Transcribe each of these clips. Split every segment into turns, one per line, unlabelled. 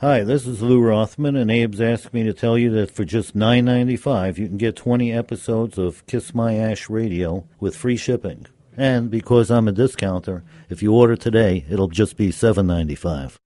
Hi, this is Lou Rothman, and Abe's asked me to tell you that for just $9.95, you can get 20 episodes of Kiss My Ash Radio with free shipping. And because I'm a discounter, if you order today, it'll just be $7.95.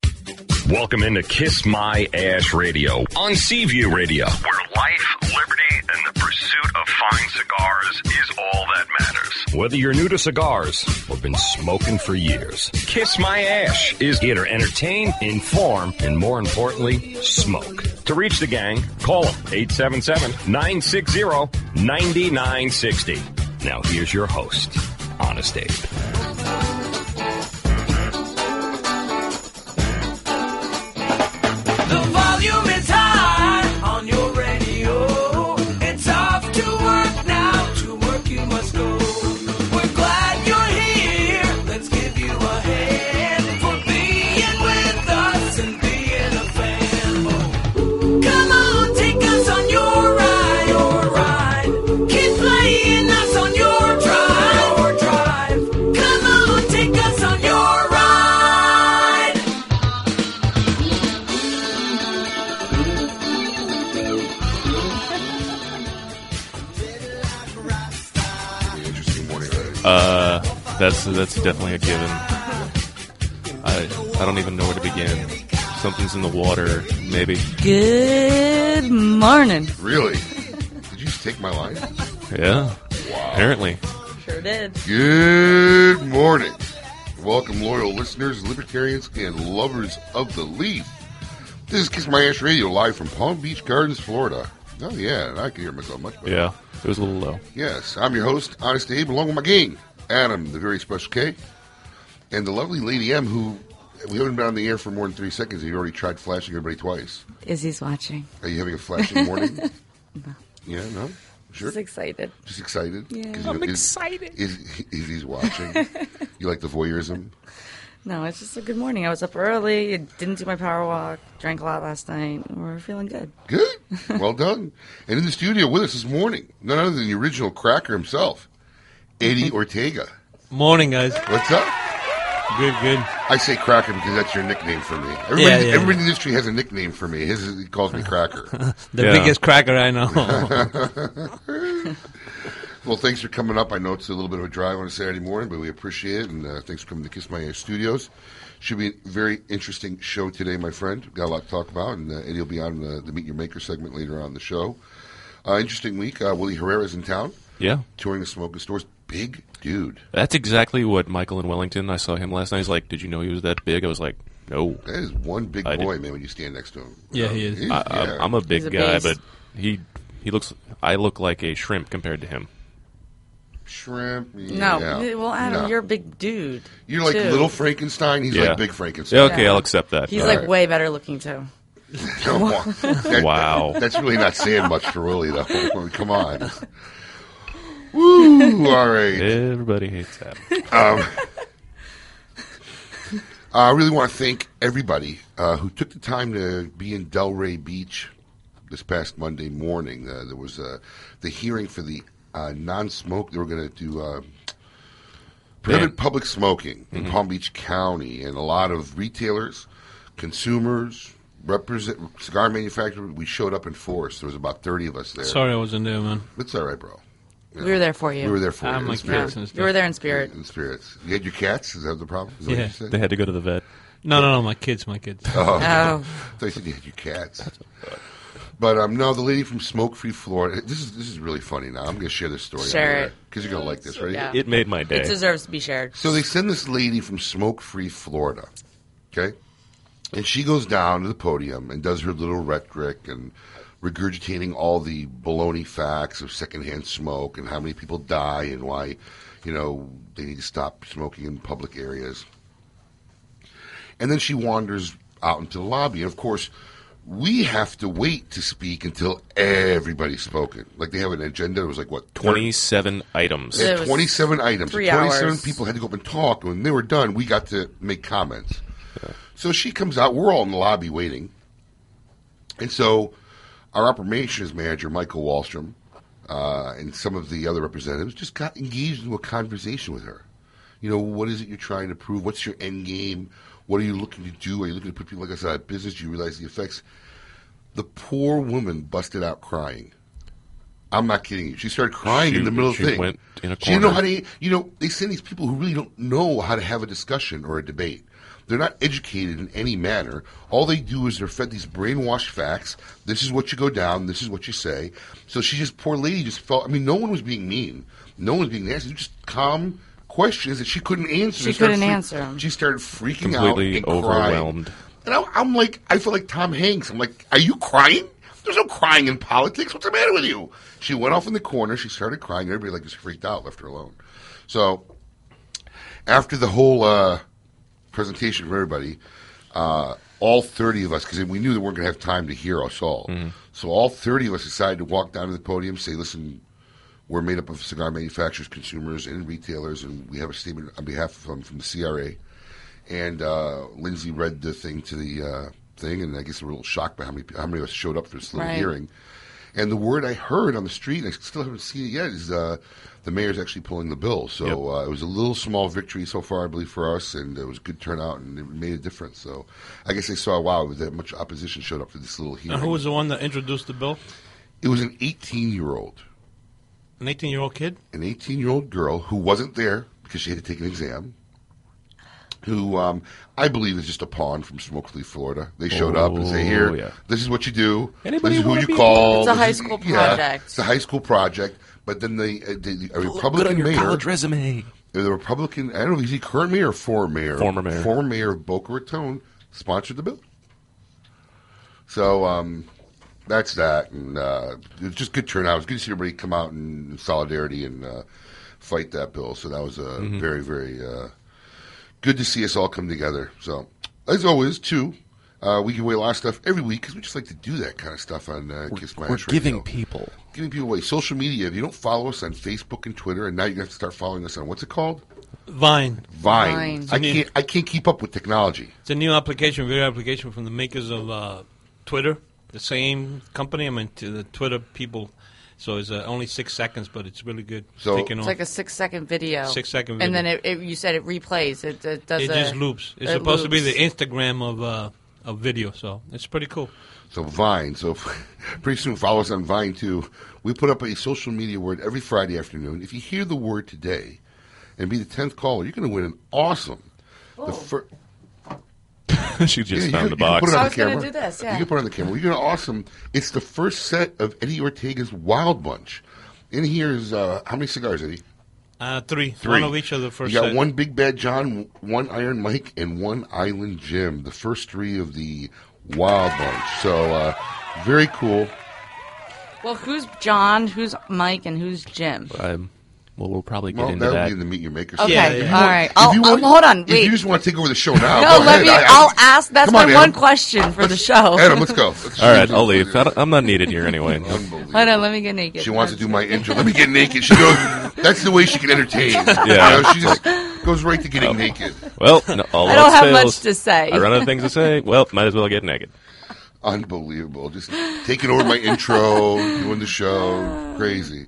Welcome into Kiss My Ash Radio on Seaview Radio.
where life, liberty, and the pursuit of fine cigars is all that matters.
Whether you're new to cigars or been smoking for years, Kiss My Ash is here to entertain, inform, and more importantly, smoke. To reach the gang, call them 877-960-9960. Now here's your host, Honest Abe.
The volume is high on your radio. It's off to work now. To work you must go. We're glad you're here. Let's give you a hand for being with us and being a fan. Oh. Come on, take us on your ride, your ride. Keep playing us on your drive, your drive. Come on, take us on your ride.
Uh, that's that's definitely a given. I I don't even know where to begin. Something's in the water, maybe.
Good morning.
Really? Did you just take my line?
Yeah. Apparently.
Sure did.
Good morning. Welcome, loyal listeners, libertarians, and lovers of the leaf. This is Kiss My Ash Radio live from Palm Beach Gardens, Florida. Oh, yeah, and I can hear myself much better.
Yeah. It was a little low.
Yes, I'm your host, Honest Abe, along with my gang, Adam, the very special K, and the lovely Lady M, who we haven't been on the air for more than three seconds. You've already tried flashing everybody twice.
Izzy's watching.
Are you having a flashing morning? Yeah, no? Sure.
She's excited.
Just excited?
Yeah.
'Cause you
I'm
know, is-
excited.
Is, is he's watching? you like the voyeurism?
No, it's just a good morning. I was up early, didn't do my power walk, drank a lot last night. We're feeling good.
Good. Well done. And in the studio with us this morning, none other than the original cracker himself, Eddie Ortega.
Morning, guys.
What's up?
Good, good.
I say cracker because that's your nickname for me. Everybody,
Yeah, yeah,
everybody in the industry has a nickname for me. His is, he calls me cracker.
The
Yeah.
biggest cracker I know.
well, thanks for coming up. I know it's a little bit of a drive on a Saturday morning, but we appreciate it. And uh, thanks for coming to Kiss My Ass Studios. Should be a very interesting show today, my friend. We've got a lot to talk about, and uh, Eddie will be on the, the Meet Your Maker segment later on in the show. Uh, interesting week. Uh, Willie Herrera's in town.
Yeah.
touring the smoking stores. Big dude.
That's exactly what Michael in Wellington. I saw him last night. He's like, "Did you know he was that big?" I was like, "No,
That is one big
I
boy, man, when you stand next to him.
Yeah, he is.
He's-
I, I'm-
yeah.
I'm a big
He's a
guy,
beast.
but he he looks. I look like a shrimp compared to him.
shrimp.
No,
yeah.
well, Adam,
No.
you're a big dude.
You're like
too.
little Frankenstein. He's
Yeah.
like big Frankenstein.
Yeah, okay, I'll accept that.
He's
All
like
right.
way better looking too.
Come on. That-
Wow.
That's really not saying much for Willie, though. I mean, Come on. Woo! All right. Um,
everybody hates that.
I really want to thank everybody uh, who took the time to be in Delray Beach this past Monday morning. Uh, there was uh, the hearing for the uh, non-smoke. They were going to do uh, prohibit
Ban.
public smoking
Mm-hmm.
in Palm Beach County, and a lot of retailers, consumers, represent cigar manufacturers. We showed up in force. There was about thirty of us there.
Sorry I wasn't there, man.
it's all right, bro.
We were there for you.
We were there for
Ah,
you.
my
in
cats
spirit.
and
You were
stuff.
there in spirit.
In spirits. You had your cats. Is that the problem? Is that what
Yeah.
you said?
They had to go to the vet.
No, no, no, my kids, my kids.
Oh,
They said you had your cats. But um, no, the lady from Smoke Free Florida. This is this is really funny. Now I'm going to share this story
Share it.
because you're going to like this, right?
Yeah.
It made my day.
it deserves to be shared.
So they send this lady from Smoke Free Florida, okay, and she goes down to the podium and does her little rhetoric and regurgitating all the baloney facts of secondhand smoke and how many people die and why, you know, they need to stop smoking in public areas. And then she wanders out into the lobby. And of course, we have to wait to speak until everybody's spoken. Like they have an agenda. It was like what 20
Twenty-seven items.
they
Yeah.
had
It was
27 items. So
three
27
hours.
people had to go up and talk. When they were done, we got to make comments. So she comes out. We're all in the lobby waiting. And so our operations manager, Michael Wallstrom, uh, and some of the other representatives just got engaged into a conversation with her. You know, what is it you're trying to prove? What's your end game? What are you looking to do? Are you looking to put people like us out of business? Do you realize the effects? The poor woman busted out crying. I'm not kidding you. She started crying
She-
in the middle of
she
the thing.
went in a
she didn't know
corner.
how to. You know, they send these people who really don't know how to have a discussion or a debate. They're not educated in any manner. All they do is they're fed these brainwashed facts. This is what you go down. This is what you say. So she just, poor lady, just felt. I mean, no one was being mean. No one was being nasty. Just calm questions that she couldn't answer.
She
started
couldn't
freak-
answer 'em.
She started freaking
Completely
out, and crying.
overwhelmed.
And I, I'm like, I feel like Tom Hanks. I'm like, are you crying? There's no crying in politics. What's the matter with you? She went off in the corner. She started crying. Everybody like just freaked out, left her alone. So after the whole uh, presentation for everybody, uh, all 30 of us, because we knew they weren't going to have time to hear us all. So all 30 of us decided to walk down to the podium, say, listen, we're made up of cigar manufacturers, consumers, and retailers, and we have a statement on behalf of them from the CRA. And uh, Lindsay read the thing to the uh, thing, and I guess we were a little shocked by how many, how many of us showed up for this little
Right.
hearing. And the word I heard on the street, and I still haven't seen it yet, is uh, the mayor's actually pulling the bill. So
Yep.
uh, it was a little small victory so far, I believe, for us, and it was a good turnout, and it made a difference. So I guess they saw, wow, that much opposition showed up for this little
Now,
hearing.
who was the one that introduced the bill?
it was an 18 year old,
An 18 year old kid?
an 18 year old girl who wasn't there because she had to take an exam. Who um, I believe is just a pawn from Smokeley, Florida. They showed up and say,
Oh,
"Here,
yeah.
this is what you do.
Anybody
this is who
wanna
you
be-
call."
It's a
this
high
is-
school
yeah,
project.
it's a high school project. But then they, uh, the a
Good on
Republican
your
mayor
college resume.
the Republican, I don't know, is he current mayor or former mayor?
Former mayor.
Former mayor of Boca Raton sponsored the bill. So um, that's that. And uh, it was just good turnout. It was good to see everybody come out in, in solidarity and uh, fight that bill. So that was uh,
Mm-hmm.
very, very uh, good to see us all come together. So, as always, too, uh, we give away a lot of stuff every week because we just like to do that kind of stuff on uh, Kiss My
We're
Ash
giving
Radio
people.
giving people away. Social media. If you don't follow us on Facebook and Twitter, and now you have to start following us on what's it called?
Vine.
Vine.
Vine.
I can't. I can't keep up with technology.
It's a new application, video application from the makers of uh, Twitter, the same company. I mean, to the Twitter people. So it's uh, only six seconds, but it's really good.
So-
Taking
It's
off.
like a six second video.
Six-second video.
And then it, it, you said it replays. It, it does
it
a-
just loops. It's
it
supposed to be the
loops.
Instagram of uh, of video. So it's pretty cool.
So Vine. So pretty soon, follow us on Vine too. We put up a social media word every Friday afternoon. If you hear the word today, and be the tenth caller, you're going to win an awesome.
Oh.
The fir-
she just
you
found
can-
the
you can
box.
put it on the
I was gonna
camera.
do this, yeah.
You can put it on the camera. You're going to awesome. It's the first set of Eddie Ortega's Wild Bunch. In here is uh, how many cigars, Eddie?
Uh, three.
Three.
One of each of the first.
You got
set.
one Big Bad John, one Iron Mike, and one Island Jim. The first three of the Wild Bunch. So uh, very cool.
Well, who's John? Who's Mike? And who's Jim?
Um, well, we'll probably get
Well,
into
that'll
that.
be in the Meet Your Maker.
Okay.
Yeah, yeah.
All right. I'll, um, hold on.
If
Wait.
you just want to take over the show now,
no,
go
let
ahead.
me.
I- I-
I'll ask.
Come
That's my
on,
one
Adam.
question for the show.
Adam, let's go. Let's-
All right, I'll leave. I don't, I'm not needed here anyway.
Unbelievable.
Hold on. Let me get naked.
She wants to do my intro. Let me get naked. She goes. That's the way she can entertain.
Yeah.
You know, she just goes right to getting naked.
Well, no, all
I don't
else
have
fails.
much to say.
I run out of things to say. Well, might as well get naked.
Unbelievable. Just taking over my intro, doing the show. Crazy.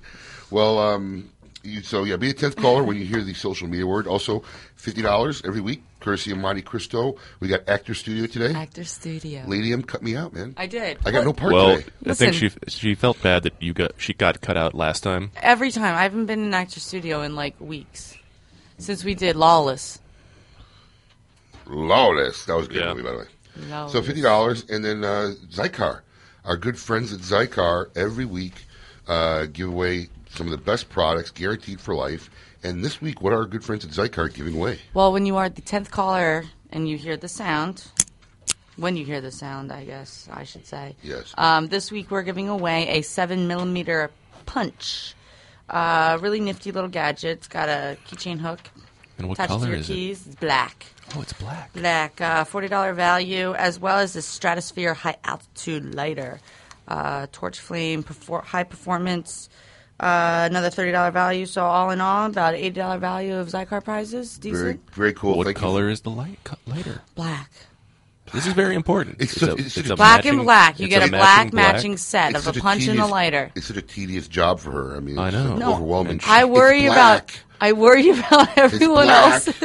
Well, um, you, so yeah, be a 10th caller when you hear the social media word. Also, $50 every week, courtesy of Monte Cristo. We got Actor Studio today.
Actor Studio.
Ladium cut me out, man.
I did.
I got no part
Well,
today.
I think she
Listen.
she felt bad that you got she got cut out last time.
Every time. I haven't been in Actor Studio in like weeks since we did Lawless.
Lawless. That was a good
Yeah.
movie, by the way.
Lawless.
So fifty dollars, and then uh, Zycar, our good friends at Zycar, every week uh, give away some of the best products, guaranteed for life. And this week, what are our good friends at Zycar giving away?
Well, when you are the tenth caller and you hear the sound, when you hear the sound, I guess I should say.
Yes.
Um, this week we're giving away a seven millimeter punch. Uh, really nifty little gadget. It's got a keychain hook.
And what
attached to
color
your
is
keys. It's black.
it? Oh, it's black.
Black. Uh, Forty dollar value, as well as the Stratosphere high altitude lighter, uh, torch flame, perfor- high performance. Uh, another thirty dollar value. So all in all, about eighty dollar value of Zycar prizes. Decent.
Very, very cool.
what
Thank you.
color is the light co- lighter?
Black.
This is very important.
It's such- it's such a-
Black
matching-
and black. You
it's
get a, black matching set
It's
of
such
a punch and a
tedious-
lighter.
It's such a tedious job for her. I mean, it's
I
I
know. No,
overwhelming.
and
I worry
It's
about
black.
I worry about
It's
everyone
black.
else.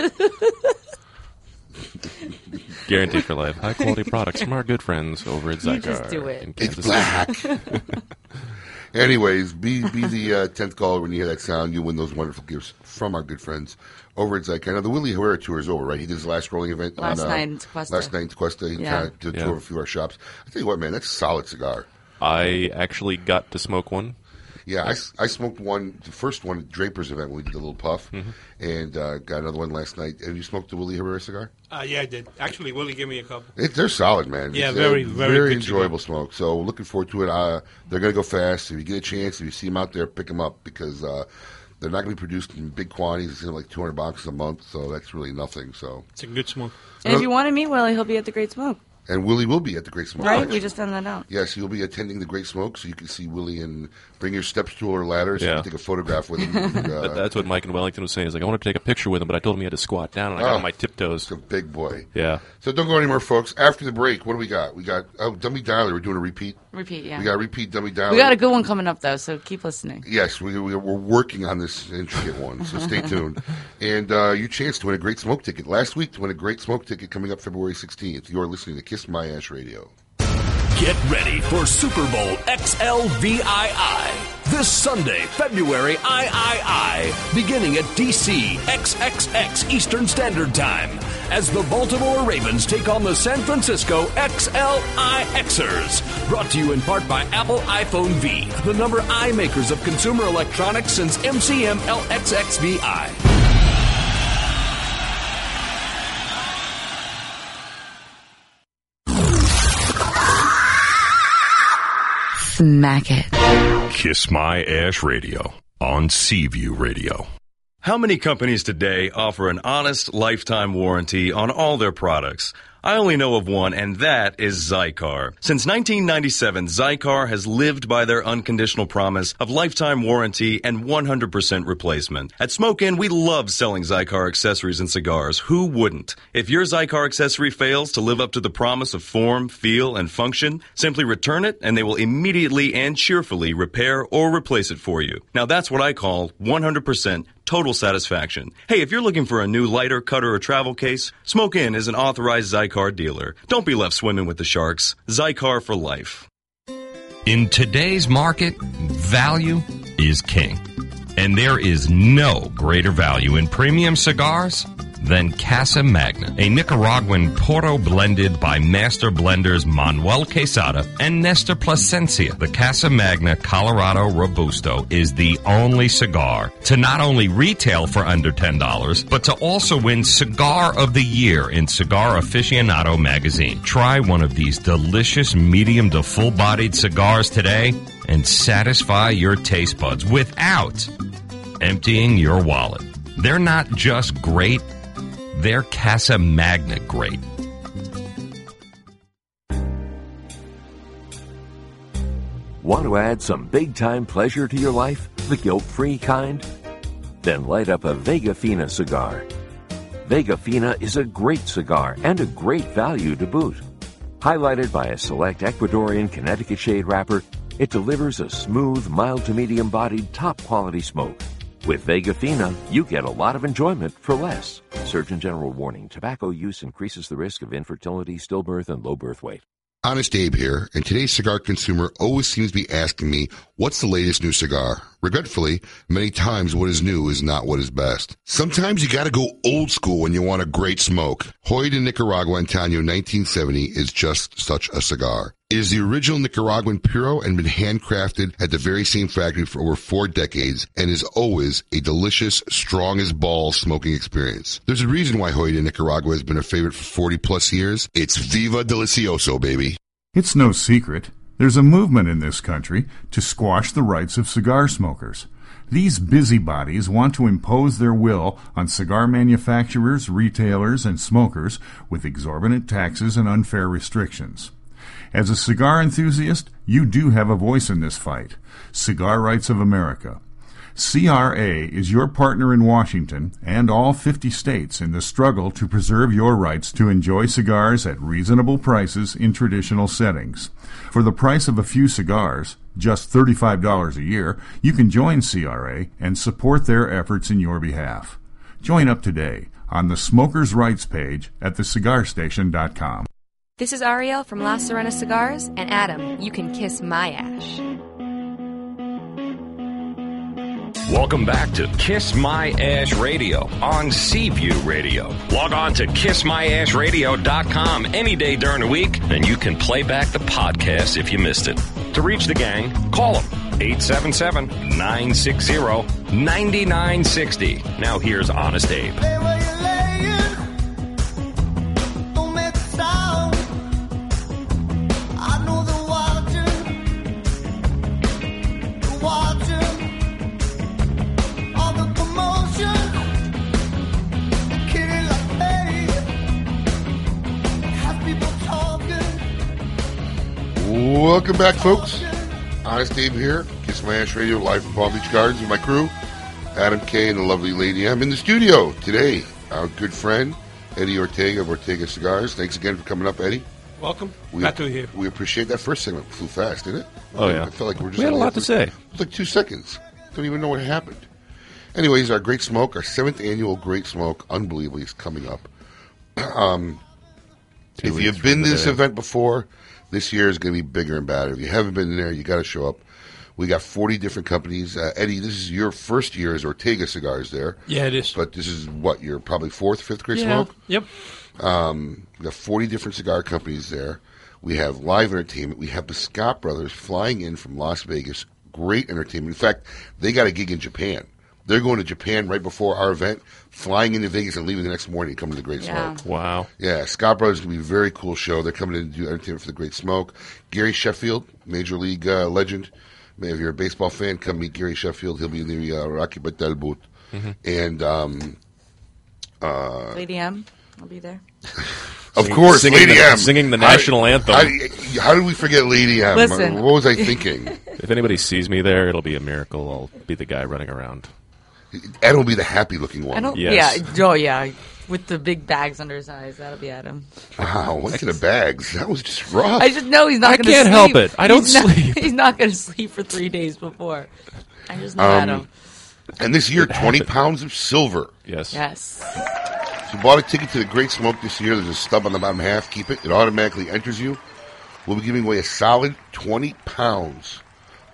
Guaranteed for life. High quality products from our good friends over at
You
Zygar.
just do it.
in
It's
Kansas City.
black. Anyways, be be the uh, tenth caller when you hear that sound. You win those wonderful gifts from our good friends over at Zycan. Now the Willie Herrera tour is over, right? He did his last rolling event
Last
on, uh,
night in Tequesta.
Last night in Tequesta, he
Yeah.
kind of did a
Yeah.
tour of a few of our shops. I tell you what, man, that's a solid cigar.
I actually got to smoke one.
Yeah, I s I I, smoked one, the first one at Draper's event when we did the little puff,
Mm-hmm.
and uh, got another one last night. Have you smoked the Willie Herrera cigar?
Uh, yeah, I did. Actually, Willie gave me a couple.
It, they're solid, man.
Yeah,
It's,
very,
uh,
very
very
good
enjoyable smoke. So looking forward to it. Uh, they're going to go fast. If you get a chance, if you see them out there, pick them up because uh, they're not going to be produced in big quantities. It's gonna be like 200 boxes a month, so that's really nothing. So
It's a good smoke.
And if you want to meet Willie, he'll be at the Great Smoke.
and Willie will be at the Great Smoke.
Right?
Actually.
We just found that out.
Yes, you'll be attending the Great Smoke, so you can see Willie and bring your step stool or ladder, so you
Yeah.
can take a photograph with him. And, uh,
That- That's what Mike in Wellington was saying. He's like, I wanted to take a picture with him, but I told him he had to squat down, and I got
Oh.
on my tiptoes.
it's a big boy.
Yeah.
So don't go anymore, folks. After the break, what do we got? We got oh, Dummy Dialer. We're doing a repeat.
Repeat, yeah.
We got a repeat Dummy Dialer.
We got a good one coming up, though, so keep listening.
Yes, we, we, we're working on this intricate one, so stay tuned. And uh, your chance to win a great smoke ticket. Last week, to win a great smoke ticket coming up February 16th. You're listening to Kiss My Ash Radio.
Get ready for Super Bowl XLVII this Sunday, February III, beginning at DC XXX Eastern Standard Time, as the Baltimore Ravens take on the San Francisco XLIXers. Brought to you in part by Apple iPhone V, the number I makers of consumer electronics since MCM LXXVI.
Smack it.
Kiss My Ash Radio on Seaview Radio.
How many companies today offer an honest lifetime warranty on all their products? I only know of one, and that is Zycar. Since 1997, Zycar has lived by their unconditional promise of lifetime warranty and 100% replacement. At Smoke Inn, we love selling Zycar accessories and cigars. Who wouldn't? If your Zycar accessory fails to live up to the promise of form, feel, and function, simply return it, and they will immediately and cheerfully repair or replace it for you. Now that's what I call 100% total satisfaction. Hey, if you're looking for a new lighter, cutter, or travel case, Smoke In is an authorized Zycar dealer. Don't be left swimming with the sharks. Zycar for life.
In today's market, value is king. And there is no greater value in premium cigars than Casa Magna, a Nicaraguan Porto blended by master blenders Manuel Quesada and Nestor Plasencia. The Casa Magna Colorado Robusto is the only cigar to not only retail for under $10, but to also win Cigar of the Year in Cigar Aficionado magazine. Try one of these delicious medium to full bodied cigars today and satisfy your taste buds without emptying your wallet. They're not just great, they're Casa Magna great.
Want to add some big time pleasure to your life, the guilt free kind? Then light up a Vega Fina cigar. Vega Fina is a great cigar and a great value to boot. Highlighted by a select Ecuadorian Connecticut shade wrapper, it delivers a smooth, mild to medium bodied, top quality smoke. With Vega Fina, you get a lot of enjoyment for less. Surgeon General warning tobacco use increases the risk of infertility, stillbirth, and low birth weight.
Honest Abe here, and today's cigar consumer always seems to be asking me, what's the latest new cigar? Regretfully, many times what is new is not what is best. Sometimes you gotta go old school when you want a great smoke. Hoy de Nicaragua Antonio 1970 is just such a cigar. It is the original Nicaraguan Puro and been handcrafted at the very same factory for over four decades and is always a delicious, strong as ball smoking experience. There's a reason why Hoy de Nicaragua has been a favorite for 40 plus years. It's Viva Delicioso, baby.
It's no secret. There's a movement in this country to squash the rights of cigar smokers. These busybodies want to impose their will on cigar manufacturers, retailers, and smokers with exorbitant taxes and unfair restrictions. As a cigar enthusiast, you do have a voice in this fight. Cigar Rights of America. CRA is your partner in Washington and all 50 states in the struggle to preserve your rights to enjoy cigars at reasonable prices in traditional settings. For the price of a few cigars, just $35 a year, you can join CRA and support their efforts in your behalf. Join up today. on the smokers' rights page at thecigarstation.com.
This is Ariel from La Serena Cigars, and Adam, you can kiss my ash.
Welcome back to Kiss My Ash Radio on Seaview Radio. Log on to kissmyashradio.com any day during the week, and you can play back the podcast if you missed it. To reach the gang, call them 877 960 9960. Now here's Honest Abe.
Welcome back, folks. Honest Dave here. Kiss My Ash Radio live from Palm Beach Gardens with my crew, Adam K and the lovely Lady M in the studio today. Our good friend Eddie Ortega of Ortega Cigars. Thanks again for coming up, Eddie.
Welcome. Glad to be here.
We appreciate that first segment. Flew fast, didn't it?
Oh, yeah.
I felt like we we're just
We had a
only
lot to
through-
say.
It was like two seconds. Don't even know what happened. Anyways, our Great Smoke, our seventh annual Great Smoke, unbelievably, is coming up. um,
Two
if
weeks
you've
from
been to this
today.
event before, this year is going to be bigger and badder. If you haven't been there, you got to show up. We got 40 different companies. Uh, Eddie, this is your first year as Ortega Cigars there.
Yeah, it is.
But this is what, your probably fourth, fifth grade
Yeah,
smoke?
yep.
Um, we got 40 different cigar companies there. We have live entertainment. We have the Scott brothers flying in from Las Vegas. Great entertainment. In fact, they got a gig in Japan. They're going to Japan right before our event, flying into Vegas and leaving the next morning and coming to the Great
Yeah.
Smoke. Wow. Yeah, Scott Brothers is going to be a very cool show. They're coming in to do entertainment for the Great Smoke. Gary Sheffield, Major League uh, legend. If you're a baseball fan, come meet Gary Sheffield. He'll be in the uh, Rocky Patel booth.
Mhm.
And um, uh,
Lady M, I'll be there.
of
Singing-
course,
singing
Lady
the-
M.
singing the national anthem.
How, how did we forget Lady M?
Listen.
What was I thinking?
If anybody sees me there, it'll be a miracle. I'll be the guy running around.
Ed will be the happy-looking
I don't.
Yes.
Yeah. Oh yeah. With the big bags under his eyes, that'll be Adam.
wow, what to the bags? That was just rough.
I just know he's not.
I
gonna
can't help
sleep.
it. I don't
He's not-
sleep.
he's not going to sleep for three days before. I just know Adam.
Um, and this year, twenty pounds of silver.
Yes.
Yes.
So bought a ticket to the Great Smoke this year. There's a stub on the bottom half. Keep it. It automatically enters you. We'll be giving away a solid 20 pounds.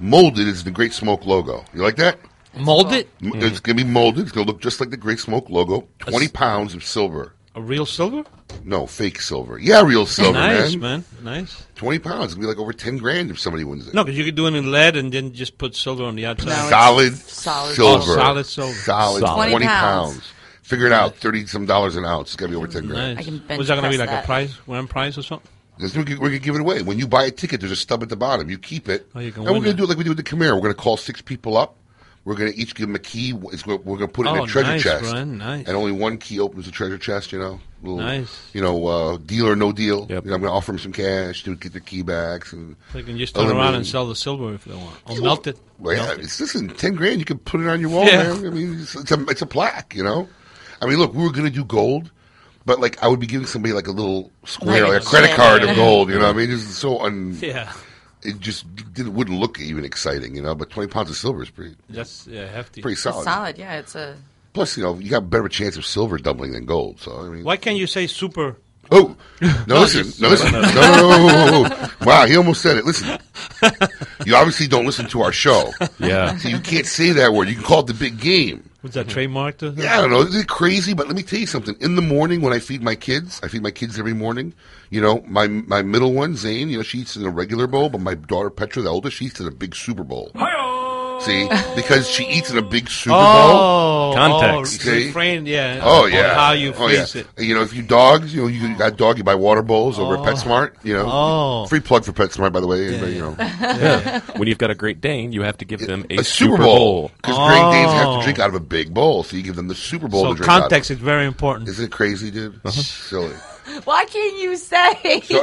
Molded is the Great Smoke logo. You like that?
Molded?
M- It's going to be molded. It's going to look just like the Great Smoke logo. 20 pounds of silver.
A real silver?
No, fake silver. Yeah, real silver,
nice,
man.
man. Nice.
20 pounds. It's going to be like over 10 grand if somebody wins it.
No, because you could do it in lead and then just put silver on the outside.
solid,
Oh,
silver.
solid silver.
Solid, 20, pounds. Figure it out. 30 some dollars an ounce. It's got to be over 10 grand.
Nice. Was that going to be like
that.
a prize, one prize or something?
There's- We're going to give it away. When you buy a ticket, there's a stub at the bottom. You keep it.
Oh, you can
and we're
win
going to do it like we do with the Khmer. We're going to call six people up. We're going to each give them a key. It's go- We're going to put it in
Oh,
a treasure
nice,
chest.
Brian, nice.
And only one key opens the treasure chest, you know? Little,
Nice.
You know, uh, deal or no deal. You know, I'm going to offer them some cash to get their key backs. And
They can just turn around and sell the silver if they want. Or
Yeah,
melt it.
Well, yeah, it's, listen, 10 grand, you can put it on your wall,
Yeah.
man. I mean, it's, it's, a, it's a plaque, you know? I mean, look, we were going to do gold, but, like, I would be giving somebody, like, a little square,
Like a
like a credit
chip.
card
Yeah.
of gold, you know what I mean? It's so un.
Yeah.
It just didn't, wouldn't look even exciting, you know? But 20 pounds of silver is pretty.
That's yeah, hefty.
Pretty solid.
Solid. Yeah. It's a.
Plus, you know, you got a better chance of silver doubling than gold, so, I mean.
Why can't you say super?
Oh, no, listen,
just-
no, listen, no, no, no, no, no, no. Wow, he almost said it. Listen, you obviously don't listen to our show.
Yeah.
So you can't say that word. You can call it the big game.
Was that trademarked? Or
Yeah, I don't know. Is it crazy? But let me tell you something. In the morning, when I feed my kids, I feed my kids every morning. You know, my my middle one, Zane, you know, she eats in a regular bowl, but my daughter Petra, the oldest, she eats in a big Super Bowl. See, because she eats in a big Super
Oh,
Bowl.
Context. oh,
See?
refrain, yeah,
Oh
on
yeah.
how you
oh,
phrase
yeah. You know, if you dogs, you know, you got dog, you buy water bowls over
Oh.
at PetSmart. You know,
Oh.
free plug for PetSmart, by the way. anybody, You know,
Yeah. When you've got a Great Dane, you have to give them a,
a Super Bowl because Great Danes have
Oh.
to drink out of a big bowl, so you give them the Super Bowl
So
to drink out of.
context is very important. Uh-huh.
Isn't it crazy, dude? Silly.
Why can't you say?
So,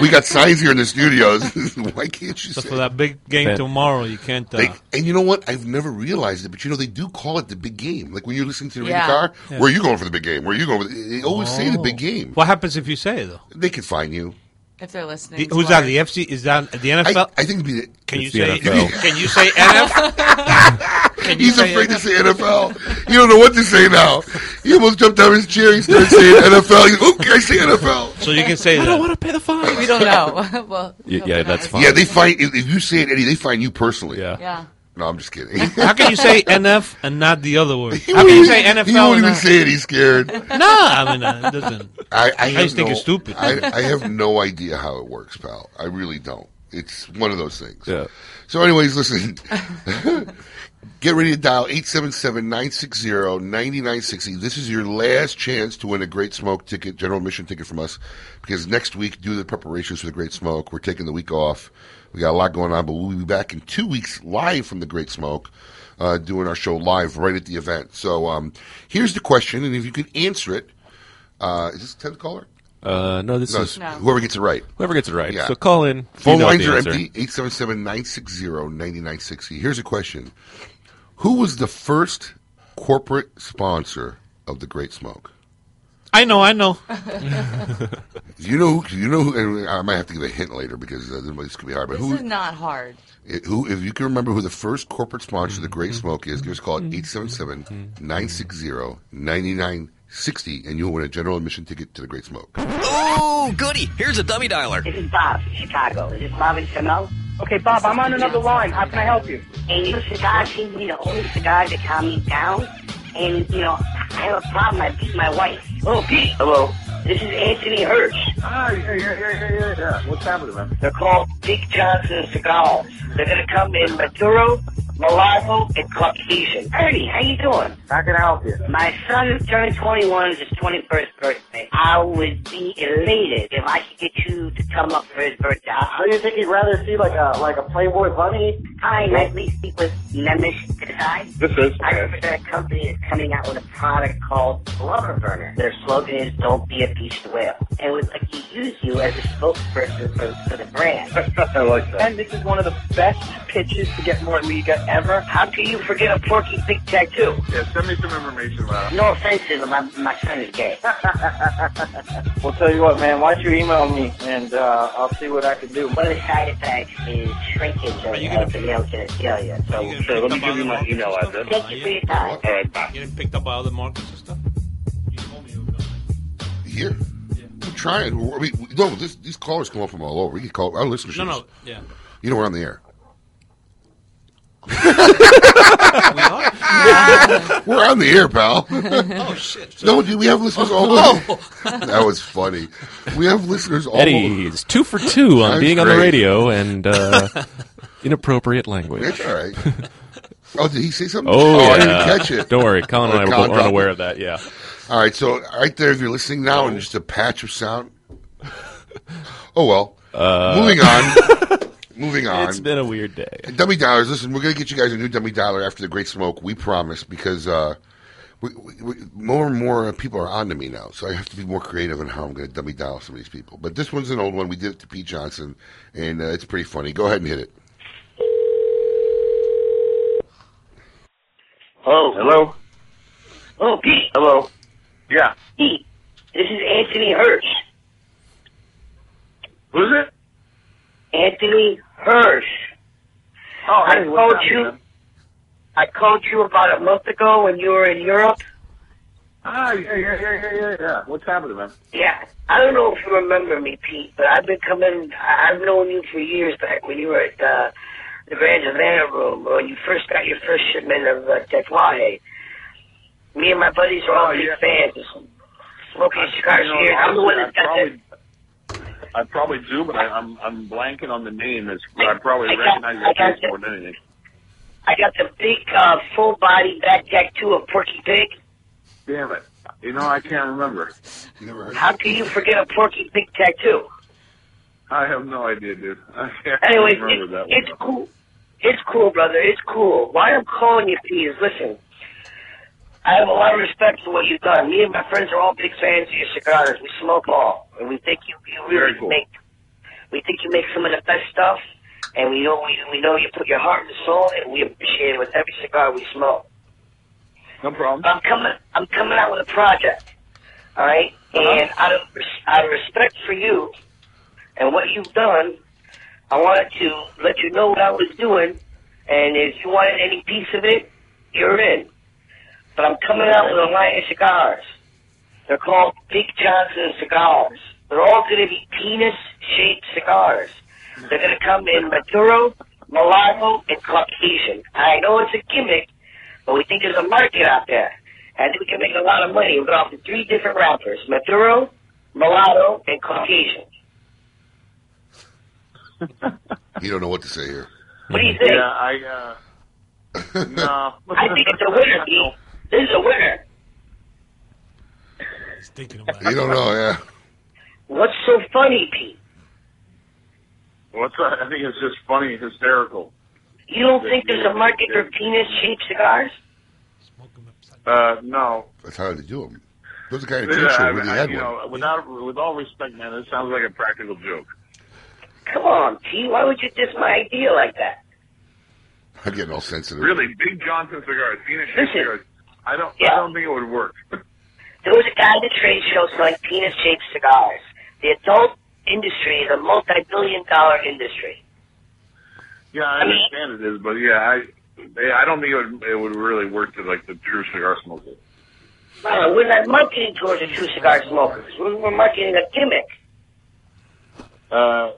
we got signs here in the studios. Why can't you
So
say?
for that big game tomorrow, you can't. Uh,
They, and you know what? I've never realized it, but you know they do call it the big game. Like when you're listening to the
Yeah.
radio car,
Yeah.
where are you going for the big game? Where are you going? For the, they always say the
Oh.
big game.
What happens if you say it though?
They could fine you.
If they're listening.
The- who's that? The FC? Is that the NFL?
I think it'd be the,
Can you
It's the
say?
NFL.
Can you say NF? Can you
He's
say
afraid
it?
to say NFL. You don't know what to say now. He almost jumped out of his chair. He started saying NFL. He's, oh, can I say NFL?
So you can say that.
to pay the fine. We don't know. well,
Yeah, yeah, that's fine.
Yeah, they find if if you say it, Eddie, they find you personally.
yeah.
No, I'm just kidding.
How can you say NF and not the other word? How can you say NFL?
He won't
and
even
not-
say it. He's scared.
No, I mean uh, it doesn't.
I, I, have
just think
no-
it's stupid.
I, I have no idea how it works, pal. I really don't. It's one of those things. Yeah. So, anyways, listen. Get ready to dial 877-960-9960. This is your last chance to win a Great Smoke ticket, general admission ticket from us, because next week, due to the preparations for the Great Smoke, we're taking the week off. We got a lot going on, but we'll be back in two weeks live from the Great Smoke, uh, doing our show live right at the event. So um, here's the question, and if you can answer it, uh, is this 10th caller?
Uh, no, this
it's
is
whoever gets it right.
Whoever gets it right.
Yeah.
So call in.
Phone
You know
lines
the
are
answer.
empty. 877-960-9960. Here's a question. Who was the first corporate sponsor of the Great Smoke?
I know, I know.
You know, you know, who- and I might have to give a hint later because uh, this could be hard. But
This
who,
is not hard.
i- who, if you can remember who the first corporate sponsor of the Great
Mm-hmm.
Smoke is, give us a call at
Mm-hmm.
877-960-9960, and you'll win a general admission ticket to the Great Smoke.
Oh, goody. Here's a dummy dialer. This is Bob, Chicago. Is this Bob in Chanel?
Okay, Bob, I'm on another line. How can I help you?
And your cigar seems to be the only cigar that calmed me down. And, you know, I have a problem. I beat my wife. Oh, Pete. Hello. This is Anthony Hirsch.
Ah, yeah, yeah, yeah, yeah, yeah. What's happening, man?
They're called Dick Johnson Cigars. They're going to come in Maduro, Mulatto, and Caucasian. Ernie, how you doing?
How can I help you?
My son turned 21 is his 21st birthday. I would be elated if I could get you to come up for his birthday.
So you think he'd rather see like a like a Playboy bunny?
Hi, Nightly Speak with Nemish Desai.
This is.
I heard that a company is coming out with a product called Blubber Burner. Their slogan is "Don't be a beached whale," and would like to use you as a spokesperson for, for the brand.
I like that. And this is one of the best pitches to get more Liga ever.
How can you forget a Porky Pig tattoo?
Yeah, send me some information about
No offense to them, my, my son is gay.
Well, tell you what, man. Why don't you email me and uh, I'll see what I can do.
One of the side effects is shrinkage of of the male genitalia. So
Sure, let me give you my email address.
thank you for your time.
All right, bye.
Getting picked up by other markets and stuff.
Here. We're trying. We're- I mean, no, this, these callers come up from all over. We can call our listeners.
No, no, yeah.
You know we're on the air. We're on the air, pal.
Oh, shit. Oh.
No, dude, we have listeners all over. That was funny. We have listeners all
Eddie
over.
is two for two on
That's
being on the
great.
radio and uh, inappropriate language.
That's all right. Oh, did he say something?
Oh,
I didn't
yeah.
even catch it.
Don't worry, Colin and I were
Colin
both
dropped
unaware
it.
of that, yeah. Oh.
All right, so right there, if you're listening now and just a patch of sound. Oh, well. Moving on. Moving on.
Uh. It's been a weird day.
And dummy dialers, listen, we're going to get you guys a new dummy dialer after the Great Smoke. We promise because uh, we, we, we, more and more people are on to me now, so I have to be more creative in how I'm going to dummy dial some of these people. But this one's an old one. We did it to Pete Johnson, and uh, it's pretty funny. Go ahead and hit it.
Hello.
Hello.
Oh, Pete.
Hello. Yeah.
Pete. This is Anthony Hirsch.
Who's it?
Anthony Hirsch.
Oh,
I
hey, what's
called
up,
you.
man?
I called you about a month ago when you were in Europe.
Ah, yeah, yeah, yeah, yeah, yeah, yeah. What's happening, man?
Yeah, I don't know if you remember me, Pete, but I've been coming. I- I've known you for years back when you were at uh, the Grand Havana Room when you first got your first shipment of uh, Tatuaje. Me and my buddies are
Oh,
all big
yeah.
fans of smoking cigars
You
for
know,
years. I'm the one that
I
got the.
probably- I probably do, but I, I'm I'm blanking on the name. It's, I probably
I got-
recognize
I
your
got
face more than anything.
I got the big uh, full body back tattoo of Porky Pig.
Damn it! You know I can't remember.
How can you forget a Porky Pig tattoo?
I have no idea, dude. I can't
Anyway,
remember that one.
it's cool. It's cool, brother. It's cool. Why I'm calling you, Pete, is listen. I have a lot of respect for what you've done. Me and my friends are all big fans of your cigars. We smoke all, and we think you, you
Very
really
cool.
make. We think you make some of the best stuff, and we know we, we know you put your heart and soul, and we appreciate it with every cigar we smoke.
No problem.
I'm coming. I'm coming out with a project. All right? and out of res- out of respect for you and what you've done, I wanted to let you know what I was doing, and if you wanted any piece of it, you're in. But I'm coming out with a line of cigars. They're called Big Johnson cigars. They're all going to be penis-shaped cigars. They're going to come in Maduro, Mulatto, and Caucasian. I know it's a gimmick, but we think there's a market out there. I think we can make a lot of money. We're going to offer three different wrappers: Maduro, Mulatto, and Caucasian.
You don't know what to say here.
What do you think?
Yeah,
I, uh, no. I think it's a winner, B. This is a winner.
You don't know, yeah.
What's so funny, Pete?
What's that? I think it's just funny, hysterical.
You don't think there's a market for penis-shaped cigars?
Uh, no.
That's how they do them. There's a guy in
Yeah,
Churchill
I-
really
I-
had
you
one.
know, without, with all respect, man, this sounds like a practical joke.
Come on, Pete. Why would you diss my idea like that?
I'm getting all sensitive.
Really, Big Johnson cigars, penis shaped cigars. I don't, I don't think it would work.
There was a guy at the trade show selling penis-shaped cigars. The adult industry is a multi-billion-dollar industry.
Yeah, I understand it is, but yeah, I, they- I don't think it would, it would really work to like the true cigar smoker.
Well, we're not marketing towards the true cigar smokers. We're we're marketing a gimmick.
Uh,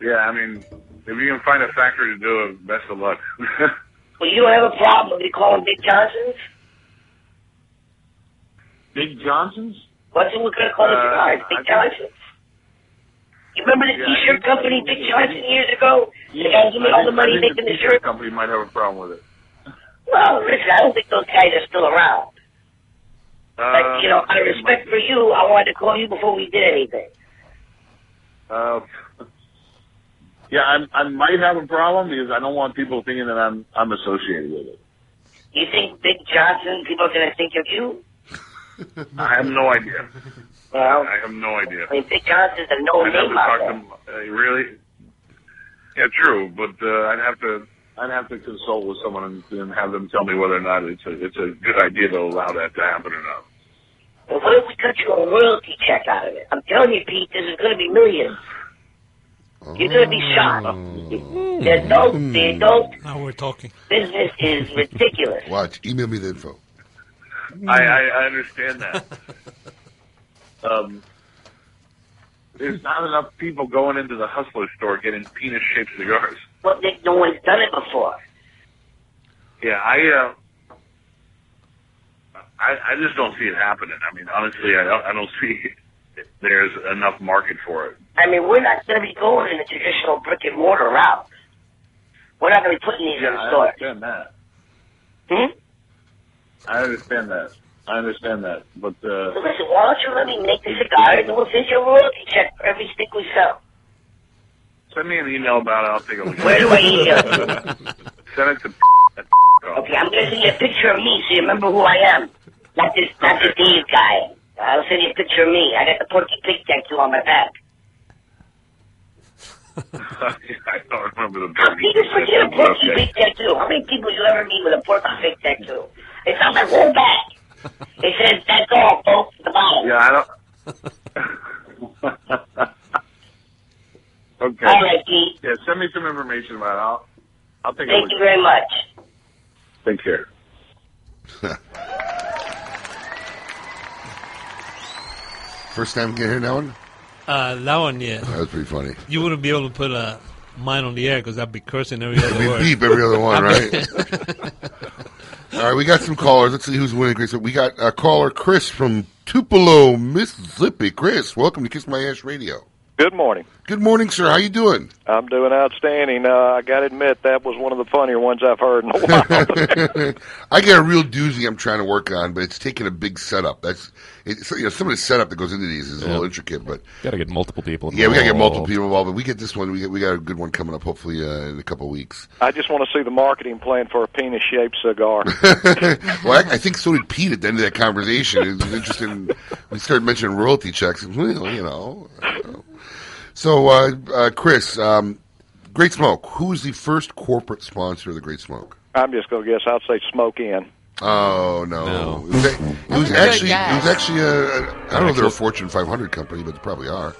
yeah, I mean, if you can find a factory to do it, best of luck.
Well, you don't have a problem if you call them Big Johnsons?
Big Johnson's?
What's it we're going to call the
Uh,
cigars? Big Johnsons? You remember the
Yeah, I
t-shirt
think-
company Big Johnson years ago? The guy who made
I
all the
think-
money
I think
making the
t-shirt
shirt?
company might have a problem with it.
Well, listen, I don't think those guys are still around.
Uh,
But, you know, out of respect for you, I wanted to call you before we did anything.
Uh, yeah, I'm, I might have a problem because I don't want people thinking that I'm I'm associated with it.
You think Big Johnson, people are going to think of you?
I have no idea.
Well,
I have no idea.
I mean, Big Johnson's a
I'd have to
no-name out
talk
there.
to uh, really. Yeah, true, but uh, I'd have to I'd have to consult with someone and, and have them tell me whether or not it's a it's a good idea to allow that to happen or not.
Well, what if we cut you a royalty check out of it? I'm telling you, Pete, this is going to be millions. You're going to be shocked. The adult,
Hmm.
the adult
Oh. Now we're talking.
business is ridiculous.
Watch. Email me the info.
I, I, I understand that. um, there's not enough people going into the hustler store getting penis shaped cigars.
Well, Nick, no one's done it before.
Yeah, I, uh, I, I just don't see it happening. I mean, honestly, I don't, I don't see there's enough market for it.
I mean, we're not going to be going in the traditional brick and mortar route. We're not going to be putting these in
Yeah,
the
I
store.
understand that.
Hmm?
I understand that. I understand that. But
So
uh,
listen, why don't you let me make the cigars and we'll send you a royalty check for every stick we sell?
send me an email about it. I'll take a look.
Where do I email?
send it to.
Okay, I'm going to send you a picture of me so you remember who I am. Not this, not this Dave guy. I'll send you a picture of me. I got the Porky Pig tattoo on my back.
I don't remember the.
How can you forget a Porky
Okay.
Pig tattoo? How many people you ever meet with a Porky Pig tattoo? It's on my whole back. It says, that's all, folks, at the bottom.
Yeah, I don't. okay.
All right, Pete.
Yeah, send me some information about it. I'll, I'll take a
Thank
look.
you very much.
Take care.
First time getting here now? one?
Uh, that one, yeah.
That was pretty funny.
You wouldn't be able to put uh, mine on the air because I'd be cursing every other
We
word.
beep every other one,
I'd be-
right? All right, we got some callers. Let's see who's winning. Chris, we got uh, caller Chris from Tupelo, Mississippi. Chris, welcome to Kiss My Ash Radio.
Good morning.
Good morning, sir. How you doing?
I'm doing outstanding. Uh, I got to admit, that was one of the funnier ones I've heard in a while.
I got a real doozy I'm trying to work on, but it's taking a big setup. That's it's, you know some of the setup that goes into these is a little intricate, but
Got to get multiple people.
yeah, we got to get multiple
involved.
people involved. But we get this one. We got, we got a good one coming up hopefully uh, in a couple weeks.
I just want to see the marketing plan for a penis shaped cigar.
well, I, I think so did Pete at the end of that conversation. It was interesting. We started mentioning royalty checks. Well, you know. So, uh, uh, Chris, um, Great Smoke. Who is the first corporate sponsor of the Great Smoke?
I'm just going to guess. I'd say smoke in.
Oh no! It was, a- it was
a good
actually it
guess.
was actually a, a I don't know if they're
Actual-
a Fortune 500 company, but they probably are.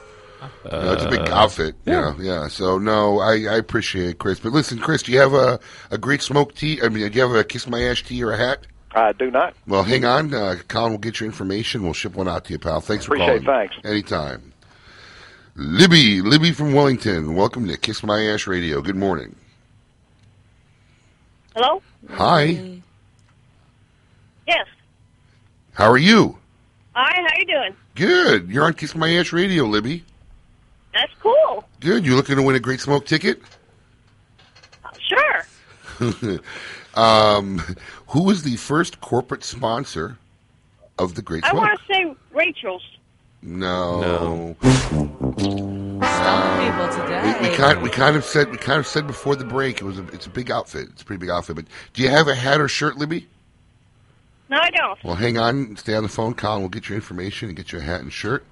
know, it's a big outfit. Uh, Yeah. yeah, So no, I, I appreciate it, Chris. But listen, Chris, do you have a, a great smoke tee? I mean, do you have a kiss my ash tee or a hat?
I do not.
Well, hang on. Uh, Colin will get your information. We'll ship one out to you, pal. Thanks for
Appreciate it.
calling. Thanks. Anytime. Libby, Libby from Wellington. Welcome to Kiss My Ash Radio. Good morning.
Hello?
Hi.
Yes.
How are you?
Hi, how you doing?
Good. You're on Kiss My Ash Radio, Libby.
That's cool.
Good. You looking to win a great smoke ticket?
Sure.
um, who was the first corporate sponsor of the Great
I
Smoke?
want to say Rachel's.
No.
people today.
We kind we kind of said we kind of said before the break it was a, it's a big outfit. It's a pretty big outfit. But do you have a hat or shirt, Libby?
No, I don't.
Well, hang on, stay on the phone, Colin. We'll get your information and get you a hat and shirt.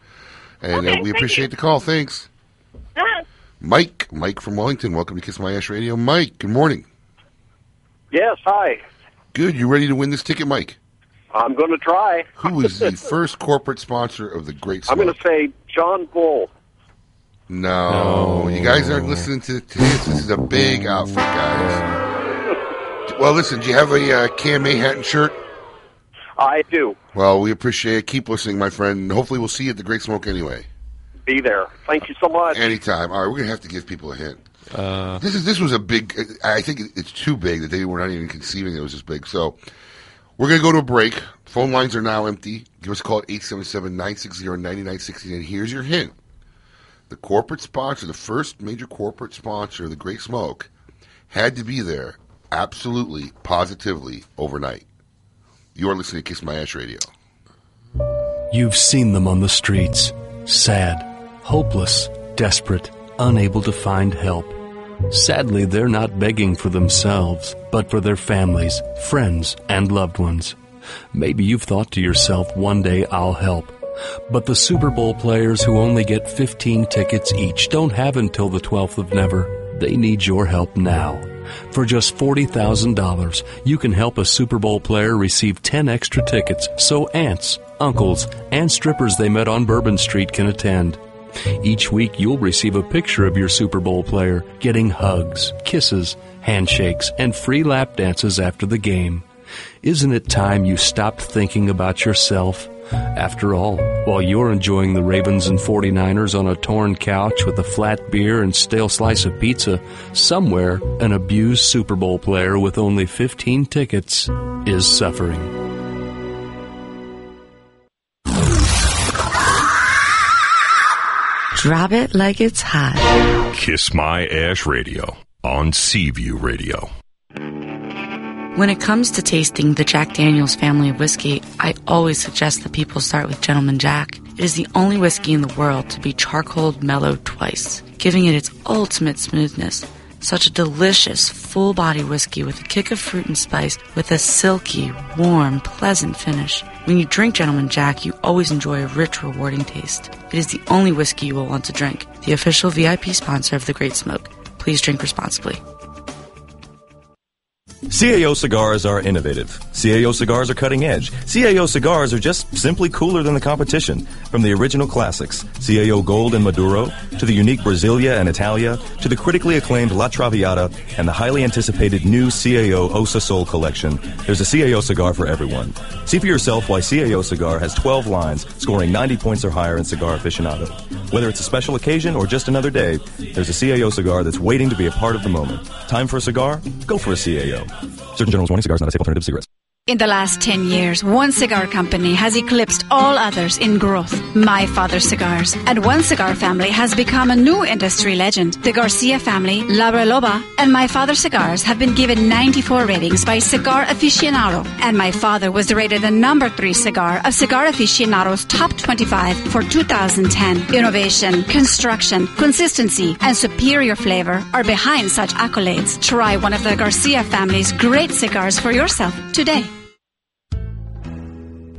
And
Okay,
uh, we
thank
appreciate the call. Thanks,
Uh,
Mike. Mike from Wellington. Welcome to Kiss My Ash Radio, Mike. Good morning.
Yes, hi.
Good. You ready to win this ticket, Mike?
I'm going to try.
Who was the first corporate sponsor of the Great
I'm
Smoke?
going to say John Bull.
No, you guys aren't listening to this. This is a big outfit, guys. well, listen, do you have a uh, KMA hat and shirt?
I do.
Well, we appreciate it. Keep listening, my friend. and Hopefully, we'll see you at the Great Smoke anyway.
Be there. Thank you so much.
Anytime. All right, we're gonna have to give people a hint. this is this was a big. I think it's too big that they were not even conceiving it was this big. So we're gonna go to a break. Phone lines are now empty. Give us a call at 877-960-9960. And here's your hint: the corporate sponsor, the first major corporate sponsor of the Great Smoke, had to be there absolutely, positively overnight. You are listening to Kiss My Ash Radio.
You've seen them on the streets, sad, hopeless, desperate, unable to find help. Sadly, they're not begging for themselves, but for their families, friends, and loved ones. Maybe you've thought to yourself, one day I'll help. But the Super Bowl players who only get 15 tickets each don't have until the 12th of Never. They need your help now. For just $40,000, you can help a Super Bowl player receive 10 extra tickets so aunts, uncles, and strippers they met on Bourbon Street can attend. Each week, you'll receive a picture of your Super Bowl player getting hugs, kisses, handshakes, and free lap dances after the game. Isn't it time you stopped thinking about yourself? After all, while you're enjoying the Ravens and 49ers on a torn couch with a flat beer and stale slice of pizza, somewhere an abused Super Bowl player with only 15 tickets is suffering.
Drop it like it's hot.
Kiss My Ash Radio on Seaview Radio.
When it comes to tasting the Jack Daniels family of whiskey, I always suggest that people start with Gentleman Jack. It is the only whiskey in the world to be charcoaled mellowed twice, giving it its ultimate smoothness. Such a delicious, full body whiskey with a kick of fruit and spice with a silky, warm, pleasant finish. When you drink Gentleman Jack, you always enjoy a rich, rewarding taste. It is the only whiskey you will want to drink, the official VIP sponsor of The Great Smoke. Please drink responsibly.
CAO cigars are innovative. CAO cigars are cutting edge. CAO cigars are just simply cooler than the competition. From the original classics, CAO Gold and Maduro, to the unique Brasilia and Italia, to the critically acclaimed La Traviata, and the highly anticipated new CAO Osa Sol collection, there's a CAO cigar for everyone. See for yourself why CAO cigar has 12 lines, scoring 90 points or higher in Cigar Aficionado. Whether it's a special occasion or just another day, there's a CAO cigar that's waiting to be a part of the moment. Time for a cigar? Go for a CAO. Surgeon General's warning cigars not a safe alternative to cigarettes.
In the last 10 years, one cigar company has eclipsed all others in growth. My Father Cigars. And one cigar family has become a new industry legend. The Garcia family, Labra Loba, and My Father Cigars have been given 94 ratings by Cigar Aficionado. And My Father was rated the number 3 cigar of Cigar Aficionado's top 25 for 2010. Innovation, construction, consistency, and superior flavor are behind such accolades. Try one of the Garcia family's great cigars for yourself today.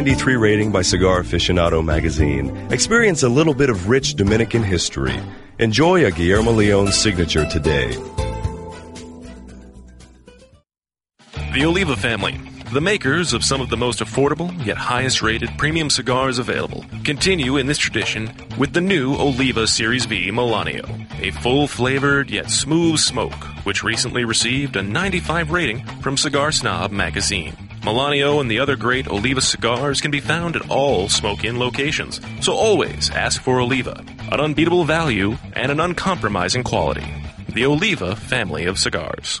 93 rating by Cigar Aficionado magazine. Experience a little bit of rich Dominican history. Enjoy a Guillermo Leone signature today.
The Oliva family, the makers of some of the most affordable yet highest rated premium cigars available, continue in this tradition with the new Oliva Series V Milanio, a full flavored yet smooth smoke, which recently received a 95 rating from Cigar Snob magazine. Milanio and the other great Oliva cigars can be found at all smoke in locations, so always ask for Oliva, an unbeatable value and an uncompromising quality. The Oliva family of cigars.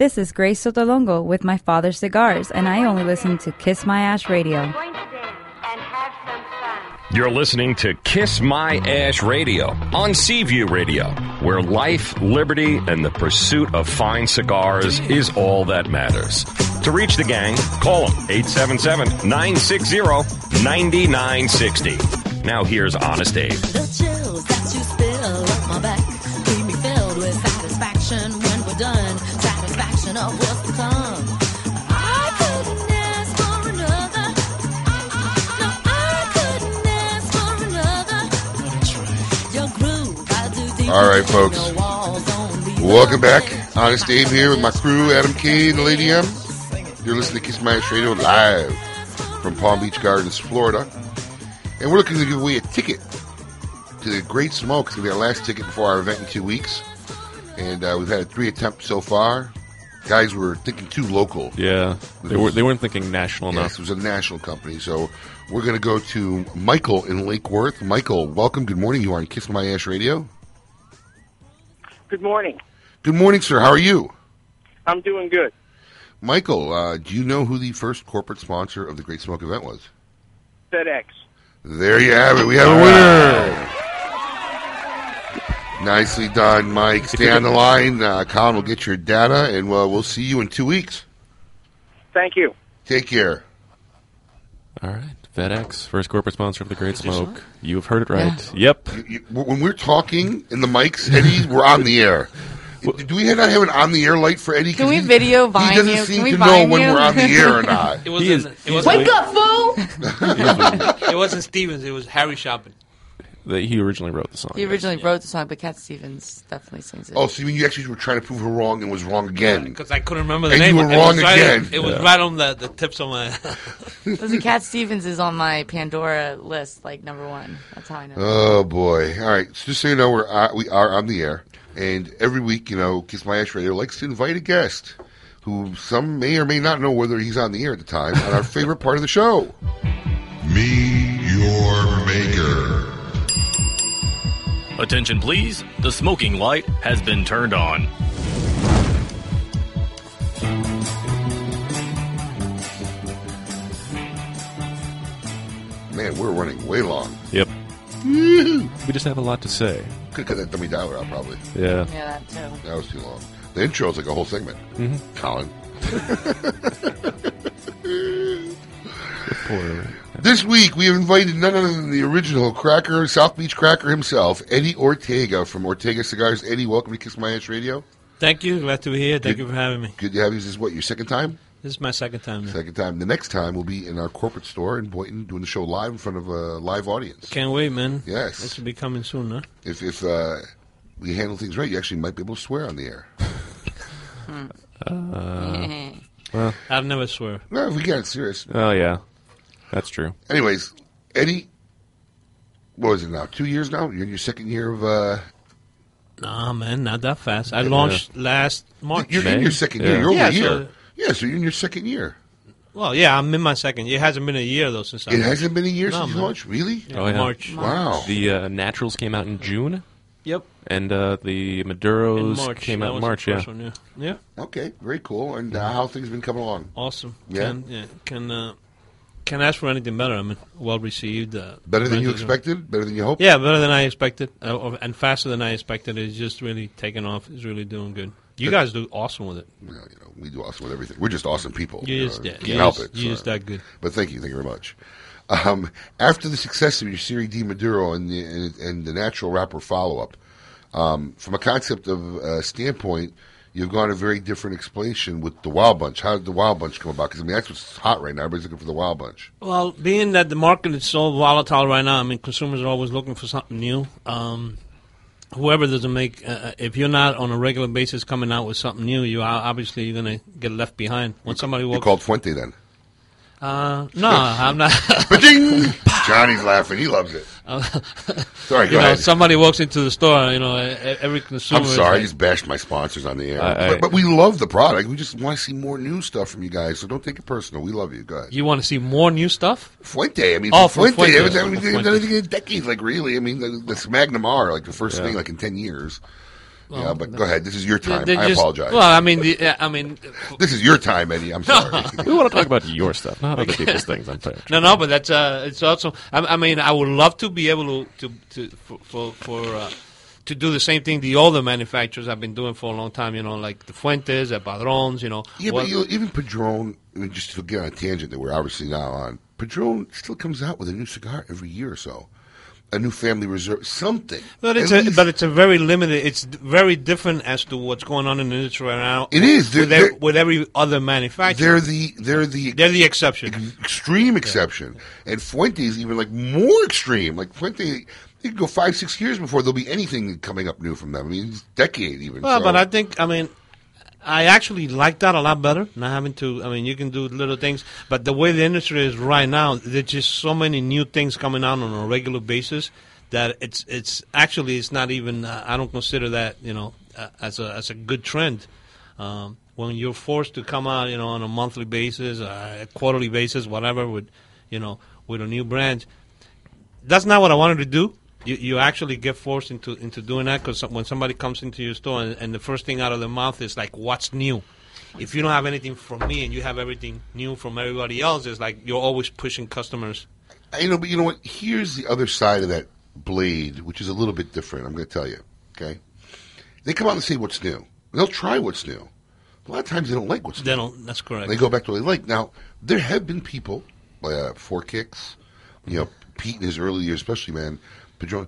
This is Grace Sotolongo with my father's cigars, and I only listen to Kiss My Ash Radio.
You're listening to Kiss My Ash Radio on Seaview Radio, where life, liberty, and the pursuit of fine cigars is all that matters. To reach the gang, call them 877 960 9960. Now here's Honest Abe.
The chills that you spill up my back leave me filled with satisfaction when we're done. Satisfaction of what's to come. I couldn't ask for another. No, I couldn't ask for another. Your groove, I do deep
All right, folks.
No walls, only
Welcome back. Honest Abe here with my crew, Adam K and Lady M. You're listening to Kiss My Ash Radio live from Palm Beach Gardens, Florida. And we're looking to give away a ticket to the Great Smoke. It's going to be our last ticket before our event in two weeks. And uh, we've had three attempts so far. Guys were thinking too local.
Yeah, they, were, they weren't thinking national
Yes,
enough.
it was a national company. So we're going to go to Michael in Lake Worth. Michael, welcome. Good morning. You are on Kiss My Ash Radio.
Good morning.
Good morning, sir. How are you?
I'm doing good.
Michael, uh, do you know who the first corporate sponsor of the Great Smoke event was?
FedEx.
There you have it. We have a winner. Nicely done, Mike. Stay on the line. Uh, Colin will get your data, and uh, we'll see you in two weeks.
Thank you.
Take care.
All right. FedEx, first corporate sponsor of the Great Smoke. You've heard it right. Yep.
You- you- when we're talking in the mics, Eddie, we're on the air. Do we not have an on the air light for Eddie? 'Cause
Can we
he-
video Vine
He doesn't
you?
seem
Can we
to know
Vine
when
you?
we're on the air or not.
It wasn't. it wasn't
Wake up, fool!
it wasn't Stevens. It was Harry Shopping.
That he originally wrote the song.
He originally wrote the song, but Cat Stevens definitely sings it.
Oh, so you mean you actually were trying to prove her wrong and was wrong again?
Because Uh, I couldn't remember the
and
name.
You
It
were
was
wrong
right-
again.
It was right on the, the tips of my.
Listen, Cat Stevens is on my Pandora list, like number one. That's how I know.
Oh boy! All right, so just so you know, we're uh, we are on the air, and every week, you know, Kiss My Ash Radio likes to invite a guest who some may or may not know whether he's on the air at the time on our favorite part of the show. Me, your maker.
Attention, please. The smoking light has been turned on.
Man, we're running way long.
Yep.
Could
We just have a lot to say.
have cut that dummy dialer out probably.
Yeah.
Yeah, that too.
That was too long. The intro is like a whole segment.
Mhm.
Colin.
Poor.
This week, we have invited none other than the original cracker, South Beach cracker himself, Eddie Ortega from Ortega Cigars. Eddie, welcome to Kiss My Ash Radio.
Thank you. Glad to be here. Thank you for having me.
Good to have you. This is what, your second time?
This is my second time. Now.
Second time. The next time, we'll be in our corporate store in Boynton doing the show live in front of a live audience.
Can't wait, man.
Yes.
This will be coming soon, huh?
If, if uh, we handle things right, you actually might be able to swear on the air. Uh,
Uh, well,
I've never swear.
No, if we get serious.
oh, yeah. That's true.
Anyways, Eddie, what was it now? Two years now? You're in your second year of. Uh,
Nah, man, not that fast. I launched last March.
You're in your second year. You're over
Yeah,
a year.
so-
yeah, so you're in your second year.
well, yeah, I'm in my second. year. It hasn't been a year though since I.
It
launched.
hasn't been a year
No,
since you
man.
launched? Really?
Yeah, March.
Wow.
Oh, The uh, Naturals came out in June.
Yep.
And uh, the
In
Maduros
March.
came
That
out in
was
March.
the
Yeah.
first one, yeah. Yeah.
Okay, very cool. And uh, how things been coming along?
Awesome.
Yeah.
Can, yeah, can uh, can ask for anything better. I mean, well received. Uh,
Better than you
really good.
expected? Better than you hoped?
Yeah, better than I expected, uh, or- and faster than I expected. It's just really taking off. It's really doing good. You guys do awesome with it.
We do awesome with everything. We're just awesome people.
You
know,
just- yeah,
can't
you
help
just-
it.
you just that good.
But thank you, thank you very much. Um, after the success of your Siri D Maduro and the and, and the natural wrapper follow up, um, from a concept of uh, standpoint, you've gone a very different explanation with the Wild Bunch. How did the Wild Bunch come about? Because I mean that's what's hot right now. Everybody's looking for the Wild Bunch.
Well, being that the market is so volatile right now, I mean, consumers are always looking for something new. Um, whoever doesn't make, uh, if you're not on a regular basis coming out with something new, you are obviously you're going to get left behind. When somebody
You
walks,
called Fuente then.
uh, no, I'm not.
Johnny's laughing. He loves it. Sorry,
Uh, you
go
know,
ahead.
somebody walks into the store, you know, e- e- every consumer.
I'm
is
sorry, I
like-
just bashed my sponsors on the air.
I- I-
but, but we love the product. We just want to see more new stuff from you guys. So don't take it personal. We love you guys.
you want to see more new stuff?
Fuente. I mean,
oh,
oh,
for
Fuente. Fuente.
Fuente.
I mean,
For
they've done it in decades. Like really, I mean, the, the Magnum R, like the first
Yeah.
thing, like in ten years. yeah,
Well,
but go ahead. This is your time.
They're
I
just-
apologize.
Well, I mean, the, uh, I mean,
this is your time, Eddie. I'm sorry.
we want to talk about your stuff, not other people's things. I'm sorry.
No, no, but that's uh, it's also. I, I mean, I would love to be able to to, to for for, for uh, to do the same thing the older manufacturers have been doing for a long time. You know, like the Fuentes, the Padrons. You know,
yeah,
what-
but you know, even Padron. I mean, just to get on a tangent that we're obviously now on. Padron still comes out with a new cigar every year or so, a new family reserve, something.
But it's
At
a, but it's a very limited. It's d- very different as to what's going on in the industry right now.
It is.
with,
They're-
ev- with every other
They're
manufacturer.
the they're the
they're the exception.
extreme exception. And Fuente is even like more extreme. Like Fuente, it could go five, six years before there'll be anything coming up new from them. I mean, it's a decade even.
Well,
so-
but I think I mean, I actually like that a lot better. Not having to. I mean, you can do little things, but the way the industry is right now, there's just so many new things coming out on a regular basis that it's it's actually it's not even. Uh, I don't consider that you know uh, as a as a good trend. Um, when you're forced to come out, you know, on a monthly basis, uh, a quarterly basis, whatever, with you know, with a new brand, that's not what I wanted to do. You, you actually get forced into, into doing that because when somebody comes into your store and, and the first thing out of their mouth is like, "What's new?" If you don't have anything from me and you have everything new from everybody else, it's like you're always pushing customers.
you know, but you know what? Here's the other side of that blade, which is a little bit different. I'm going to tell you. Okay, they come out and say what's new. And they'll try what's new. A lot of times they don't like what's
They
new.
don't. That's correct.
They go back to what they like. Now there have been people, uh, Four Kicks, you know, Pete in his early years, especially man, Padron.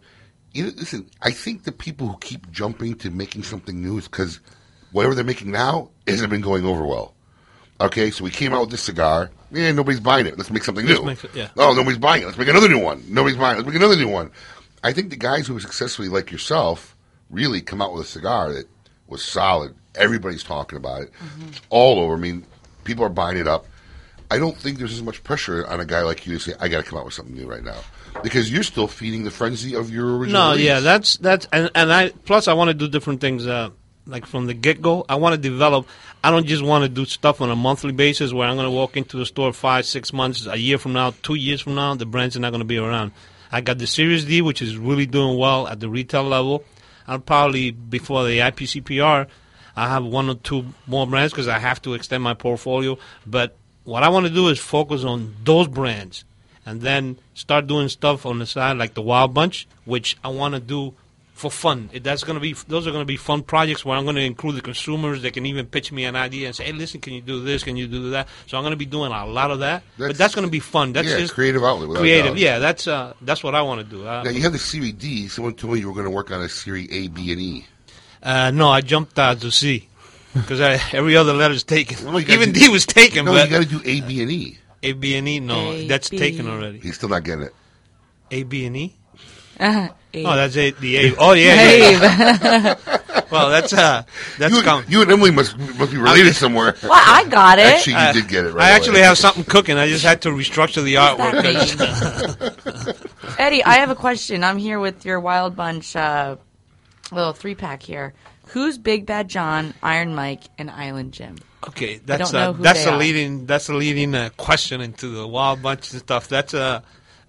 You know, listen, I think the people who keep jumping to making something new is because whatever they're making now hasn't been going over well. Okay, so we came out with this cigar. Yeah, nobody's buying it. Let's make something
Let's
new.
make it- yeah.
Oh, nobody's buying it. Let's make another new one. Nobody's buying it. Let's make another new one. I think the guys who successfully, like yourself, really come out with a cigar that was solid. Everybody's talking about it. It's all over. I mean, people are buying it up. I don't think there's as much pressure on a guy like you to say, I got to come out with something new right now. Because you're still feeding the frenzy of your original.
No,
release.
yeah, that's that's and, and I plus I want to do different things. Uh, like from the get go, I want to develop. I don't just want to do stuff on a monthly basis where I'm going to walk into the store five, six months, a year from now, two years from now, the brands are not going to be around. I got the Series D, which is really doing well at the retail level. I'll probably before the IPCPR, I have one or two more brands because I have to extend my portfolio. But what I want to do is focus on those brands and then start doing stuff on the side like the Wild Bunch, which I want to do for fun. It- That's gonna be those are gonna be fun projects where I'm gonna include the consumers. They can even pitch me an idea and say, "Hey, listen, can you do this? Can you do that?" So I'm gonna be doing a lot of that, but that's gonna be fun. That's
yeah,
just
creative outlet. without a
creative.
doubt.
Yeah, that's uh, that's what I want to do. Uh,
Now, you have the Series D. Someone told me you were going to work on a Series A, B, and E.
uh, no, I jumped out to C because every other letter's taken.
gotta
even
do-
D was taken.
No,
but
you got to do A, B, and E.
A, B, and E. No,
A,
that's
B.
taken already.
He's still not getting it.
A, B, and E.
Uh,
Oh, that's it. The A. Oh, yeah.
Abe.
yeah. Well, that's uh, that's
you,
com-
you and Emily must must be related somewhere.
Well, I got it.
Actually, you did get it right
I actually
away.
have something cooking. I just had to restructure the artwork.
Eddie, I have a question. I'm here with your Wild Bunch uh, little three pack here. Who's Big Bad John, Iron Mike, and Island Jim?
okay,
I
that's
don't know
uh,
who
that's
they
a
are.
leading that's a leading uh, question into the Wild Bunch and stuff. That's uh,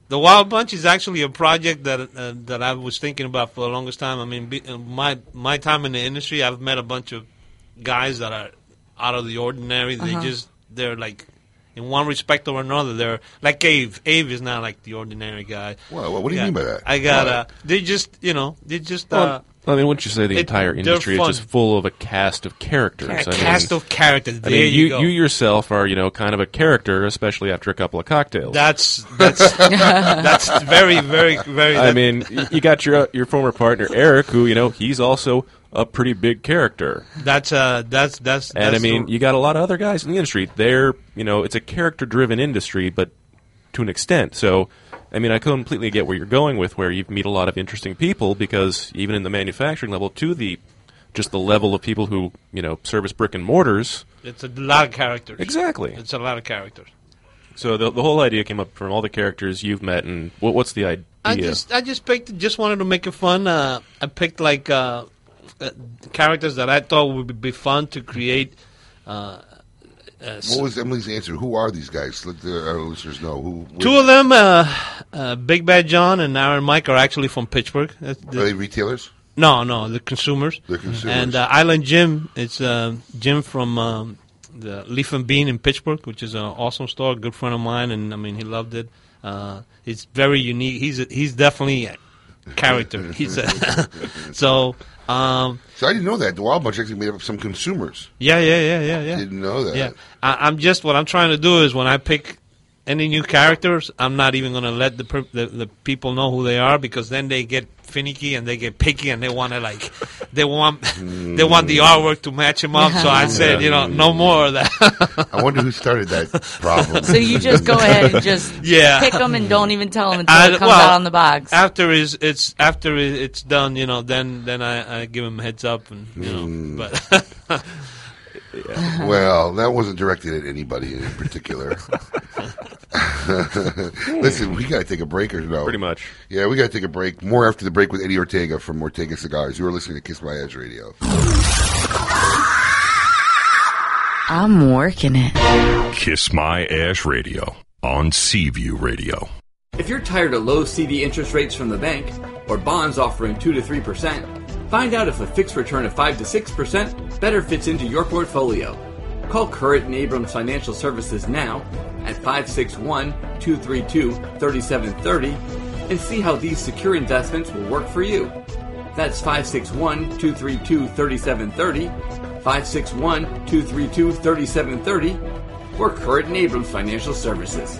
the Wild Bunch is actually a project that uh, that I was thinking about for the longest time. I mean, be, uh, my my time in the industry, I've met a bunch of guys that are out of the ordinary. They
Uh-huh.
just they're like. In one respect or another, they're like Ave. Ave is not like the ordinary guy.
Whoa, whoa, what do you
Yeah.
mean by that?
I got
Why?
uh, they just you know they just
Well,
uh,
I mean, wouldn't you say the
it-
entire
they're
industry is
fun.
just full of a cast of characters?
A
I mean-
cast of characters.
I
There
mean,
you
you,
go.
you yourself are, you know, kind of a character, especially after a couple of cocktails.
That's that's that's very very very.
I mean, y- you got your uh, your former partner Eric, who you know he's also a pretty big character.
that's uh that's that's.
And I
that's
mean,
the-
you got a lot of other guys in the industry. They're, you know, it's a character driven industry, but to an extent. So, I mean, I completely get where you're going with where you meet a lot of interesting people because even in the manufacturing level, to the just the level of people who, you know, service brick and mortars.
it's a lot of characters.
Exactly.
it's a lot of characters.
So the, the whole idea came up from all the characters you've met, and what, what's the idea?
I just I just picked just wanted to make it fun. Uh, I picked like uh, uh, characters that I thought would be fun to create. Uh, uh,
What was Emily's answer? Who are these guys? Let the, our listeners know. Who?
Two of them, uh, uh, Big Bad John and Aaron Mike, are actually from Pittsburgh. Are
they retailers?
No, no, the consumers.
They're consumers.
And uh, Island Jim, it's uh, Jim from um, the Leaf and Bean in Pittsburgh, which is an awesome store, good friend of mine, and I mean he loved it. Uh, it's very unique. He's a, he's definitely a character. he's a, so um,
So I didn't know that the Wild Bunch actually made up some consumers.
yeah, yeah, yeah, yeah, yeah.
Didn't know that.
Yeah, I, I'm just what I'm trying to do is when I pick any new characters, I'm not even going to let the, per- the the people know who they are because then they get finicky and they get picky and they want to like they want
Hmm.
they want the artwork to match them up. So I said, you know, no more of that.
I wonder who started that Hmm. problem.
So you just go ahead and just
Yeah.
pick them and don't even tell them until
I-
it comes
well,
out on the box.
After is it's after i- it's done, you know. Then then I, I give him heads up and you know.
Hmm.
But
Well, that wasn't directed at anybody in particular. Listen, we got to take a break or no?
Pretty much.
Yeah, we got to take a break. More after the break with Eddie Ortega from Ortega Cigars. You are listening to Kiss My Edge Radio.
I'm working it.
Kiss My Ash Radio on Seaview Radio.
If you're tired of low CD interest rates from the bank or bonds offering 2 to 3%, find out if a fixed return of 5 to 6% better fits into your portfolio. Call Current and Abrams Financial Services now at 561 232 3730 and see how these secure investments will work for you. That's 561 232 3730, 561 232 3730, or Current and Abrams Financial Services.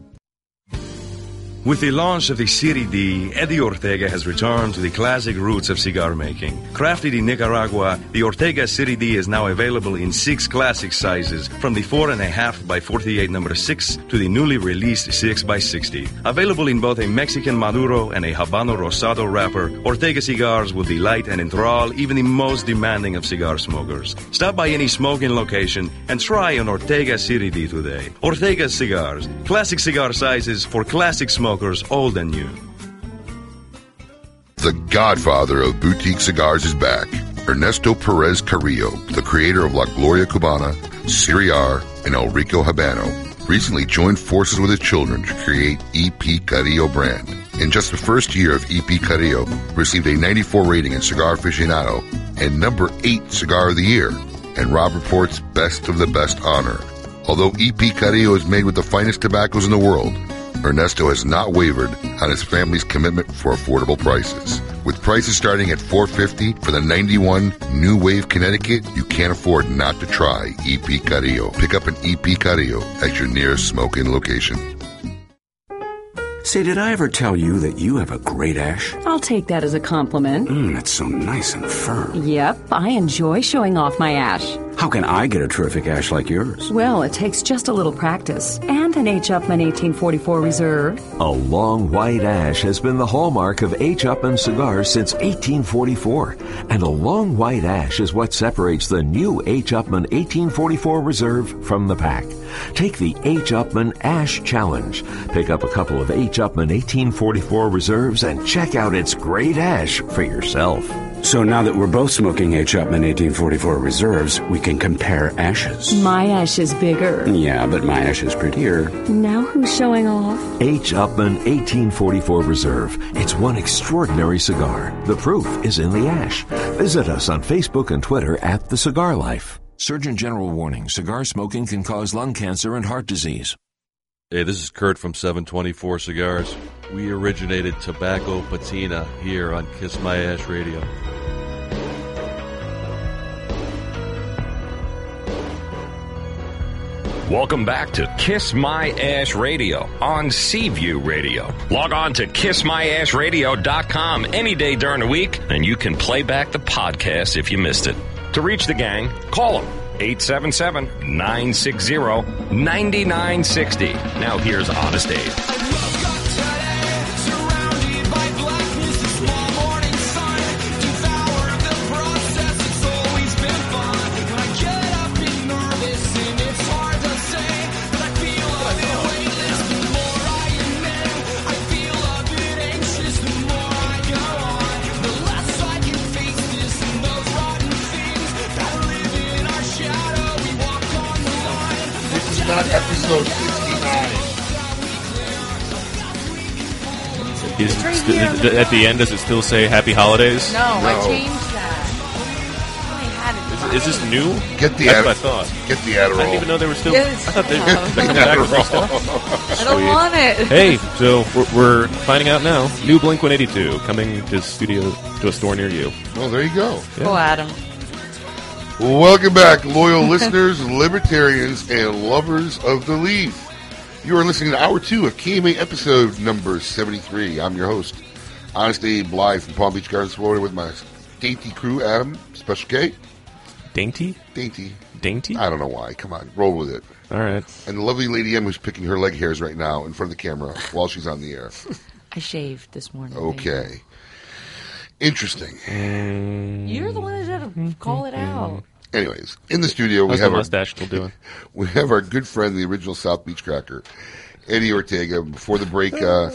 With the launch of the Serie D, Eddie Ortega has returned to the classic roots of cigar making. Crafted in Nicaragua, the Ortega Serie D is now available in six classic sizes, from the 4.5 by 48 number 6 to the newly released 6 by 60. Available in both a Mexican Maduro and a Habano Rosado wrapper, Ortega cigars will delight and enthrall even the most demanding of cigar smokers. Stop by any smoking location and try an Ortega Serie D today. Ortega Cigars, classic cigar sizes for classic smokers old and new.
The godfather of boutique cigars is back. Ernesto Perez Carrillo, the creator of La Gloria Cubana, Siriar, and El Rico Habano, recently joined forces with his children to create EP Carrillo brand. In just the first year of EP Carrillo, received a 94 rating in Cigar Aficionado and number 8 Cigar of the Year, and Rob Report's Best of the Best honor. Although EP Carrillo is made with the finest tobaccos in the world, Ernesto has not wavered on his family's commitment for affordable prices. With prices starting at $450 for the 91 New Wave Connecticut, you can't afford not to try EP Carillo. Pick up an EP Carillo at your nearest smoking location.
Say, did I ever tell you that you have a great ash?
I'll take that as a compliment.
Mm, it's so nice and firm.
Yep, I enjoy showing off my ash.
How can I get a terrific ash like yours?
Well, it takes just a little practice and an H. Upman 1844 Reserve.
A long white ash has been the hallmark of H. Upman cigars since 1844. And a long white ash is what separates the new H. Upman 1844 Reserve from the pack. Take the H. Upman Ash Challenge. Pick up a couple of H. Upman 1844 Reserves and check out its great ash for yourself.
So now that we're both smoking H. Upman 1844 Reserves, we can compare ashes.
My ash is bigger.
Yeah, but my ash is prettier.
Now who's showing off?
H. Upman 1844 Reserve. It's one extraordinary cigar. The proof is in the ash. Visit us on Facebook and Twitter at The Cigar Life.
Surgeon General warning cigar smoking can cause lung cancer and heart disease.
Hey, this is Kurt from 724 Cigars. We originated Tobacco Patina here on Kiss My Ash Radio.
Welcome back to Kiss My Ash Radio on Seaview Radio. Log on to kissmyashradio.com any day during the week, and you can play back the podcast if you missed it. To reach the gang, call them 877 960 9960. Now here's Honest Abe.
not episode 69.
Is it st- th- at the end, does it still say Happy Holidays?
No, I changed that. I had it.
Is, is this new?
Get the
That's
Adder-
what I thought.
Get the Adderall.
I didn't even know they were still.
Yes.
I thought they were coming back with their stuff.
I don't want it.
Hey, so we're, we're finding out now. New Blink 182 coming to studio to a store near you.
Well, there you go.
Go, Adam.
Welcome back, loyal listeners, libertarians, and lovers of the leaf. You are listening to Hour 2 of KMA episode number 73. I'm your host, Honest Abe, live from Palm Beach Gardens, Florida, with my dainty crew, Adam, Special K.
Dainty?
Dainty.
Dainty?
I don't know why. Come on, roll with it.
All right.
And the lovely Lady M who's picking her leg hairs right now in front of the camera while she's on the air.
I shaved this morning.
Okay. Interesting.
babe. You're the one that had to call it out.
Mm-hmm. Anyways, in the studio we
How's
have
the
our
mustache still doing?
we have our good friend, the original South Beach Cracker, Eddie Ortega. Before the break, uh,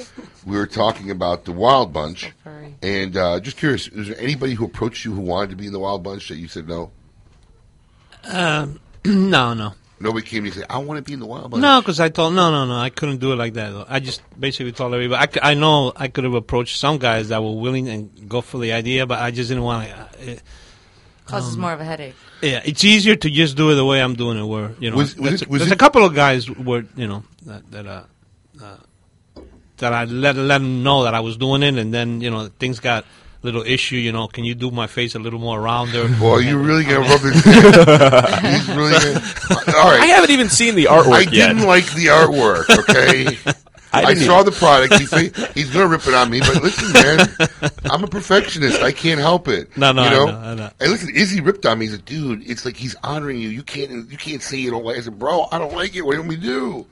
we were talking about the Wild Bunch, and uh, just curious, is there anybody who approached you who wanted to be in the Wild Bunch that you said no?
Uh, no, no.
Nobody came to you and said, "I want to be in the Wild Bunch."
No, because I told no, no, no. I couldn't do it like that. I just basically told everybody. I c- I, know I could have approached some guys that were willing and go for the idea, but I just didn't want to. Uh,
Causes more of a headache.
Um, yeah, it's easier to just do it the way I'm doing it. Where you know,
Was- was
there's,
it- was
there's
it-
a couple of guys were you know that that uh, uh, that I let let them know that I was doing it, and then you know things got a little issue. You know, can you do my face a little more rounder?
Boy, you really gonna rub his. he's really gonna, all right.
I haven't even seen the artwork
I
yet.
didn't like the artwork. Okay.
I
I,
didn't
saw
either.
the product. He's, he's going to rip it on me, but listen, man, I'm a perfectionist. I can't help it.
No, no,
you
I
know.
know, I know.
And listen, Izzy ripped on me. He's like, dude, it's like he's honoring you. You can't, you can't say you don't like. I said, bro, I don't like it. What do we do?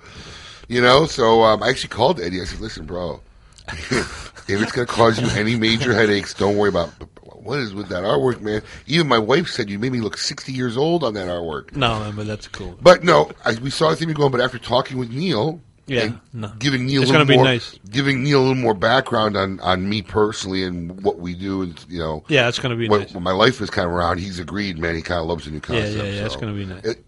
You know. So um, I actually called Eddie. I said, listen, bro, if it's going to cause you any major headaches, don't worry about. it. What is with that artwork, man? Even my wife said you made me look 60 years old on that artwork.
No, man, but that's cool.
But no, I, we saw the thing going. But after talking with Neil,
Yeah,
and
no.
giving Neil
It's
a
gonna
little
be
more,
nice.
giving Neil a little more background on, on me personally and what we do, and you know,
Yeah, it's gonna be
what,
nice.
what my life is kind of around. He's agreed, man. He kind of loves the new
Yeah, yeah,
concept.
yeah, it's
so.
gonna be nice.
It-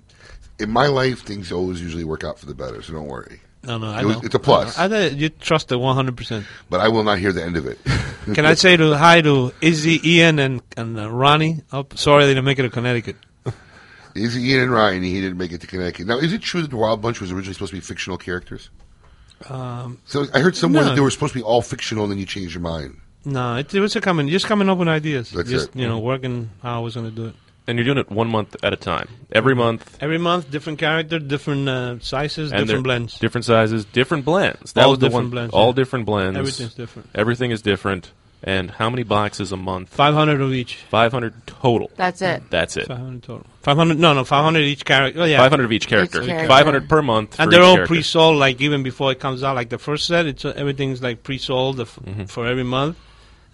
in my life, things always usually work out for the better, so don't worry.
No, no, I
It was-
know.
it's a plus.
I know. I know. you trust it 100. percent
But I will not hear the end of it.
Can I say to hi to Izzy, Ian, and and uh, Ronnie? Oh, sorry they didn't make it to Connecticut.
Is it Ian and Ryan? He didn't make it to Connecticut. Now, is it true that the Wild Bunch was originally supposed to be fictional characters?
Um,
So I heard somewhere
no.
that they were supposed to be all fictional, and then you changed your mind.
No, it, it was a coming, just coming up with ideas.
That's
just
it.
you know, working how I was going to do it.
And you're doing it one month at a time. Every month.
Every month, different character, different uh, sizes,
and they're
different blends.
Different sizes, different blends. That
All
was the
different
one-
blends,
All
yeah.
different blends.
Everything's different.
Everything is different. And how many boxes a month?
500 of each.
500 total.
That's it.
That's it.
500 total. 500, no, no, 500 each character. Oh, yeah.
500 of each character.
Each
500 per month
And
for
they're
each
all
character.
pre-sold, like even before it comes out. Like the first set, it's uh, everything's like pre-sold the f-
Mm-hmm.
for every month,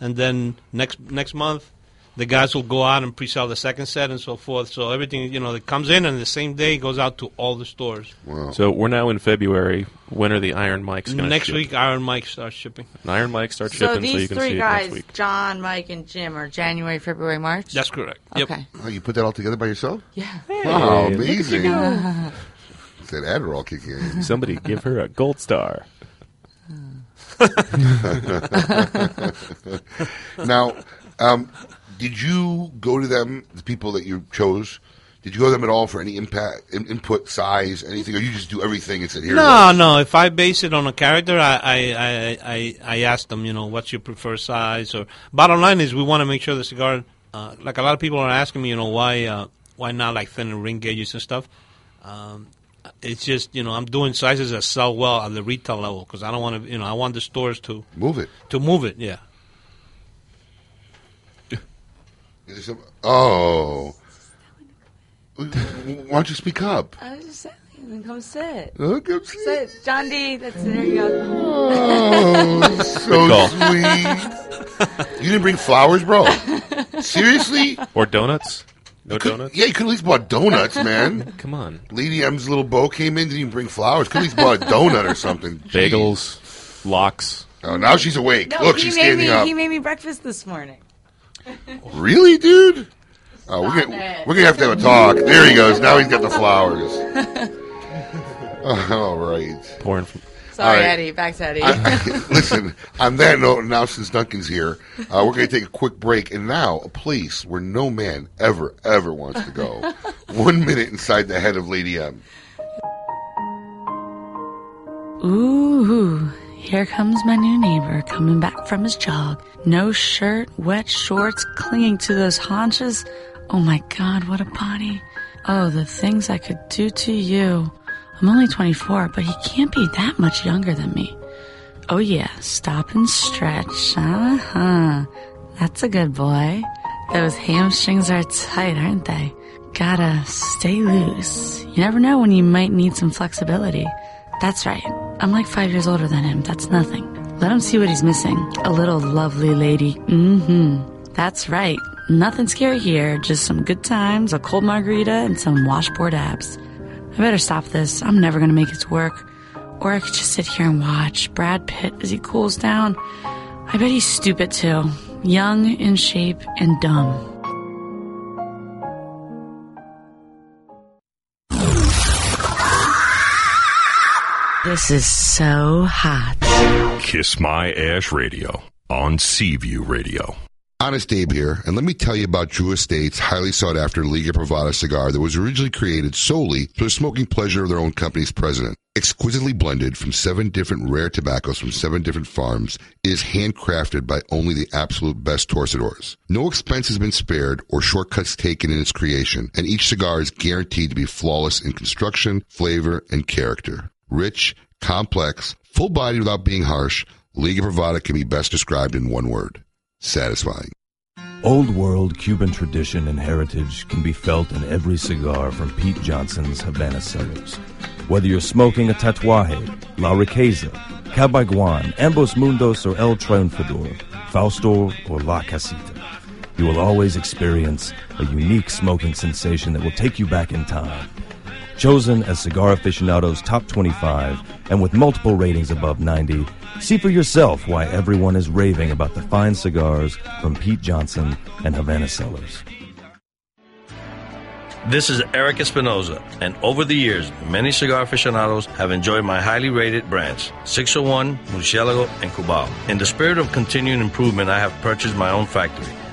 and then next next month, the guys will go out and pre-sell the second set and so forth. So everything, you know, that comes in and the same day goes out to all the stores.
So we're now in February. When are the Iron Mics going to
Next week, Iron Mike starts shipping.
Iron Mike starts
So
shipping, so you
these
can see
three
it next
guys,
week.
John, Mike, and Jim, are January, February, March.
That's correct.
Okay.
Oh, you put that all together by yourself?
Yeah.
Wow,
Hey, look at you
amazing.
go.
It's that Adderall kicking in.
Somebody give her a gold star.
now, um, did you go to them, the people that you chose? Did you go to them at all for any impact, in, input, size, anything, or you just do everything and said, here? it
No,
is?
no. If I base it on a character, I, I, I, I, I ask them, you know, what's your preferred size? Or bottom line is, we want to make sure the cigar. Uh, like a lot of people are asking me, you know, why, uh, why not like thinner ring gauges and stuff. Um, it's just, you know, I'm doing sizes that sell well at the retail level because I don't want to, you know, I want the stores to
move it.
To move it, yeah.
Is there some- oh. Why don't you speak up?
I was just saying, then come sit.
Oh, come
sit. John D, that's there you go.
Oh, so
Good call.
sweet. You didn't bring flowers, bro? Seriously?
Or donuts? No
Could-
donuts?
Yeah, you could at least bought donuts, man.
Come on.
Lady M's little beau came in, didn't even bring flowers. Could at least bought a donut or something. Jeez.
Bagels, locks.
Oh, now she's awake.
No,
Look,
he
she's
made
standing
me.
up.
He made me breakfast this morning.
Really, dude? Oh, we're
Stop
gonna,
it.
we're gonna have to have a talk. There he goes. Now he's got the flowers. All right.
Pouring.
Sorry,
All right.
Eddie. Back to Eddie.
I- listen, on that note, now since Duncan's here, uh, we're going to take a quick break. And now, a place where no man ever, ever wants to go. One minute inside the head of Lady M.
Ooh, here comes my new neighbor coming back from his jog. No shirt, wet shorts, clinging to those haunches. Oh my god, what a body. Oh, the things I could do to you. I'm only 24, but he can't be that much younger than me. Oh yeah, stop and stretch. Uh huh. That's a good boy. Those hamstrings are tight, aren't they? Gotta stay loose. You never know when you might need some flexibility. That's right. I'm like five years older than him. That's nothing. Let him see what he's missing. A little lovely lady. Mm hmm. That's right. Nothing scary here. Just some good times, a cold margarita, and some washboard abs. I better stop this. I'm never gonna make it to work. Or I could just sit here and watch Brad Pitt as he cools down. I bet he's stupid too. Young, in shape, and dumb. This is so hot.
Kiss My Ash Radio on Seaview Radio.
Honest Abe here, and let me tell you about Drew Estate's highly sought after Liga Privada cigar that was originally created solely for the smoking pleasure of their own company's president. Exquisitely blended from seven different rare tobaccos from seven different farms, it is handcrafted by only the absolute best torcedores. No expense has been spared or shortcuts taken in its creation, and each cigar is guaranteed to be flawless in construction, flavor, and character. Rich, complex, full bodied without being harsh, Liga Privada can be best described in one word satisfying.
Old world Cuban tradition and heritage can be felt in every cigar from Pete Johnson's Havana Cellars. Whether you're smoking a Tatuaje, La Riqueza, Cabaguan, Ambos Mundos, or El Triunfador, Fausto, or La Casita, you will always experience a unique smoking sensation that will take you back in time. Chosen as Cigar Aficionado's Top 25 and with multiple ratings above 90, see for yourself why everyone is raving about the fine cigars from Pete Johnson and Havana Cellars.
This is Eric Espinoza, and over the years, many cigar aficionados have enjoyed my highly rated brands 601, Mucielago, and Cubao. In the spirit of continued improvement, I have purchased my own factory.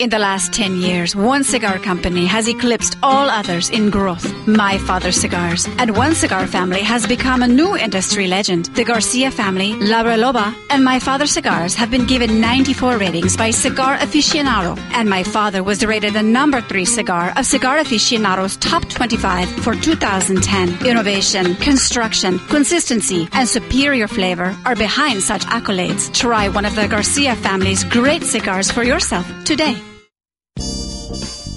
In the last 10 years, one cigar company has eclipsed all others in growth. My Father Cigars. And one cigar family has become a new industry legend. The Garcia family, La Reloba, and My Father Cigars have been given 94 ratings by Cigar Aficionado. And My Father was rated the number three cigar of Cigar Aficionado's top 25 for 2010. Innovation, construction, consistency, and superior flavor are behind such accolades. Try one of the Garcia family's great cigars for yourself today.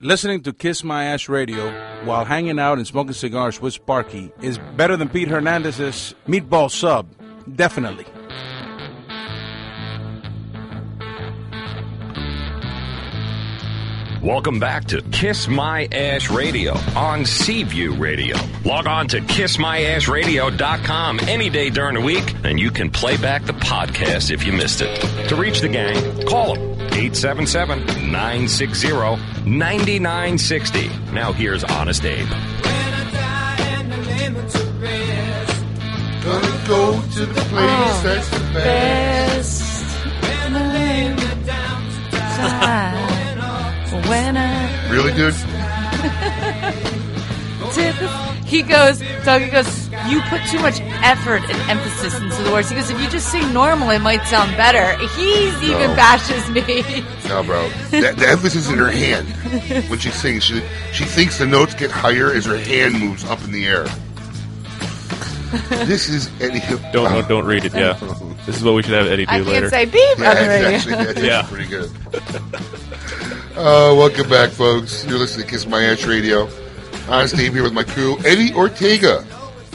Listening to Kiss My Ash Radio while hanging out and smoking cigars with Sparky is better than Pete Hernandez's meatball sub. Definitely.
Welcome back to Kiss My Ash Radio on Seaview Radio. Log on to kissmyashradio.com any day during the week, and you can play back the podcast if you missed it. To reach the gang, call them 877 960 9960. Now here's Honest Abe.
Gonna go to the place that's the best.
When I lay me down to die.
When I
Really, dude?
to the- he goes, Doug, he goes, you put too much effort and emphasis into the words. He goes, if you just sing normal, it might sound better. He's even
No.
bashes me.
No, bro. The, the emphasis in her hand when she sings. She, she thinks the notes get higher as her hand moves up in the air. This is Eddie.
Don't no, don't read it. Yeah, this is what we should have Eddie do
I can't
later.
say beep
Yeah,
on the radio.
it's actually- it's
Yeah.
pretty good. Uh, welcome back, folks. You're listening to Kiss My Ash Radio. I'm Steve here with my crew, Eddie Ortega,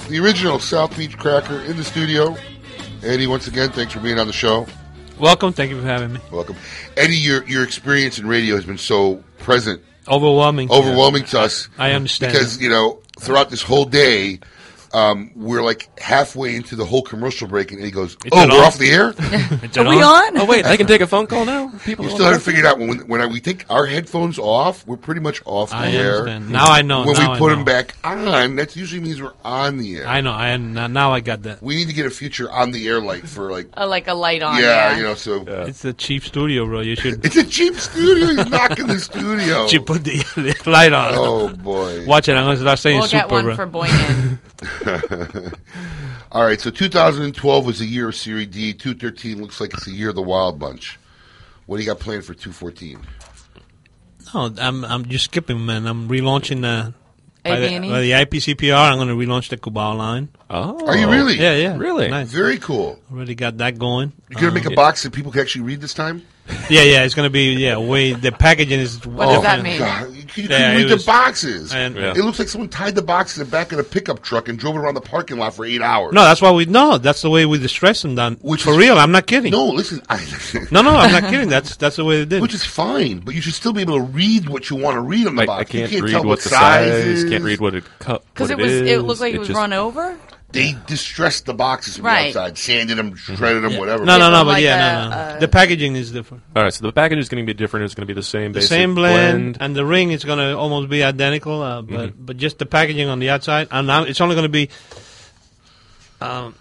the original South Beach Cracker in the studio. Eddie, once again, thanks for being on the show.
Welcome. Thank you for having me.
Welcome. Eddie, your, your experience in radio has been so present.
Overwhelming.
Overwhelming to us.
I understand.
Because, you know, throughout this whole day, um, we're like halfway into the whole commercial break, and Eddie goes, Oh,
it
we're
on?
off the air?
It's Are it we on? on? Oh, wait, I can take a phone call now? People
you
are
still
on
haven't figured out when, when I, we take our headphones off, we're pretty much off
I
the air.
understand. Now I know.
When
Now
we
I
put
know.
them back on, that usually means we're on the air.
I know. I am, now I got that.
We need to get a future on the air light for like,
Oh, like a light on.
yeah, you know, so.
It's a cheap studio, bro. You should.
It's a cheap studio. He's knocking the studio.
You put the, the light on.
Oh, boy.
Watch it. I'm gonna start saying
We'll
super.
get one
bro.
for Boykin.
All right, so 2012 was the year of Serie D. 213 looks like it's the year of the Wild Bunch. What do you got planned for 214?
No, I'm I'm just skipping, man. I'm relaunching the by
E?
the,
AB&E?
by the IPCPR. I'm going to relaunch the Cubao line.
Oh,
Are you really?
Yeah, yeah,
Really?
Nice.
Very cool.
Already got that going.
You're gonna
Um,
make a box that people can actually read this time.
Yeah, yeah, it's gonna be yeah. Way the packaging is. oh,
What does that mean? God, you couldn't read the boxes. It looks like someone tied the box in the back of a pickup truck and drove it around the parking lot for eight hours.
No, that's why we no. That's the way we distress them. Done. Which for real, I'm not kidding.
No, listen. I,
no, no, I'm not kidding. That's that's the way they did.
Which is fine, but you should still be able to read what you want to read on the
I,
box.
I can't,
you can't
read
tell
what,
what
the size,
is.
can't read what it cut.
Because it was, it, looked like it, was
just-
run over.
They distressed the boxes from
Right.
the outside, sanded them,
Mm-hmm.
shredded them, whatever.
No, no, no, but yeah, no,
uh,
no. the packaging is different.
All right, so the package is going to be different. It's going to be the same
The
basic
same blend, and the ring is going to almost be identical, uh, but
Mm-hmm.
but just the packaging on the outside, and now it's only going to be. Um,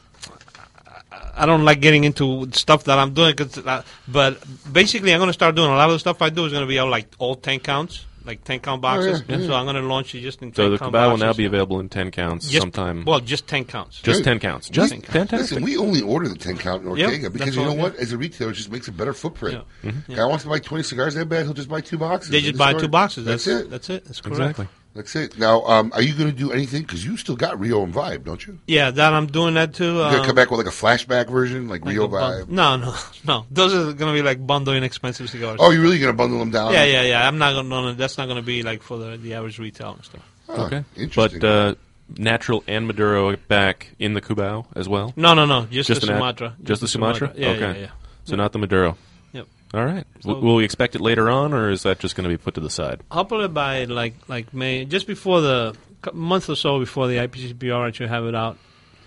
I- I don't like getting into stuff that I'm doing, 'cause, uh, but basically I'm going to start doing a lot of the stuff I do is going to be out like all ten counts, like ten count
Oh,
boxes.
yeah.
Mm-hmm.
So I'm going to launch it just in
So
ten
the
count
kabal will
boxes.
now be available in ten counts
Just-
sometime.
Well, just ten counts.
Just ten counts. Just
we,
fantastic.
Listen, we only order the 10 count in
Yep,
Ortega because
that's
you know
all,
what? As a retailer, it just makes a better footprint.
Yeah. Mhm.
Guy wants to buy 20 cigars that bad, he'll just buy two boxes.
They
End
just
of
buy
story.
two boxes.
That's, it.
That's it. That's correct.
Exactly. That's it. Now, um, are you going to do anything? Because you still got Rio and Vibe, don't you?
Yeah, that I'm doing that too.
You're going
um,
to come back with like a flashback version, like, Rio Vibe?
No, no, no. Those are going to be like bundle inexpensive cigars.
Oh, you're really going to bundle them down?
Yeah, yeah, yeah. I'm not going. to That's not going to be like for the, the average retail and stuff.
okay. But uh, natural and Maduro back in the Cubao as well.
No, no, no, just the
an ad-
Sumatra.
Just, the Sumatra.
Yeah,
okay.
yeah, yeah.
So not the Maduro.
Yep.
All right. W-
So-
will we expect it later on, or is that just going to be put to the side?
Hopefully by like like May, just before the a month or so before the IPCPR, I should have it out.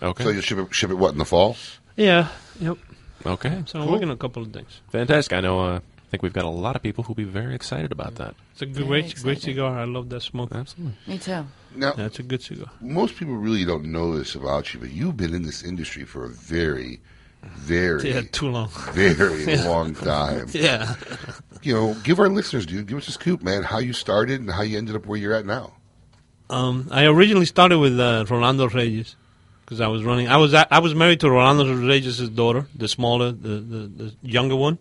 Okay.
So you'll ship it, ship it what, in the fall?
Yeah. Yep.
Okay.
So I'm working on a couple of things.
Fantastic. I know. Uh, I think we've got a lot of people who'll be very excited about that.
It's a
Very
great great
exciting.
cigar. I love that smoke.
Absolutely.
Me too.
Now,
That's a good cigar.
Most people really don't know this about you, but you've been in this industry for a very, very,
Yeah, too long.
very
Yeah.
long time.
Yeah.
You know, give our listeners, dude, give us a scoop, man, how you started and how you ended up where you're at now.
Um, I originally started with uh, Rolando Reyes because I was running. I was I was married to Rolando Reyes' daughter, the smaller, the, the, the younger one.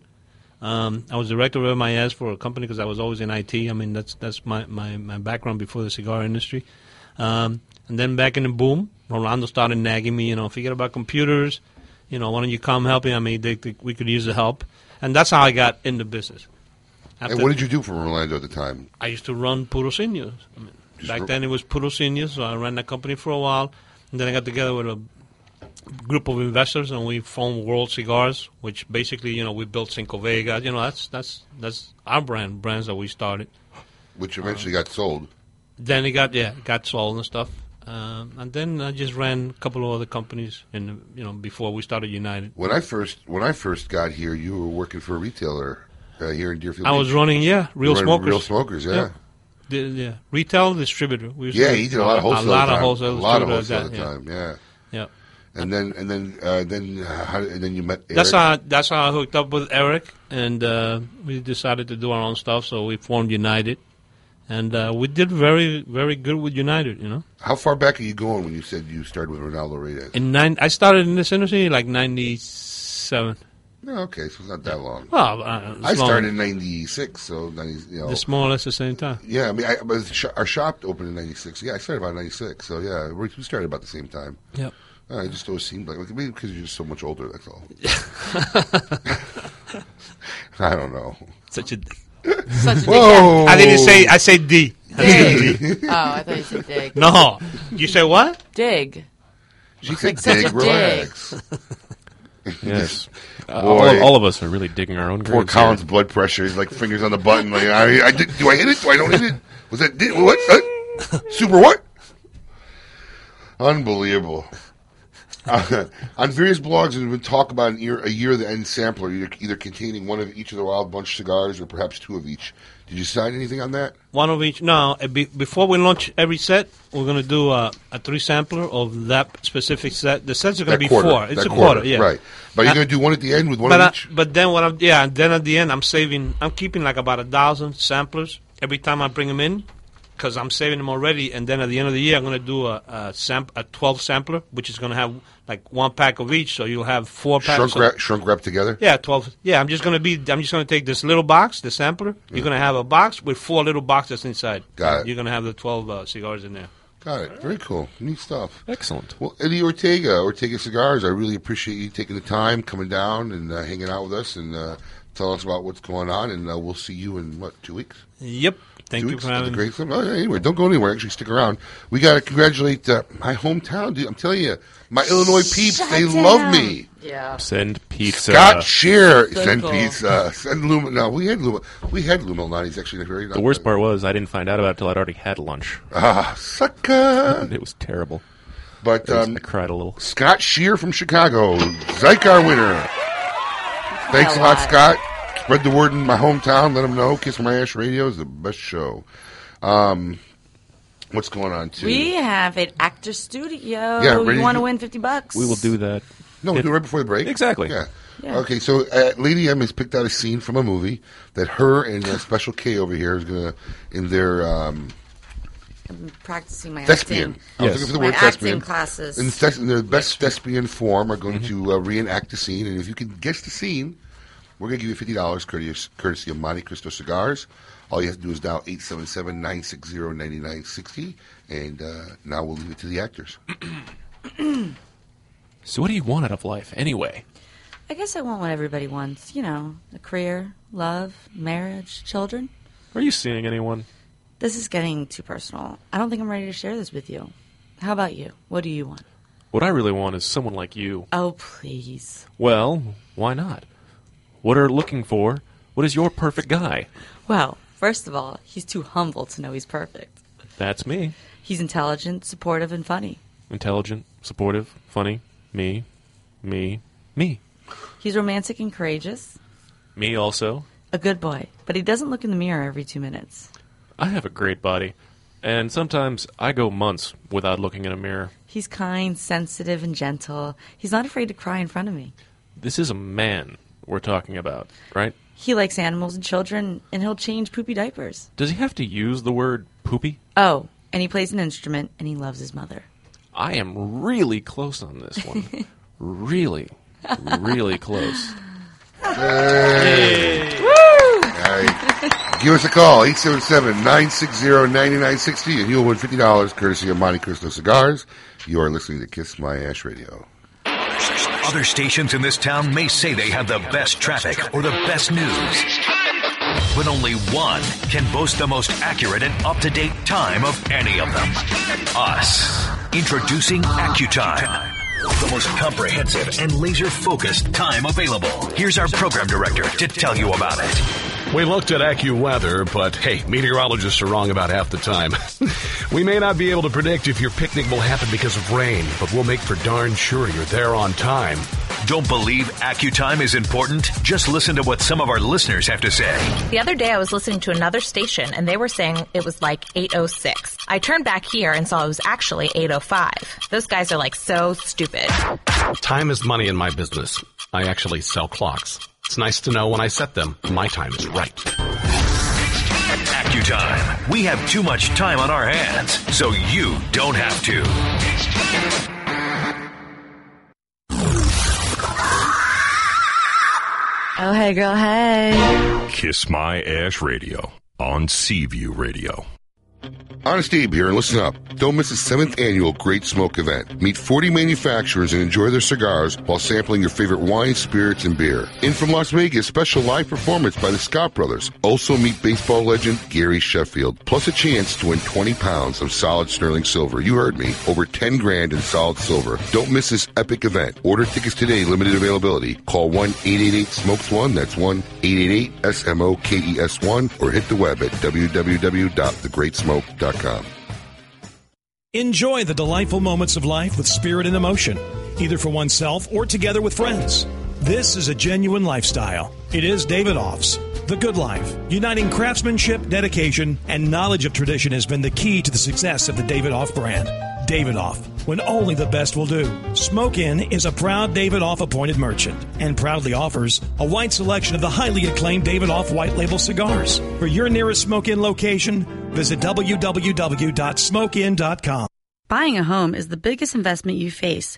Um, I was director of MIS for a company because I was always in IT. I mean, that's that's my, my, my background before the cigar industry. Um, and then back in the boom, Rolando started nagging me, you know, forget about computers. You know, why don't you come help me? I mean, they, they, we could use the help. And that's how I got in the business.
and what did you do for Orlando at the time?
I used to run Puro Seniors. I mean, back then it was Puro Seniors, so I ran that company for a while. And then I got together with a group of investors, and we formed World Cigars, which basically, you know, we built Cinco Vega. You know, that's that's that's our brand, brands that we started.
Which
Uh-huh.
eventually got sold.
Then it got yeah, it got sold and stuff. Um, and then I just ran a couple of other companies, and you know, before we started United.
When I first when I first got here, you were working for a retailer uh, here in Deerfield.
I was
Beach.
running, yeah,
You
real
were running
smokers.
Real smokers, yeah.
Yeah. The, yeah, retail distributor. We used to
Yeah,
do
he did a lot of wholesale.
A lot
time.
of wholesale.
A lot of
distributors
wholesale
that, yeah.
time. Yeah.
Yeah.
And then and then uh, then uh, how, and then you met. Eric.
That's how that's how I hooked up with Eric, and uh, we decided to do our own stuff. So we formed United, and uh, we did very very good with United. You know,
How far back are you going when you said you started with Ronaldo Reyes?
in nine, I started in this industry like ninety seven.
No, okay, so it's not that long.
Well, uh, it's
I started
long.
in '96, so 90, you know.
The small less the same time.
yeah, I mean, I, but sh- our shop opened in '96. Yeah, I started about '96, so yeah, we we started about the same time.
Yep.
Uh, it just always seemed like, like maybe because you're just so much older. That's all. I don't know.
Such a dick.
Such
a dick. Whoa. I didn't say- I said D. I said
Dig.
D.
oh, I thought you said dig.
No, you say what?
Dig.
She
said dig, relax.
Yes.
Boy.
Uh, all, all of us are really digging our own
Poor
graves.
Colin's
here.
blood pressure. He's like fingers on the button. Like, I, I did, do I hit it? Do I don't hit it? Was that did, what? Uh, super what? Unbelievable. Uh, on various blogs, there's been talk about an year, a year of the end sampler, either, either containing one of each of the Wild Bunch cigars or perhaps two of each. Did you sign anything on that?
One of each. No, uh, be, before we launch every set, we're going to do uh, a three sampler of that specific set. The sets are going
That
to be
quarter,
four. It's
that
a quarter,
quarter,
yeah.
right. But you're
Uh,
gonna do one at the end with one
but
of
I-
each?
But then what I'm yeah, and then at the end I'm saving. I'm keeping like about a thousand samplers every time I bring them in, because I'm saving them already. And then at the end of the year I'm going to do a a, samp, a twelve sampler, which is going to have like one pack of each, so you'll have four packs.
Shrunk
of-
wrap, shrunk wrap together.
yeah, twelve. Yeah, I'm just gonna be. I'm just gonna take this little box, the sampler. You're gonna have a box with four little boxes inside.
Got it.
You're gonna have the twelve uh, cigars in there.
Got it. Very cool. Neat stuff.
Excellent.
Well, Eddie Ortega, Ortega Cigars, I really appreciate you taking the time, coming down, and uh, hanging out with us, and uh, tell us about what's going on, and uh, we'll see you in what two weeks.
Yep. Thank
Two
you
weeks
for
at the
having me.
Great Slam. Oh, yeah, anyway, don't go anywhere. Actually, stick around. We got to congratulate uh, my hometown, dude. I'm telling you, my Illinois peeps, they love me.
Yeah.
Send pizza.
Scott Shear,
So
send
cool.
pizza, send Luma. No, we had Luma. We had Luma Lonnie's actually in a very
The worst part was I didn't find out about it till I'd already had lunch.
Ah, sucker!
it was terrible.
But
I was-
um,
I cried a little.
Scott Shear from Chicago, Zycar winner. Thanks a lot, Scott. Spread the word in my hometown. Let them know. Kiss My Ash Radio is the best show. Um, what's going on too?
We have an actor studio.
Yeah, ready
you
to
want to
do-
win 50 bucks?
We will
do that.
No, we'll do it right before the break.
Exactly.
Yeah.
Yeah.
Okay, so uh, Lady M has picked out a scene from a movie that her and uh, Special K over here is gonna in their um,
I'm practicing my
thespian.
acting.
I was looking for the
my
word
acting
thespian.
classes.
In, thes- in their best thespian form, are going
Mm-hmm.
to uh, reenact the scene, and if you can guess the scene, we're going to give you fifty dollars courteous, courtesy of Monte Cristo Cigars. All you have to do is dial 877-960-9960, and uh, now we'll leave it to the actors.
So, what do you want out of life anyway?
I guess I want what everybody wants. You know, a career, love, marriage, children.
Are you seeing anyone?
This is getting too personal. I don't think I'm ready to share this with you. How about you? What do you want?
What I really want is someone like you.
Oh, please.
Well, why not? What are looking for? What is your perfect guy?
Well, first of all, he's too humble to know he's perfect.
That's me.
He's intelligent, supportive, and funny.
Intelligent, supportive, funny, me, me, me.
He's romantic and courageous.
Me also.
A good boy, but he doesn't look in the mirror every two minutes.
I have a great body. And sometimes I go months without looking in a mirror.
He's kind, sensitive, and gentle. He's not afraid to cry in front of me.
This is a man we're talking about, right?
He likes animals and children, and he'll change poopy diapers.
Does he have to use the word poopy?
Oh, and he plays an instrument, and he loves his mother.
I am really close on this one. really, really close.
Hey. Alright. Give us a call, 877-960-9960, and you'll win $50 courtesy of Monte Cristo Cigars. You are listening to Kiss My Ash Radio.
Other stations in this town may say they have the best traffic or the best news. But only one can boast the most accurate and up to date time of any of them us. Introducing Accutime. The most comprehensive and laser focused time available. Here's our program director to tell you about it.
We looked at AccuWeather, but hey, meteorologists are wrong about half the time. we may not be able to predict if your picnic will happen because of rain, but we'll make for darn sure you're there on time.
Don't believe Accutime is important? Just listen to what some of our listeners have to say.
The other day I was listening to another station and they were saying it was like 806. I turned back here and saw it was actually 805. Those guys are like so stupid.
Time is money in my business. I actually sell clocks. It's nice to know when I set them, my time is right.
AccuTime. We have too much time on our hands, so you don't have to.
Oh, hey, girl, hey.
Kiss My Ash Radio on Seaview Radio.
Honest Abe here, and listen up. Don't miss the seventh annual Great Smoke event. Meet 40 manufacturers and enjoy their cigars while sampling your favorite wine, spirits, and beer. In from Las Vegas, special live performance by the Scott Brothers. Also meet baseball legend Gary Sheffield, plus a chance to win 20 pounds of solid sterling silver. You heard me. Over 10 grand in solid silver. Don't miss this epic event. Order tickets today, limited availability. Call 1-888-SMOKES-1. That's 1-888-S-M-O-K-E-S-1 E or hit the web at www.thegreatsmoke.com.
Enjoy the delightful moments of life with spirit and emotion, either for oneself or together with friends. This is a genuine lifestyle. It is Davidoff's. The Good Life. Uniting craftsmanship, dedication, and knowledge of tradition has been the key to the success of the Davidoff brand. Davidoff, when only the best will do. Smoke Inn is a proud Davidoff appointed merchant and proudly offers a wide selection of the highly acclaimed Davidoff white label cigars. For your nearest Smoke Inn location, visit www.smokein.com.
Buying a home is the biggest investment you face.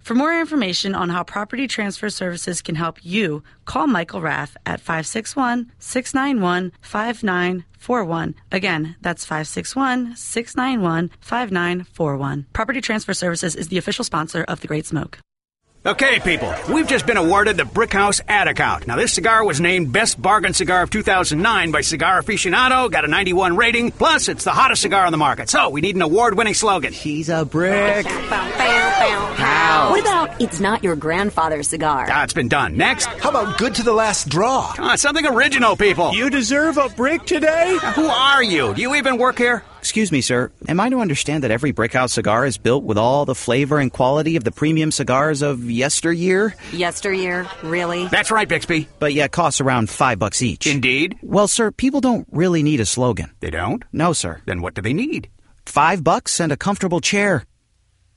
For more information on how property transfer services can help you, call Michael Rath at 561 691 5941. Again, that's 561 691 5941. Property Transfer Services is the official sponsor of The Great Smoke.
Okay, people, we've just been awarded the Brickhouse Ad Account. Now, this cigar was named Best Bargain Cigar of 2009 by Cigar Aficionado, got a 91 rating, plus it's the hottest cigar on the market. So, we need an award winning slogan. She's a brick. House.
What about it's not your grandfather's cigar?
Ah, it's been done. Next. How about good to the last draw? Come on, something original, people. You deserve a brick today? Who are you? Do you even work here?
Excuse me, sir. Am I to understand that every Brickhouse cigar is built with all the flavor and quality of the premium cigars of yesteryear?
Yesteryear, really?
That's right, Bixby.
But yeah, it costs around five bucks each.
Indeed.
Well, sir, people don't really need a slogan.
They don't?
No, sir.
Then what do they need?
Five bucks and a comfortable chair.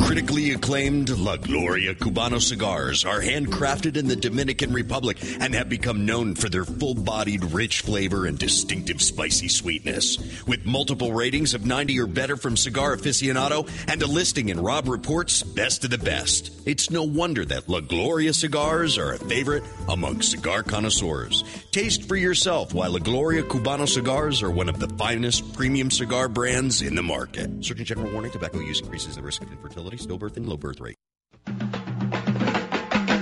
Critically acclaimed La Gloria Cubano cigars are handcrafted in the Dominican Republic and have become known for their full bodied, rich flavor and distinctive spicy sweetness. With multiple ratings of 90 or better from Cigar Aficionado and a listing in Rob Report's Best of the Best, it's no wonder that La Gloria cigars are a favorite among cigar connoisseurs. Taste for yourself why La Gloria Cubano cigars are one of the finest premium cigar brands in the market. Surgeon General warning tobacco use increases the risk of infertility, stillbirth, and low birth rate.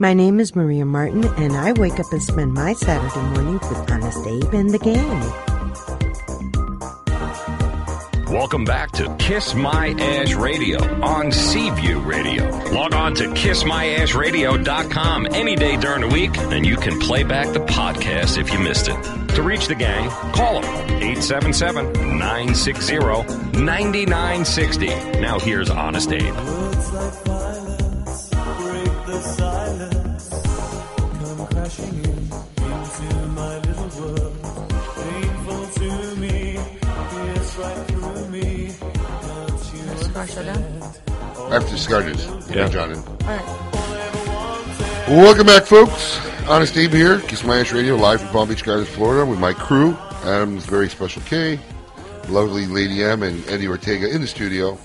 My name is Maria Martin, and I wake up and spend my Saturday mornings with Honest Abe and the gang.
Welcome back to Kiss My Ash Radio on Seaview Radio.
Log on to kissmyashradio.com any day during the week, and you can play back the podcast if you missed it. To reach the gang, call them 877 960 9960. Now here's Honest Abe.
Cigar Showdown.
After cigar news. Yeah. John in.
All right.
Welcome back, folks. Honest Abe here, Kiss My Ash Radio, live from Palm Beach Gardens, Florida, with my crew, Adam's very special K, lovely Lady M, and Eddie Ortega in the studio.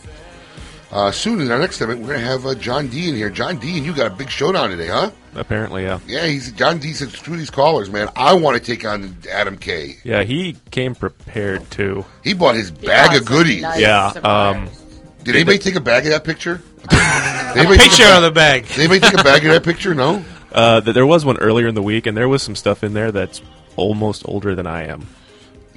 Uh, soon in our next segment, we're going to have uh, John D in here. John D, and you got a big showdown today, huh?
Apparently, yeah.
Yeah, he's John D said, screw these callers, man. I want to take on Adam K.
Yeah, he came prepared too.
He bought his bag of goodies.
yeah. Um,
Did anybody take a bag of that picture? Did
Picture
take
of the bag.
Did anybody take a bag of that picture? No?
uh, th- there was one earlier in the week, and there was some stuff in there that's almost older than I am.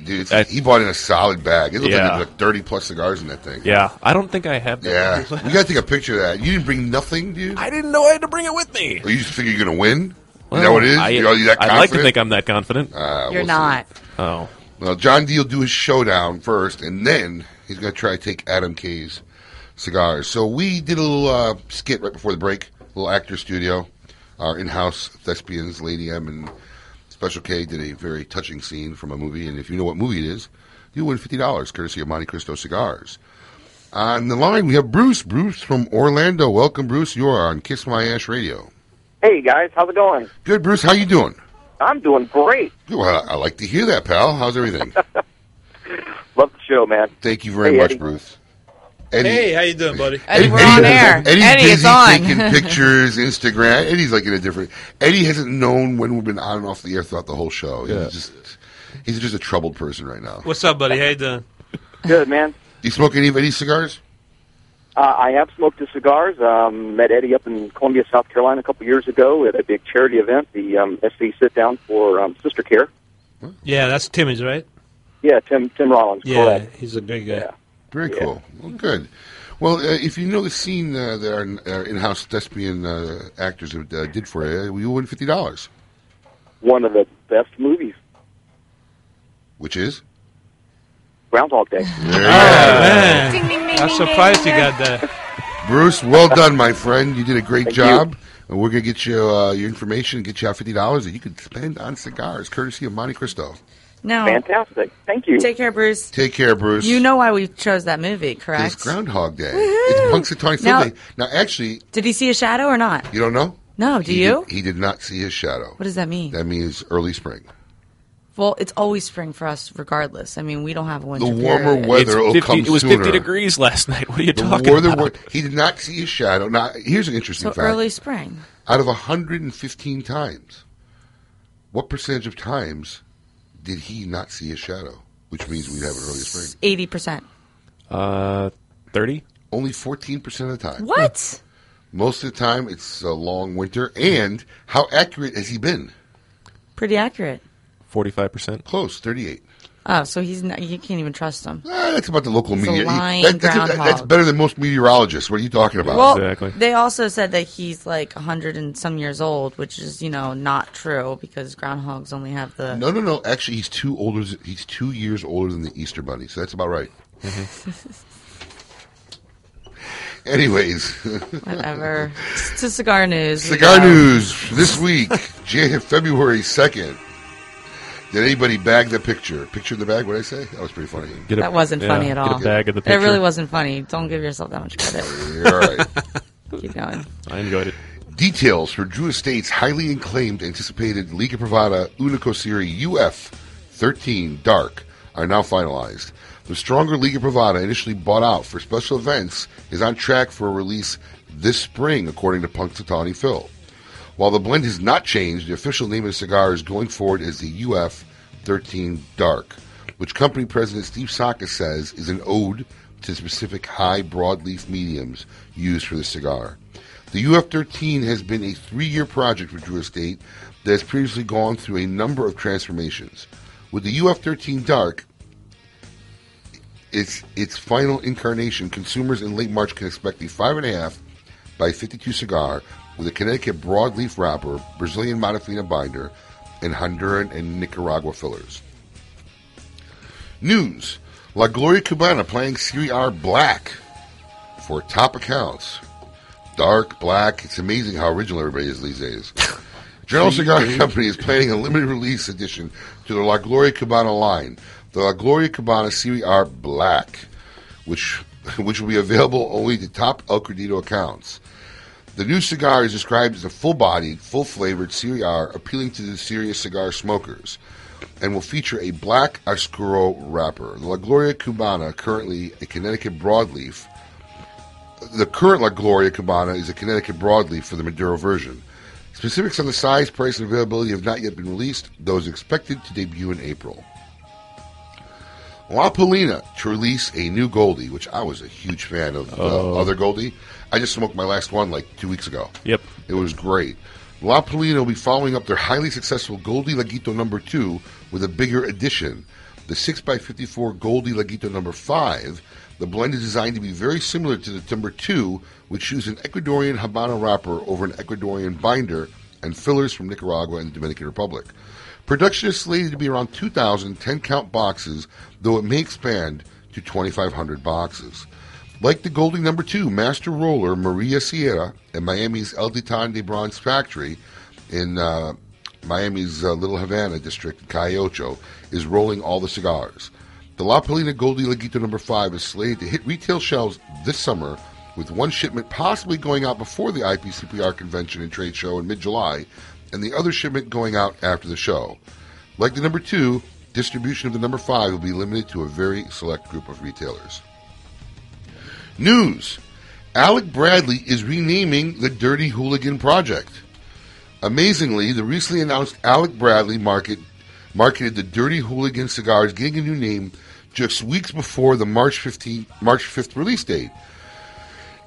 Dude, it's, he bought in a solid bag. It looked
Yeah.
like there was like 30 plus cigars in that thing.
Yeah, I don't think I have.
Yeah. you got to take a picture of that. You didn't bring nothing, dude?
I didn't know I had to bring it with me.
Or Oh, you just figure you're going to win? you know what it is?
I,
You're- you're that
I'd like to
confident?
think I'm that confident.
Uh,
You're
we'll see.
not.
Oh.
Well, John D will do his showdown first, and then he's going to try to take Adam K's cigars. So we did a little uh, skit right before the break, a little actor studio. Our in-house thespians, Lady M and Special K, did a very touching scene from a movie. And if you know what movie it is, you win fifty dollars, courtesy of Monte Cristo Cigars. On the line, we have Bruce. Bruce from Orlando. Welcome, Bruce. You are on Kiss My Ash Radio.
Hey guys, how's it going?
Good, Bruce. How you doing?
I'm doing great.
Well, I like to hear that, pal. How's everything?
Love the
show, man.
Thank you very
Hey,
much,
Eddie.
Bruce. Eddie,
hey, how you doing, buddy?
Eddie's busy taking pictures, Instagram. Eddie's like in a different. Eddie hasn't known when we've been on and off the air throughout the whole show. He's
Yeah.
just he's just a troubled person right now.
What's up, buddy? How you doing?
Good, man.
Do you smoke any of Eddie's cigars?
Uh, I have smoked his cigars. Um, met Eddie up in Columbia, South Carolina, a couple years ago at a big charity event, the um, SC sit down for um, Sister Care.
Yeah, that's Timmy's, right?
Yeah, Tim Tim Rollins.
Yeah,
Correct.
he's a great guy.
Very cool. Well, good. Well, uh, if you know the scene uh, that our, our in-house thespian uh, actors uh, did for you, you win fifty dollars,
One of the best movies,
which is
Groundhog Day.
There you go.
Oh, man. I'm surprised you got that.
Bruce, well done, my friend. You did a great
Thank
job. And we're going to get you uh, your information, get you out $50 that you can spend on cigars, courtesy of Monte Cristo.
No.
Fantastic. Thank you.
Take care, Bruce.
Take care, Bruce.
You know why we chose that movie, correct?
It's Groundhog Day. It's Punxsutawney Phil
Now-
Day. Now, actually,
Did he see a shadow or not?
you don't know?
No, do
He did-
you?
he did not see his shadow.
What does that mean?
That means early spring.
Well, it's always spring for us, regardless. I mean, we don't have a winter.
the warmer
period.
weather will come
it was
sooner.
50 degrees last night. What are you
The
talking
weather
about?
wa- he did not see his shadow. Now, here's an interesting
So
fact.
early spring.
out of 115 times, what percentage of times did he not see his shadow? Which means we'd have an early spring.
Eighty percent.
Uh, 30? Only 14% of the time. Hmm.
What?
Most of the time, it's a long winter. And how accurate has he been?
Pretty accurate.
45%. Close, 38.
Oh, so he's not, you can't even trust him.
Ah, that's about the local
It's a
media.
lying
That- that's,
groundhog.
that's better than most meteorologists. What are you talking about?
Well, they also said that he's like hundred and some years old, which is you know not true because groundhogs only have the.
No, no, no. Actually, he's two older. He's two years older than the Easter Bunny, so that's about right.
Mm-hmm.
Anyways,
Whatever. It's to cigar news. we
cigar
go.
news this week, Jan- February second. Did anybody bag the picture? Picture in the bag? What did I say? That was pretty funny.
that wasn't funny at all. It really wasn't funny. Don't give yourself that much credit.
You're all right.
Keep going.
I enjoyed it. Details for Drew Estate's highly acclaimed anticipated Liga Privada Unicosiri UF 13 Dark are now finalized. The stronger Liga Privada, initially bought out for special events, is on track for a release this spring, according to Punxsutawney Phil. While the blend has not changed, the official name of the cigar is going forward as the UF 13 Dark, which company president Steve Saka says is an ode to specific high broadleaf mediums used for the cigar. The UF 13 has been a three year project for Drew Estate that has previously gone through a number of transformations. With the UF 13 Dark, its its final incarnation, consumers in late March can expect a five and a half by fifty two cigar with a Connecticut broadleaf wrapper, Brazilian Modafina binder, and Honduran and Nicaragua fillers. News: La Gloria Cubana playing Serie R Black for top accounts. Dark black. It's amazing how original everybody is these days. General Cigar Company is planning a limited release edition to the La Gloria Cubana line, the La Gloria Cubana Serie R Black, which which will be available only to top El Credito accounts. The new cigar is described as a full-bodied, full-flavored Serie R, appealing to the serious cigar smokers, and will feature a black Oscuro wrapper. The La Gloria Cubana, currently a Connecticut broadleaf, the current La Gloria Cubana is a Connecticut broadleaf for the Maduro version. Specifics on the size, price, and availability have not yet been released, though is expected to debut in April. La Polina to release a new Goldie, which I was a huge fan of the
Oh.
other Goldie. I just smoked my last one like two weeks ago.
Yep.
It was great. La Polina will be following up their highly successful Goldie Laguito number two with a bigger addition. The 6x54 Goldie Laguito number five. The blend is designed to be very similar to the number two, which used an Ecuadorian Habano wrapper over an Ecuadorian binder and fillers from Nicaragua and the Dominican Republic. Production is slated to be around 2,000 10 count boxes, though it may expand to 2,500 boxes. Like the Goldie number two, Master Roller Maria Sierra and Miami's El Titan de Bronze Factory in uh, Miami's uh, Little Havana district, Cayocho, is rolling all the cigars. The La Palina Goldie Laguito number five is slated to hit retail shelves this summer, with one shipment possibly going out before the IPCPR convention and trade show in mid July, and the other shipment going out after the show. Like the number two, Distribution of the number five will be limited to a very select group of retailers. News Alec Bradley is renaming the Dirty Hooligan Project. Amazingly, the recently announced Alec Bradley market marketed the Dirty Hooligan cigars, getting a new name just weeks before the March 15, March 5th release date.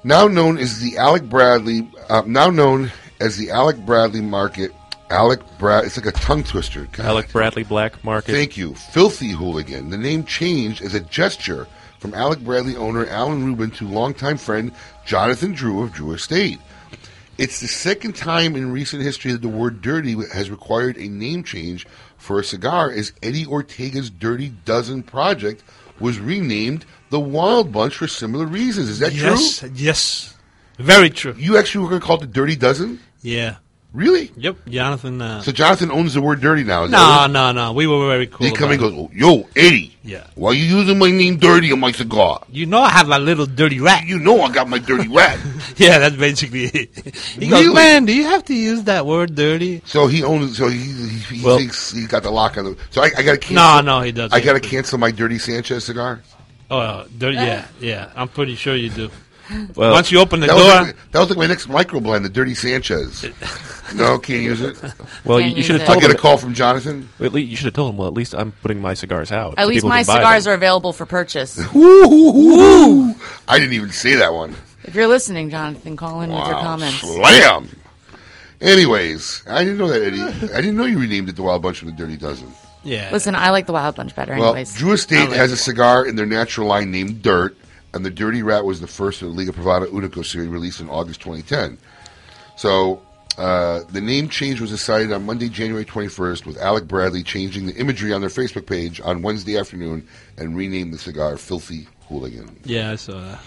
Now known as the Alec Bradley, uh, now known as the Alec Bradley market, Alec Brad, it's like a tongue twister. God.
Alec Bradley Black Market.
Thank you. Filthy Hooligan. The name changed as a gesture from Alec Bradley owner Alan Rubin to longtime friend Jonathan Drew of Drew Estate. It's the second time in recent history that the word dirty has required a name change for a cigar, as Eddie Ortega's Dirty Dozen project was renamed the Wild Bunch for similar reasons. Is that
yes,
true?
yes, very true.
You actually were going to call it the Dirty Dozen?
Yeah.
Really?
Yep. Jonathan. Uh,
So Jonathan owns the word dirty now. is
no,
that it?
no, no. We were very cool.
He come
about
and
it.
goes, oh, yo, Eddie.
Yeah.
Why you using my name dirty on my cigar?
You know I have my little dirty rat.
You know I got my dirty rat.
yeah, that's basically it. He
Really?
goes, man, do you have to use that word dirty?
So he owns. So he he, he thinks he got the lock on the. So I, I got to cancel.
No, no, he doesn't.
I got to cancel my dirty Sanchez cigar.
Oh, uh, dirty. Yeah, yeah. I'm pretty sure you do.
Well,
Once you open the
that
door,
was like- that was like my next micro blend, the dirty Sanchez. no, can't use it.
Well, you, you should have
I
told
get
him.
a call from Jonathan.
At least you should have told him. Well, at least I'm putting my cigars out.
At least my cigars are available for purchase.
Woo! I didn't even say that one.
If you're listening, Jonathan, call in with your
Wow,
comments.
Slam. Anyways, I didn't know that Eddie. I didn't know you renamed it the Wild Bunch from the Dirty Dozen.
Yeah.
Listen, I like the Wild Bunch better,
Well,
anyways.
Drew Estate has a cigar in their natural line named Dirt, and the Dirty Rat was the first of the Liga Privada Unico series released in August 2010. So uh, the name change was decided on Monday, January 21st, with Alec Bradley changing the imagery on their Facebook page on Wednesday afternoon and renamed the cigar Filthy Hooligan.
yeah, I saw that.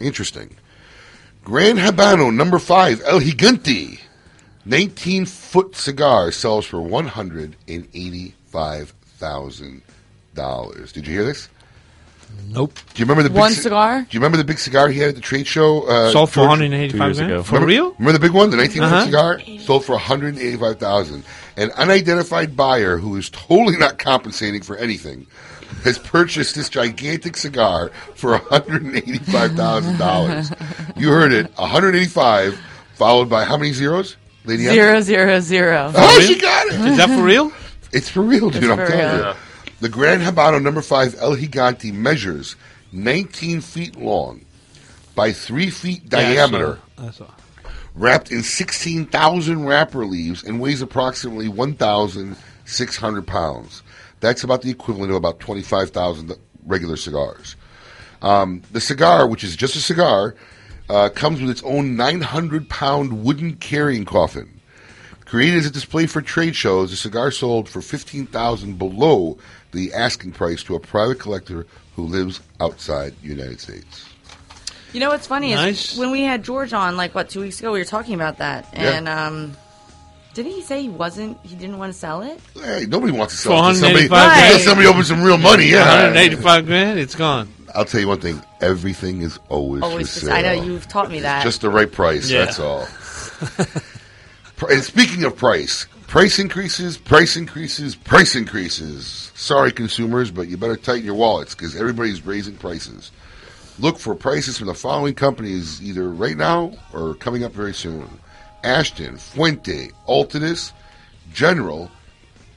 Interesting. Grand Habano number five, El Gigante. 19 foot cigar sells for $185,000. Did you hear this?
Nope.
Do you remember the big
One
ci-
cigar?
Do you remember the big cigar he had at the trade show? Uh,
Sold for
George-
185 Two years grand? ago. For
remember,
real?
Remember the big one, the 19 foot
Uh-huh.
cigar? Sold for 185000 An unidentified buyer who is totally not compensating for anything has purchased this gigantic cigar for $185,000. you heard it. 185 followed by how many zeros? Lady M?
Zero, zero, zero.
Oh, she got it.
Is that for real?
It's for real, dude.
It's
I'm
for
telling
real.
you.
Yeah.
The Grand Habano number five El Gigante measures 19 feet long by 3 feet
Yeah, I saw
diameter,
that. I saw.
wrapped in 16,000 wrapper leaves, and weighs approximately 1,600 pounds. That's about the equivalent of about 25,000 regular cigars. Um, the cigar, which is just a cigar, uh, comes with its own 900 pound wooden carrying coffin. Created as a display for trade shows, the cigar sold for fifteen thousand below the asking price to a private collector who lives outside the United States.
You know what's funny
Nice.
is when we had George on, like what two weeks ago, we were talking about that,
Yeah.
and um, didn't he say he wasn't? He didn't want to sell it.
Hey, nobody wants to
For
sell it. Somebody,
185 grand.
until somebody opens some real money. Yeah,
185 grand. It's gone.
I'll tell you one thing: everything is always,
Always,
for
for-
sale.
I know you've taught me that.
Just the right price.
Yeah.
That's all. Pri- and speaking of price, price increases, price increases, price increases. Sorry, consumers, but you better tighten your wallets because everybody's raising prices. Look for prices from the following companies either right now or coming up very soon: Ashton, Fuente, Altadis, General,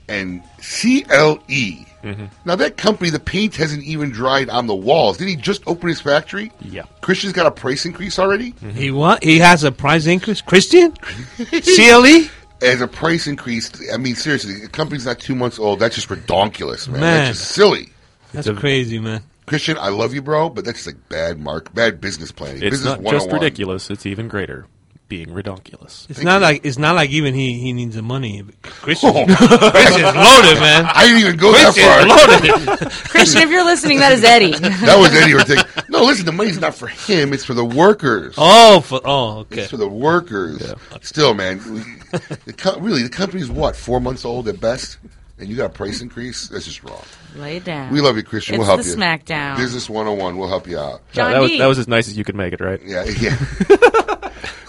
and CLE.
Mm-hmm.
Now that company, the paint hasn't even dried on the walls. Did he just open his factory?
Yeah.
Christian's got a price increase already.
Mm-hmm.
He want, He has a price increase. Christian, E?
E?
CLE.
As a price increase, I mean seriously, the company's not two months old. That's just redonkulous, man.
Man.
That's just silly.
That's crazy, man.
Christian, I love you, bro, but that's just like bad mark, bad business planning.
It's
business
not just
101.
ridiculous. It's even greater, being redonkulous.
It's not like it's not like even he, he needs the money. Christian,
Oh.
Christian's loaded, man.
I didn't even go that
Christian's
far.
loaded.
Christian, if you're listening, that is Eddie.
that was Eddie Ortega. No, listen, the money's not for him. It's for the workers.
Oh, for oh, okay.
It's for the workers. Still, man, we- the co- really the company's what four months old at best, and you got a price increase. That's just wrong.
Lay down.
We love you, Christian.
It's
we'll help
the
you.
Smackdown.
Business 101. We'll help you out.
No, that was that was as nice as you could make it, right?
Yeah, yeah.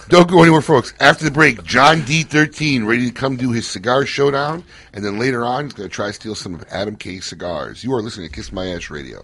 Don't go anywhere, folks. After the break, John D13 ready to come do his cigar showdown, and then later on, he's going to try to steal some of Adam K. cigars. You are listening to Kiss My Ash Radio.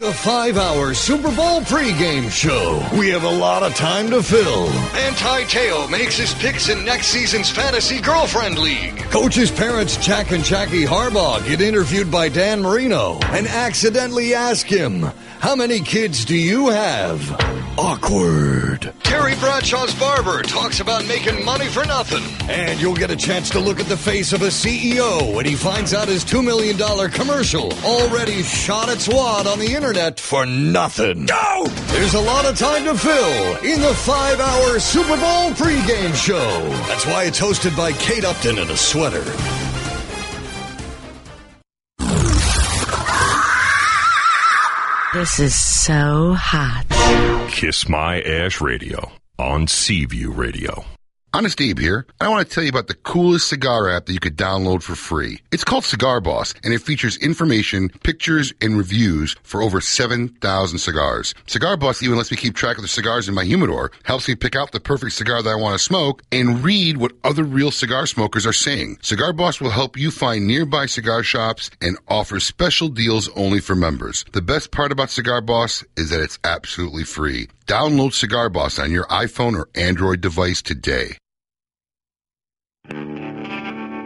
The five hour Super Bowl pregame show. We have a lot of time to fill.
Anti Teo makes his picks in next season's Fantasy Girlfriend League.
Coach's parents, Jack and Jackie Harbaugh, get interviewed by Dan Marino and accidentally ask him, How many kids do you have? Awkward.
Terry Bradshaw's barber talks about making money for nothing.
And you'll get a chance to look at the face of a CEO when he finds out his $2 million commercial already shot its wad on the internet for nothing. Go! There's a lot of time to fill in the five hour Super Bowl pregame show. That's why it's hosted by Kate Upton in a sweater.
This is so hot.
Kiss My Ash Radio on Seaview Radio.
Honest Abe here. I want to tell you about the coolest cigar app that you could download for free. It's called Cigar Boss, and it features information, pictures, and reviews for over 7,000 cigars. Cigar Boss even lets me keep track of the cigars in my humidor, helps me pick out the perfect cigar that I want to smoke, and read what other real cigar smokers are saying. Cigar Boss will help you find nearby cigar shops and offers special deals only for members. The best part about Cigar Boss is that it's absolutely free. Download Cigar Boss on your iPhone or Android device today.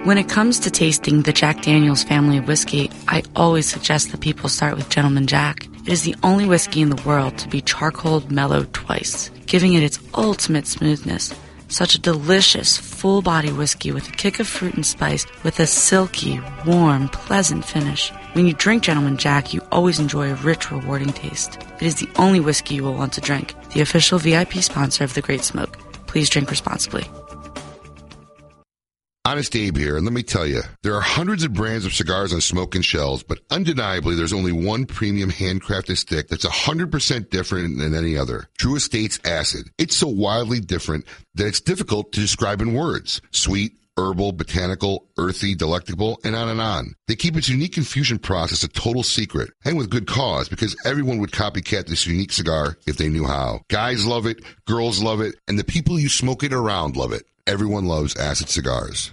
When it comes to tasting the Jack Daniels family of whiskey, I always suggest that people start with Gentleman Jack. It is the only whiskey in the world to be charcoaled mellowed twice, giving it its ultimate smoothness. Such a delicious, full body whiskey with a kick of fruit and spice with a silky, warm, pleasant finish. When you drink Gentleman Jack, you always enjoy a rich, rewarding taste. It is the only whiskey you will want to drink, the official VIP sponsor of The Great Smoke. Please drink responsibly.
Honest Abe here, and let me tell you, there are hundreds of brands of cigars on smoke and shells, but undeniably, there's only one premium handcrafted stick that's 100% different than any other. True Estates Acid. It's so wildly different that it's difficult to describe in words. Sweet, herbal, botanical, earthy, delectable, and on and on. They keep its unique infusion process a total secret, and with good cause, because everyone would copycat this unique cigar if they knew how. Guys love it, girls love it, and the people you smoke it around love it. Everyone loves acid cigars.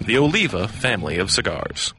The Oliva family of cigars.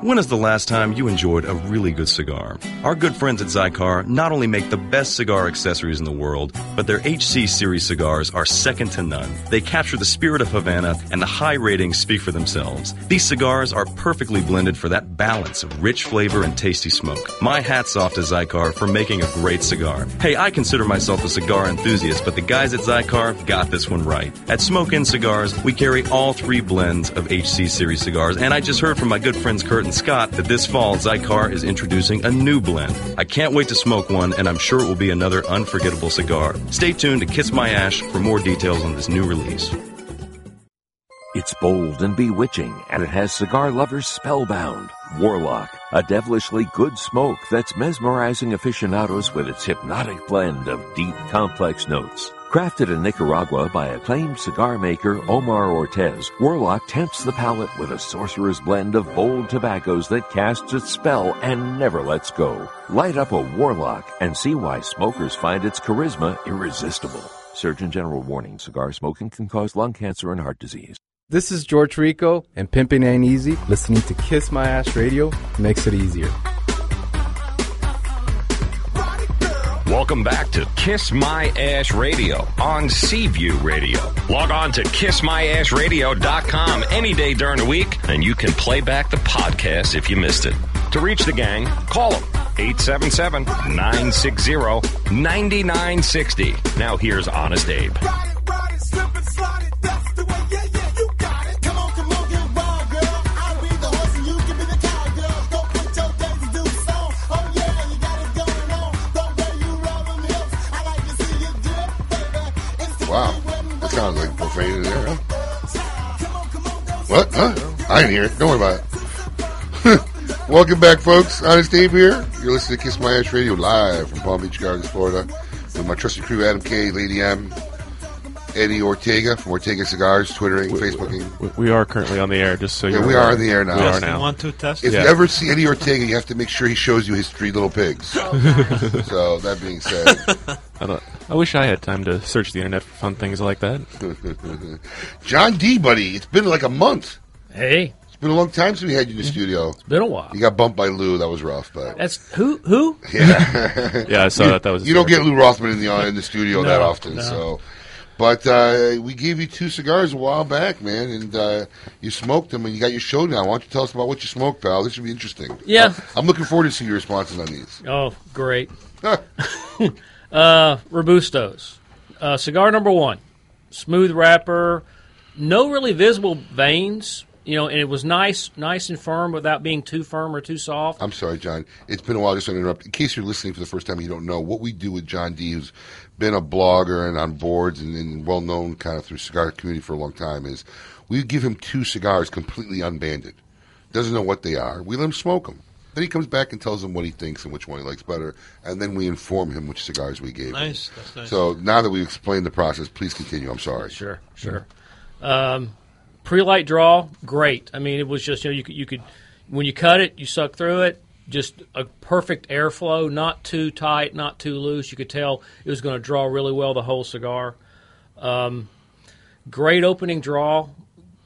When is the last time you enjoyed a really good cigar? Our good friends at Zycar not only make the best cigar accessories in the world, but their HC series cigars are second to none. They capture the spirit of Havana, and the high ratings speak for themselves. These cigars are perfectly blended for that balance of rich flavor and tasty smoke. My hat's off to Zycar for making a great cigar. Hey, I consider myself a cigar enthusiast, but the guys at Zycar got this one right. At Smoke In Cigars, we carry all three blends of HC series cigars, and I just heard from my good friends Kurt and Scott that this fall Zycar is introducing a new blend. I can't wait to smoke one, and I'm sure it will be another unforgettable cigar. Stay tuned to Kiss My Ash for more details on this new release.
It's bold and bewitching, and it has cigar lovers spellbound. Warlock, a devilishly good smoke that's mesmerizing aficionados with its hypnotic blend of deep, complex notes. Crafted in Nicaragua by acclaimed cigar maker Omar Ortez, Warlock tempts the palate with a sorcerer's blend of bold tobaccos that casts its spell and never lets go. Light up a Warlock and see why smokers find its charisma irresistible. Surgeon General warning cigar smoking can cause lung cancer and heart disease.
This is George Rico and Pimpin' Ain't Easy. Listening to Kiss My Ash Radio makes it easier.
Welcome back to Kiss My Ash Radio on Seaview Radio. Log on to kissmyashradio.com any day during the week, and you can play back the podcast if you missed it. To reach the gang, call them 877 960 9960. Now here's Honest Abe.
Wow. That sounds like profanity there. huh? What? Huh? I didn't hear it. Don't worry about it. Welcome back, folks. Honest Abe here. You're listening to Kiss My Ash Radio live from Palm Beach Gardens, Florida, with my trusted crew Adam K, Lady M, Eddie Ortega from Ortega Cigars, Twittering, Facebooking.
We- We are currently on the air, just so
Yeah,
you're
we are
aware.
on the air now.
We are now.
If
Yeah.
you ever see Eddie Ortega, you have to make sure he shows you his three little pigs. so that being said,
I, don't, I wish I had time to search the internet for fun things like that.
John D, buddy, it's been like a month.
Hey, Mm-hmm.
it's been a long time since we had you in the studio. It's
been a while.
You got bumped by Lou. That was rough, but
That's who? Who?
yeah,
Yeah, I saw
You-
that. That was
you don't get
hysterical.
Lou Rothman in the uh, in the studio
No,
that often,
no.
so. But uh, we gave you two cigars a while back, man, and uh, you smoked them, and you got your show now. Why don't you tell us about what you smoked, pal? This should be interesting.
Yeah.
I'm looking forward to seeing your responses on these.
Oh, great. uh, Robustos. Uh, cigar number one. Smooth wrapper. No really visible veins. You know, and it was nice, nice and firm without being too firm or too soft.
I'm sorry, John. It's been a while. Just to interrupt. In case you're listening for the first time, and you don't know what we do with John D, who's been a blogger and on boards and, and well known kind of through cigar community for a long time. Is we give him two cigars completely unbanded. Doesn't know what they are. We let him smoke them. Then he comes back and tells him what he thinks and which one he likes better, and then we inform him which cigars we gave
Nice.
him.
That's nice.
So now that we've explained the process, please continue. I'm sorry.
Sure, sure. Um, pre-light draw, great. I mean, it was just you know you could, you could when you cut it, you suck through it. Just a perfect airflow, not too tight, not too loose. You could tell it was going to draw really well the whole cigar. Um, great opening draw,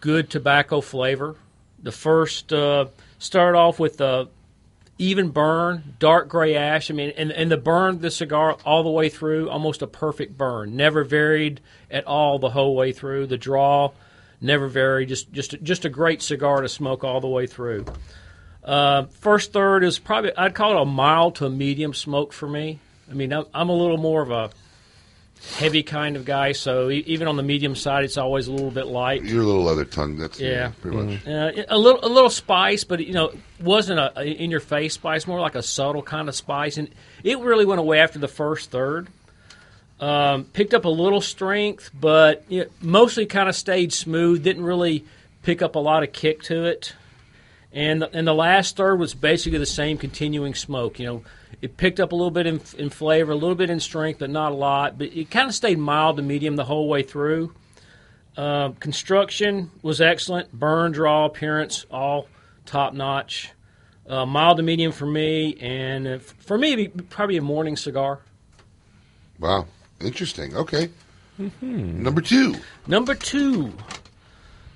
good tobacco flavor. The first uh, started off with uh, even burn, dark gray ash. I mean, and, and the burn of the cigar all the way through, almost a perfect burn. Never varied at all the whole way through. The draw never varied. Just just just a great cigar to smoke all the way through. Uh, first third is probably I'd call it a mild to a medium smoke for me. I mean, I'm, I'm a little more of a heavy kind of guy, so e- even on the medium side, it's always a little bit light.
Your little leather tongue. That's
Yeah.
pretty much.
Uh, a little, a little spice, but you know, wasn't a, a in your face spice. More like a subtle kind of spice, and it really went away after the first third. Um, picked up a little strength, but you know, mostly kind of stayed smooth. Didn't really pick up a lot of kick to it. And the, and the last third was basically the same continuing smoke. You know, it picked up a little bit in, in flavor, a little bit in strength, but not a lot. But it kind of stayed mild to medium the whole way through. Um, construction was excellent. Burn, draw, appearance, all top notch. Uh, mild to medium for me, and uh, f- for me, it'd be probably a morning cigar. Mm-hmm.
Wow. Interesting. Okay. Number two.
Number two.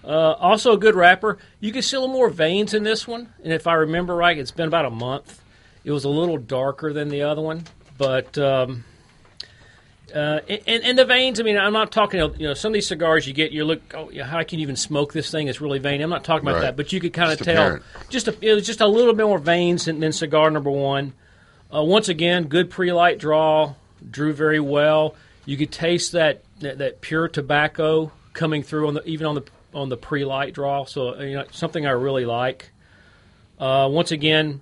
Uh, also a good wrapper. You can see a little more veins in this one, and if I remember right, it's been about a month. It was a little darker than the other one, but um, uh, and, and the veins. I mean, I'm not talking. You know, some of these cigars you get, you look. Oh, yeah, how can you even smoke this thing? It's really veiny. I'm not talking about
Right.
that, but you could kind of
Just
tell.
apparent.
Just a, it was just a little bit more veins than, than cigar number one. Uh, once again, good pre-light draw, drew very well. You could taste that that, that pure tobacco coming through on the even on the on the pre-light draw. So you know, something I really like. Uh, once again,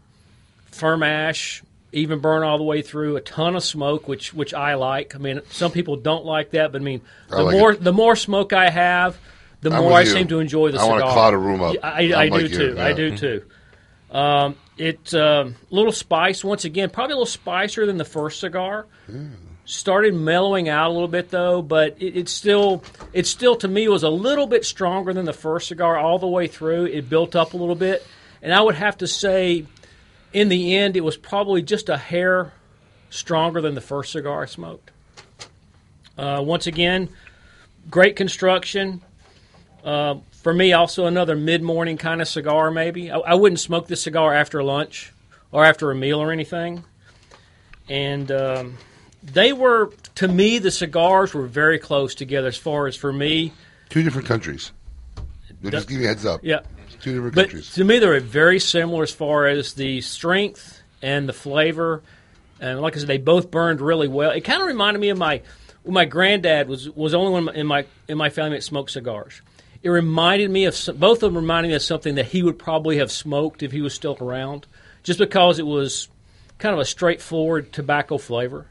firm ash, even burn all the way through. A ton of smoke, which which I like. I mean, some people don't like that, but I mean,
I
the
like
more the more smoke I have, the
I'm
more
with
I
you.
seem to enjoy the
I
cigar.
wanna cloud a room up.
I, I,
I'm
do
like you,
too. I
yeah.
do
Mhm.
too. Um, it's um, a little spice once again, probably a little spicier than the first cigar. Started mellowing out a little bit though, but it, it's still it's still to me was a little bit stronger than the first cigar all the way through. It built up a little bit, and I would have to say, in the end, it was probably just a hair stronger than the first cigar I smoked. Uh, once again, great construction. Uh, for me, also another mid morning kind of cigar, maybe. I, I wouldn't smoke this cigar after lunch or after a meal or anything. And um, they were to me the cigars were very close together as far as for me.
Two different countries. They're just giving you a heads up.
Yeah.
Two different
But
countries.
to me, they were very similar as far as the strength and the flavor. And like I said, they both burned really well. It kind of reminded me of my when my granddad was was the only one in my in my family that smoked cigars. It reminded me of some, both of them reminded me of something that he would probably have smoked if he was still around, just because it was kind of a straightforward tobacco flavor.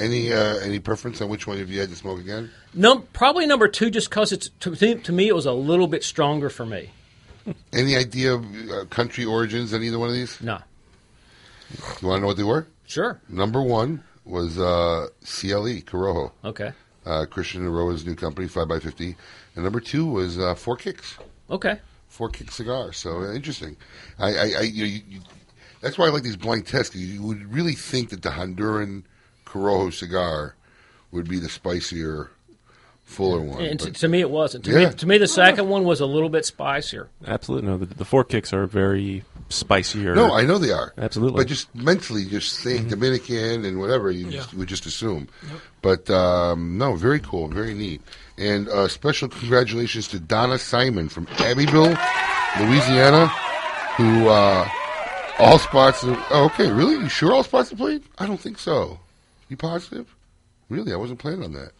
Any uh, any preference on which one of you had to smoke again?
Num- probably number two, just because it's to, to me it was a little bit stronger for me.
Any idea of uh, country origins on either one of these?
No.
You want to know what they were?
Sure.
Number one was uh, CLE, Corojo.
Okay.
Uh, Christian Aroa's new company, 5x50. And number two was uh, Four Kicks.
Okay.
Four Kick Cigar. So uh, interesting. I, I, I you, you, you, That's why I like these blind tests. 'cause You would really think that the Honduran Corojo cigar would be the spicier, fuller one.
And to,
but-
to me, it wasn't. To,
Yeah.
me, to me, the second one was a little bit spicier.
Absolutely. No, the, the four kicks are very spicier.
No, I know they are.
Absolutely.
But just mentally, just saying Dominican and whatever, you, just, you would just assume. But um, no, very cool, very neat. And uh, special congratulations to Donna Simon from Abbeville, Louisiana, who uh, all spots. Oh, okay, really? You sure all spots have played? I don't think so. You positive? Really? I wasn't planning on that.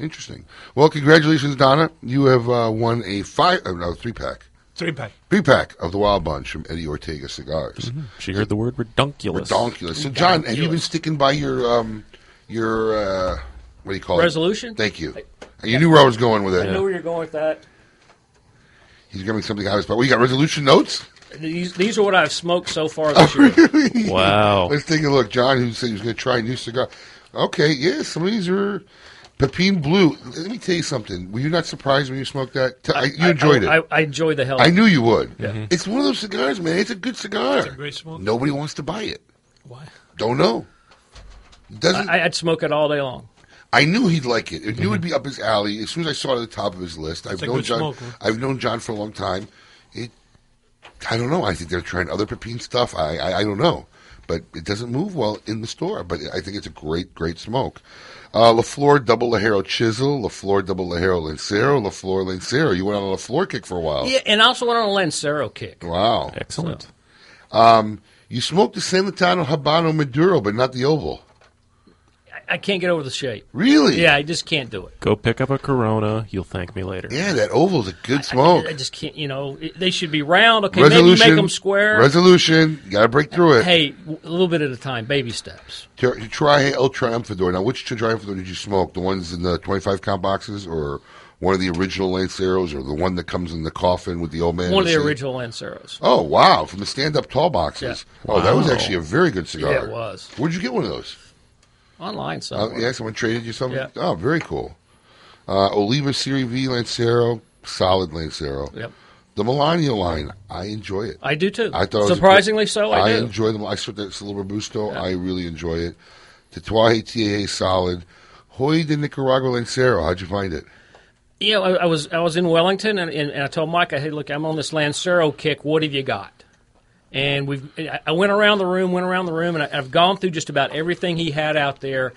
Interesting. Well, congratulations, Donna. You have uh, won a five, uh, no, three pack.
Three pack.
Three pack of the Wild Bunch from Eddie Ortega Cigars.
Mm-hmm. She heard the word redunculus.
Redonkulous. So, John, have you been sticking by your um, your uh, what do you call
Resolution?
it? Resolution. Thank you. You knew where I was going with
I know
it.
where you're going with that.
He's giving me something out of his pocket. Well, you got resolution notes.
These, these are what I've smoked so far this
Oh,
year.
Wow. Let's take a look. John, who said he was going to try a new cigar. Okay, yeah, some of these are Pepin Blue. Let me tell you something. Were you not surprised when you smoked that? T- I, you enjoyed
I,
it.
I, I enjoyed the hell.
I knew you would.
Yeah. Mhm.
It's one of those cigars, man. It's a good cigar.
It's a great smoke.
Nobody wants to buy it.
Why?
Don't know. Doesn't
I, I'd smoke it all day long. Mm-hmm.
I knew he'd like it. I knew it'd be up his alley. As soon as I saw it at the top of his list, I've
a
known
good
John.
smoke, huh?
I've known John for a long time. It, I don't know. I think they're trying other Pepin stuff. I, I, I don't know, but it doesn't move well in the store. But I think it's a great, great smoke. Uh, Lafleur Double Lajero Chisel, Lafleur Double Lajero Lancero, Lafleur Lancero. You went on a Lafleur kick for a while.
Yeah, and I also went on a Lancero kick.
Wow,
excellent.
Um, you smoked the San Latano Habano Maduro, but not the Oval.
I, I can't get over the shape.
Really?
Yeah, I just can't do it.
Go pick up a Corona. You'll thank me later.
Yeah, that Oval's a good smoke.
I just can't. You know, it- they should be round. Okay, maybe make them square.
Resolution. You gotta break through it.
Hey, w- a little bit at a time, baby steps.
Ter- Try El Triumphador. Now, which Triumphador did you smoke? The ones in the 25 count boxes or one of the original Lanceros or the one that comes in the coffin with the old man?
One of the
original.
original Lanceros.
Oh, wow. From the stand up tall boxes.
Yeah.
Oh, that was
Wow.
actually a very good cigar.
Yeah, it was.
Where'd you get one of those?
Online somewhere.
Uh, yeah, someone traded you something?
Yeah.
Oh, very cool. Uh, Oliva Serie V Lancero, solid Lancero.
Yep.
The Melania line, I enjoy it.
I do too.
I thought it was a
surprisingly
good-
so. I, do.
enjoy them. I sort that Silver Robusto. I really enjoy it. Tatuaje TAA solid. Hoy de Nicaragua Lancero. How'd you find it?
You know, I, I was I was in Wellington, and, and, and I told Mike, I "Hey, look, I'm on this Lancero kick. What have you got?" And we, have I went around the room, went around the room, and I, I've gone through just about everything he had out there.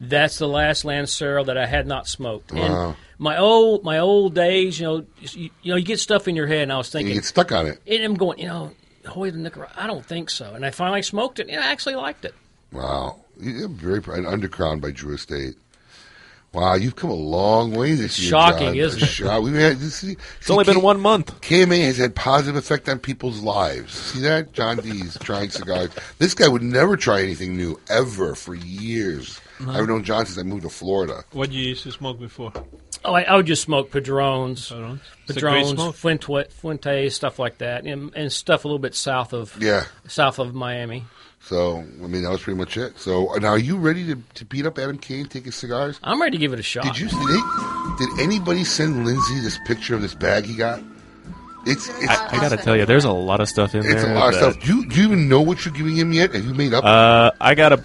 That's the last Lancero that I had not smoked.
Wow.
And my old my old days, you know, you, you know, you get stuff in your head, and I was
You
thinking,
get stuck on it.
and I'm going, you know, Hoy de Nicaragua. I don't think so. And I finally smoked it, and I actually liked it.
Wow. You're very pr- and undercrowned by Drew Estate. Wow, you've come a long way this year.
Shocking,
John.
isn't it?
Shock- We've had, this, it's
only been one month.
KMA has had positive effect on people's lives. See that? John D's trying cigars. This guy would never try anything new ever for years.
No.
I've known John since I moved to Florida.
What you used to smoke before?
Oh, I, I would just smoke Padrones,
It's a great
Padrones,
smoke.
Fuente, Fuente, stuff like that, and, and stuff a little bit south of
Yeah.
south of Miami.
So, I mean, that was pretty much it. So, uh, now are you ready to, to beat up Adam Kane, take his cigars?
I'm ready to give it a shot.
Did you see they, Did anybody send Lindsay this picture of this bag he got? It's, it's
I gotta tell you, there's a lot of stuff in
It's
there.
a lot of
that-
stuff. Do you, do you even know what you're giving him yet? Have you made up?
Uh, I got a,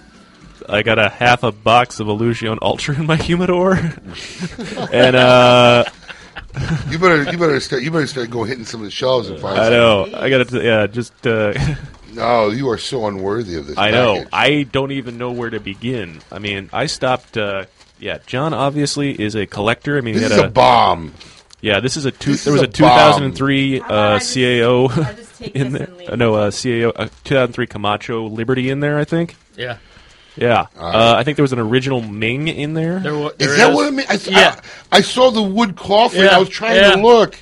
I got a half a box of Illusion Ultra in my humidor, and uh,
you better, you better start, you better start going hitting some of the shelves and find.
I
some.
know I got to yeah just uh,
No, you are so unworthy of this.
I know.
package.
I don't even know where to begin. I mean, I stopped. Uh, yeah, John obviously is a collector. I mean,
This
he had
is a bomb.
Yeah, this is a two, there
is
was a,
a bomb.
2003 uh, CAO in there. Uh, no, uh, CAO uh, 2003 Camacho Liberty in there. I think.
Yeah.
Yeah, uh, I think there was an original Ming in there.
There, wa-
Uh-huh. Is that what it means? I, th-
Yeah.
I, I saw the wood coffin.
Yeah,
I was trying
yeah.
to look.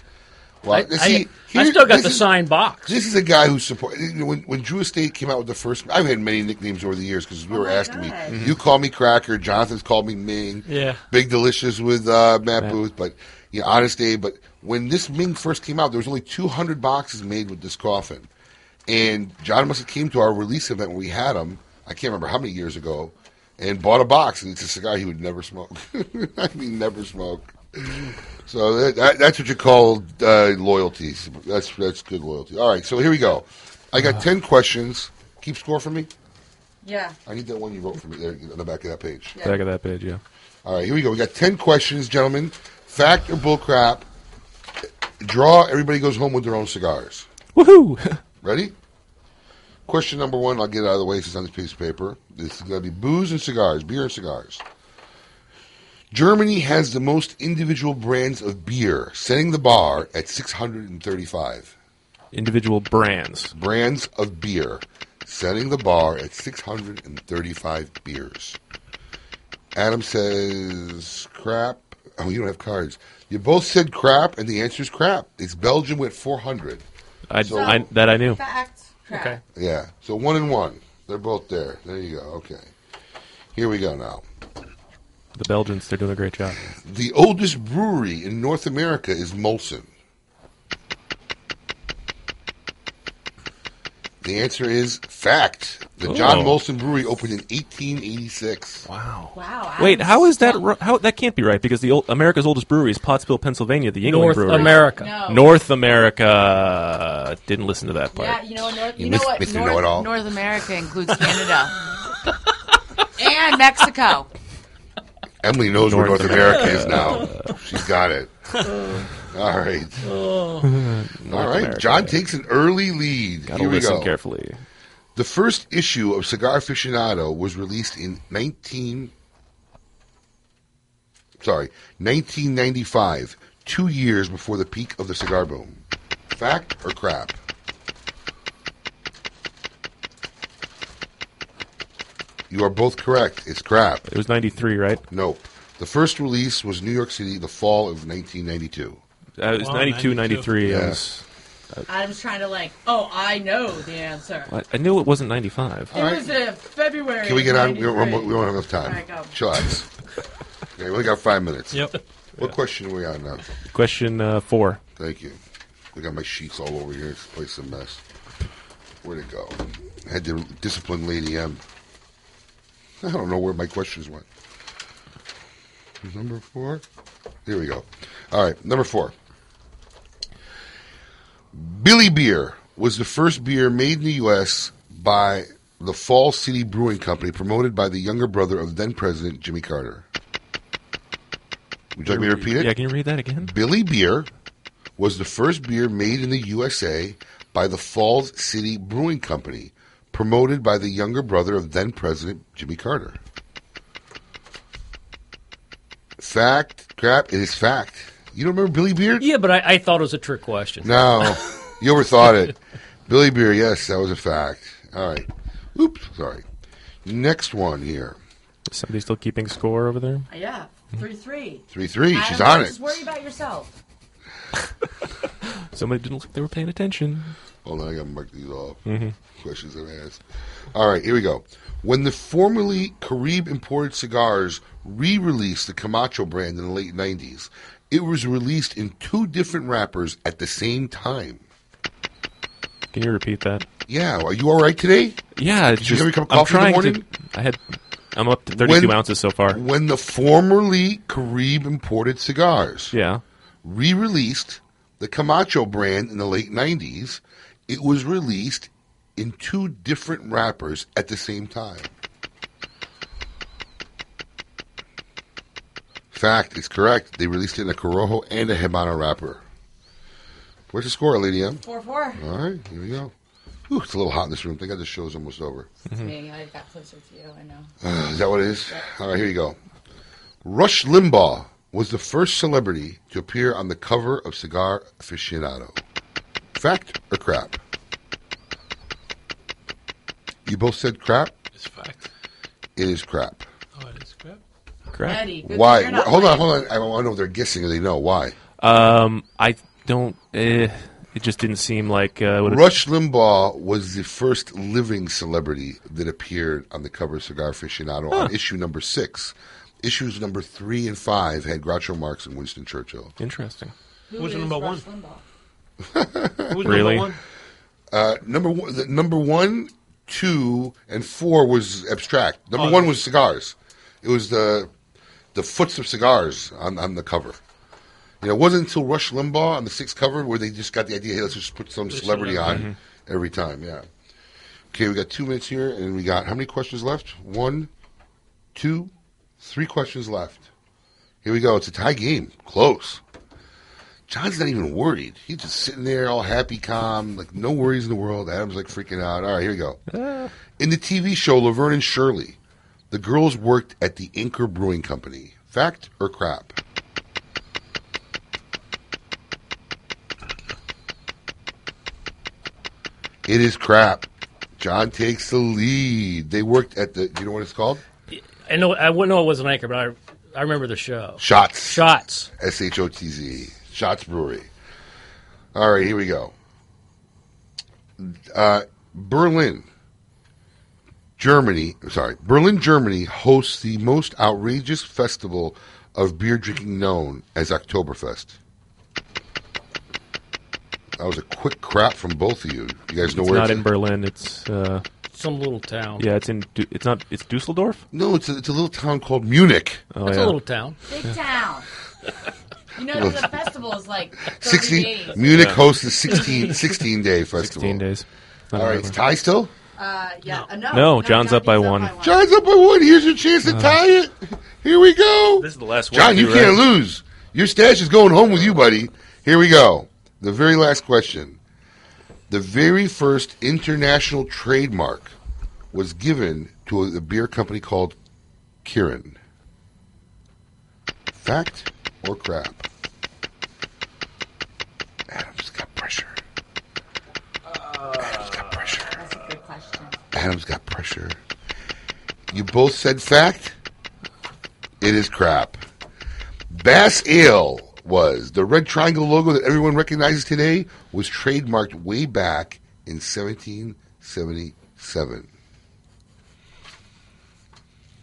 Well,
I- I-
see,
I
here-
still got
this
the
is-
signed box.
This is a guy who support you know, when when Drew Estate came out with the first. I've had many nicknames over the years because people were asking me.
Mhm.
You call me Cracker. Jonathan's called me Ming.
Yeah.
Big Delicious with uh, Matt
Matt.
Booth, but you know, Honest Abe. But when this Ming first came out, there was only 200 boxes made with this coffin, and John must have came to our release event when we had him. I can't remember how many years ago, and bought a box, and it's a cigar he would never smoke. I mean, never smoke. So that, that, that's what you call uh, loyalty. That's that's good loyalty. All right, so here we go. I got
Uh-huh.
ten questions. Keep score for me.
Yeah.
I need that one you wrote for me there on the back of that page.
Back of that page, yeah.
All right, here we go. We got ten questions, gentlemen. Fact or bullcrap? Draw. Everybody goes home with their own cigars.
Woohoo!
Ready? Question number one. I'll get it out of the way since it's on this piece of paper. This is going to be booze and cigars, beer and cigars. Germany has the most individual brands of beer, setting the bar at 635.
Individual brands.
Brands of beer, setting the bar at 635 beers. Adam says crap. Oh, you don't have cards. You both said crap, and the answer is crap. It's Belgium with 400.
I,
So-
I- that I knew.
Okay.
yeah. So one and one. They're both there. There you go. Okay. Here we go now.
The Belgians, they're doing a great job.
The oldest brewery in North America is Molson. The answer is fact. The John
Oh.
Molson Brewery opened in 1886.
Wow.
Wow.
Wait, how is that? ru- How that can't be right because the old, America's oldest brewery is Pottsville, Pennsylvania. The England
North
brewery.
America. No.
North America. Didn't listen to that part.
Yeah, you know, North,
You
you know
miss-
what?
miss you
North,
know-it-all.
North America includes Canada and Mexico.
Emily knows where
North
North America is
America.
now. She's got it. All right.
Oh.
All right.
America.
John takes an early lead.
Gotta
Here we
listen
go.
carefully.
The first issue of Cigar Aficionado was released in 19 sorry, 1995, 2 years before the peak of the cigar boom. Fact or crap? You are both correct. It's crap.
It was 93, right?
Nope. The first release was New York City the fall of 1992.
Uh, it was
Wow,
92, 93. I,
Yeah.
was-
I was trying to like, oh, I know the answer.
I- I knew it wasn't 95.
It was uh, February.
Can we get
of
on? We don't,
93.
we don't have enough time.
All right, go.
Shots. okay, we only got five minutes.
Yep.
What question are we on now?
Question uh, four.
Thank you. I got my sheets all over here. This place is a mess. Where'd it go? I had to discipline Lady M. I don't know where my questions went. Number four. Here we go. All right, number four. Billy Beer was the first beer made in the U.S. by the Fall City Brewing Company, promoted by the younger brother of then President Jimmy Carter. Would you like me to repeat it?
Yeah, can you read that again?
Billy Beer was the first beer made in the USA by the Falls City Brewing Company, promoted by the younger brother of then President Jimmy Carter. Fact, crap, it is fact. You don't remember Billy Beard?
Yeah, but I, I thought it was a trick question.
No, you overthought it. Billy Beer, yes, that was a fact. All right. Oops, sorry. Next one here.
Is somebody still keeping score over there?
Yeah, three three.
3 3.
Adam,
She's on it.
Just worry about yourself.
Somebody didn't look like they were paying attention.
Hold on, I gotta mark these off.
Mhm.
Questions I've asked. All right, here we go. When the formerly Carib imported cigars re released the Camacho brand in the late 90s, it was released in two different wrappers at the same time.
Can you repeat that?
Yeah, are you all right today?
Yeah, it's
Did you
just,
have a cup of
I'm
coffee in the
trying
morning?
to. I had. I'm up to 32
When-
ounces so far.
When the formerly Carib imported cigars
yeah.
re released the Camacho brand in the late 90s, it was released in two different wrappers at the same time. Fact is correct. They released it in a Corojo and a Habana wrapper. Where's the score, Lady M?
Four four.
All right, here we go. Whew, it's a little hot in this room. I think I just show's almost over.
Mm-hmm.
Me, I got closer to you. I know.
Uh, is that what it is? All right, here you go. Rush Limbaugh was the first celebrity to appear on the cover of Cigar Aficionado. Fact or crap? You both said crap. It's fact. It is crap.
Oh, it is crap.
Correct.
Eddie, good
why?
thing you're not
Hold on,
playing.
hold on. I want to know if they're guessing or they know why.
Um, I don't. Eh, it just didn't seem like uh, what it-
Rush Limbaugh was the first living celebrity that appeared on the cover of Cigar Aficionado on issue number six. Issues number three and five had Groucho Marx and Winston Churchill.
Interesting.
Who's number one? Who's
Really?
number one?
Uh, number one, the, number one, two, and four was abstract.
Oh,
Number one was cigars. It was the the foots of cigars on, on the cover. You know, it wasn't until Rush Limbaugh on the sixth cover where they just got the idea, hey, let's just put some
Put a
celebrity on
celebrity.
every time. Yeah. Okay, we got two minutes here, and we got how many questions left? One, two, three questions left. Here we go. It's a tie game. Close. John's not even worried. He's just sitting there all happy, calm, like no worries in the world. Adam's like freaking out. All right, here we go. In the TV show Laverne and Shirley, the girls worked at the Inker Brewing Company. Fact or crap? It is crap. John takes the lead. They worked at the. Do you know what it's called?
I know I wouldn't know it was an anchor, but I I remember the show.
Shots.
Shots.
S H O T Z. Shots Brewery. All right, here we go. Uh, Berlin, Germany. Sorry, Berlin, Germany hosts the most outrageous festival of beer drinking known as Oktoberfest. That was a quick crap from both of you. You guys know
it's
where
not
it's
in Berlin. It's uh,
Some little town.
Yeah, it's in. Du- It's not. It's Dusseldorf.
No, it's a, it's a little town called Munich.
Oh,
It's
yeah.
a little town.
Big town. You know,
Look.
the festival is like 30
16,
days.
Munich
Yeah.
hosts a 16, 16 day festival. 16
days.
All right, it's tie still?
Uh, yeah. No.
Oh, No, John's up by one.
John's up by one. Here's your chance to
Uh.
tie it. Here we go.
This is the last one,
John, you
too,
can't
right?
lose. Your stash is going home with you, buddy. Here we go. The very last question. The very first international trademark was given to a, a beer company called Kirin. Fact or crap? Adam's got pressure.
That's a good question.
Adam's got pressure. You both said fact. It is crap. Bass Ale was the red triangle logo that everyone recognizes today was trademarked way back in 1777.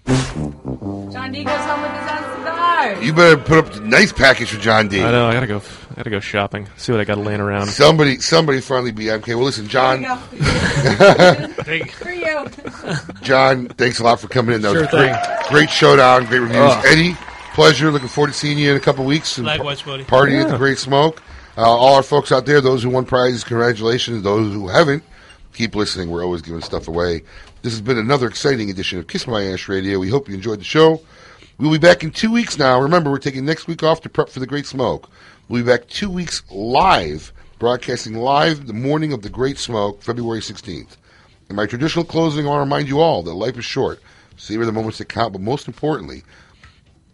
John D goes home with his own cigar.
You better put up a nice package for John D.
I know. I gotta go. I gotta go shopping. See what I got laying around.
Somebody, somebody finally BMK. Well, listen, John.
For you.
John, thanks a lot for coming in. That
Sure
was great, great showdown, great reviews. Eddie, pleasure. Looking forward to seeing you in a couple weeks. and
Likewise, buddy.
Party at the
Yeah.
Great Smoke. Uh, all our folks out there, those who won prizes, congratulations. Those who haven't, keep listening. We're always giving stuff away. This has been another exciting edition of Kiss My Ash Radio. We hope you enjoyed the show. We'll be back in two weeks now. Remember, we're taking next week off to prep for the Great Smoke. We'll be back two weeks live, broadcasting live the morning of the Great Smoke, February 16th. In my traditional closing, I want to remind you all that life is short. Savor the moments that count, but most importantly,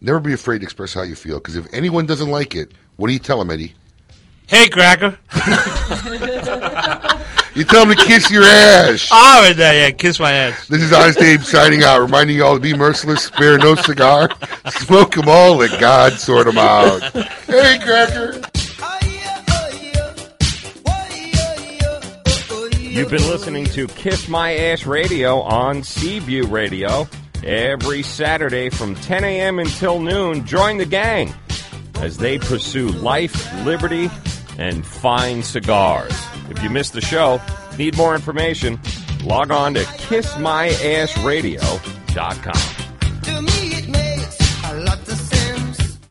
never be afraid to express how you feel. Because if anyone doesn't like it, what do you tell them, Eddie?
Hey, Cracker.
You tell them to kiss your ass.
All right, there, Oh, yeah, kiss my ass.
This is Honest Abe signing out, reminding you all to be merciless, spare no cigar, smoke them all, let God sort them out. Hey, Cracker.
You've been listening to Kiss My Ash Radio on Seaview Radio every Saturday from 10 a.m. until noon. Join the gang as they pursue life, liberty, and fine cigars. If you missed the show, need more information, log on to kissmyashradio.com.
To me,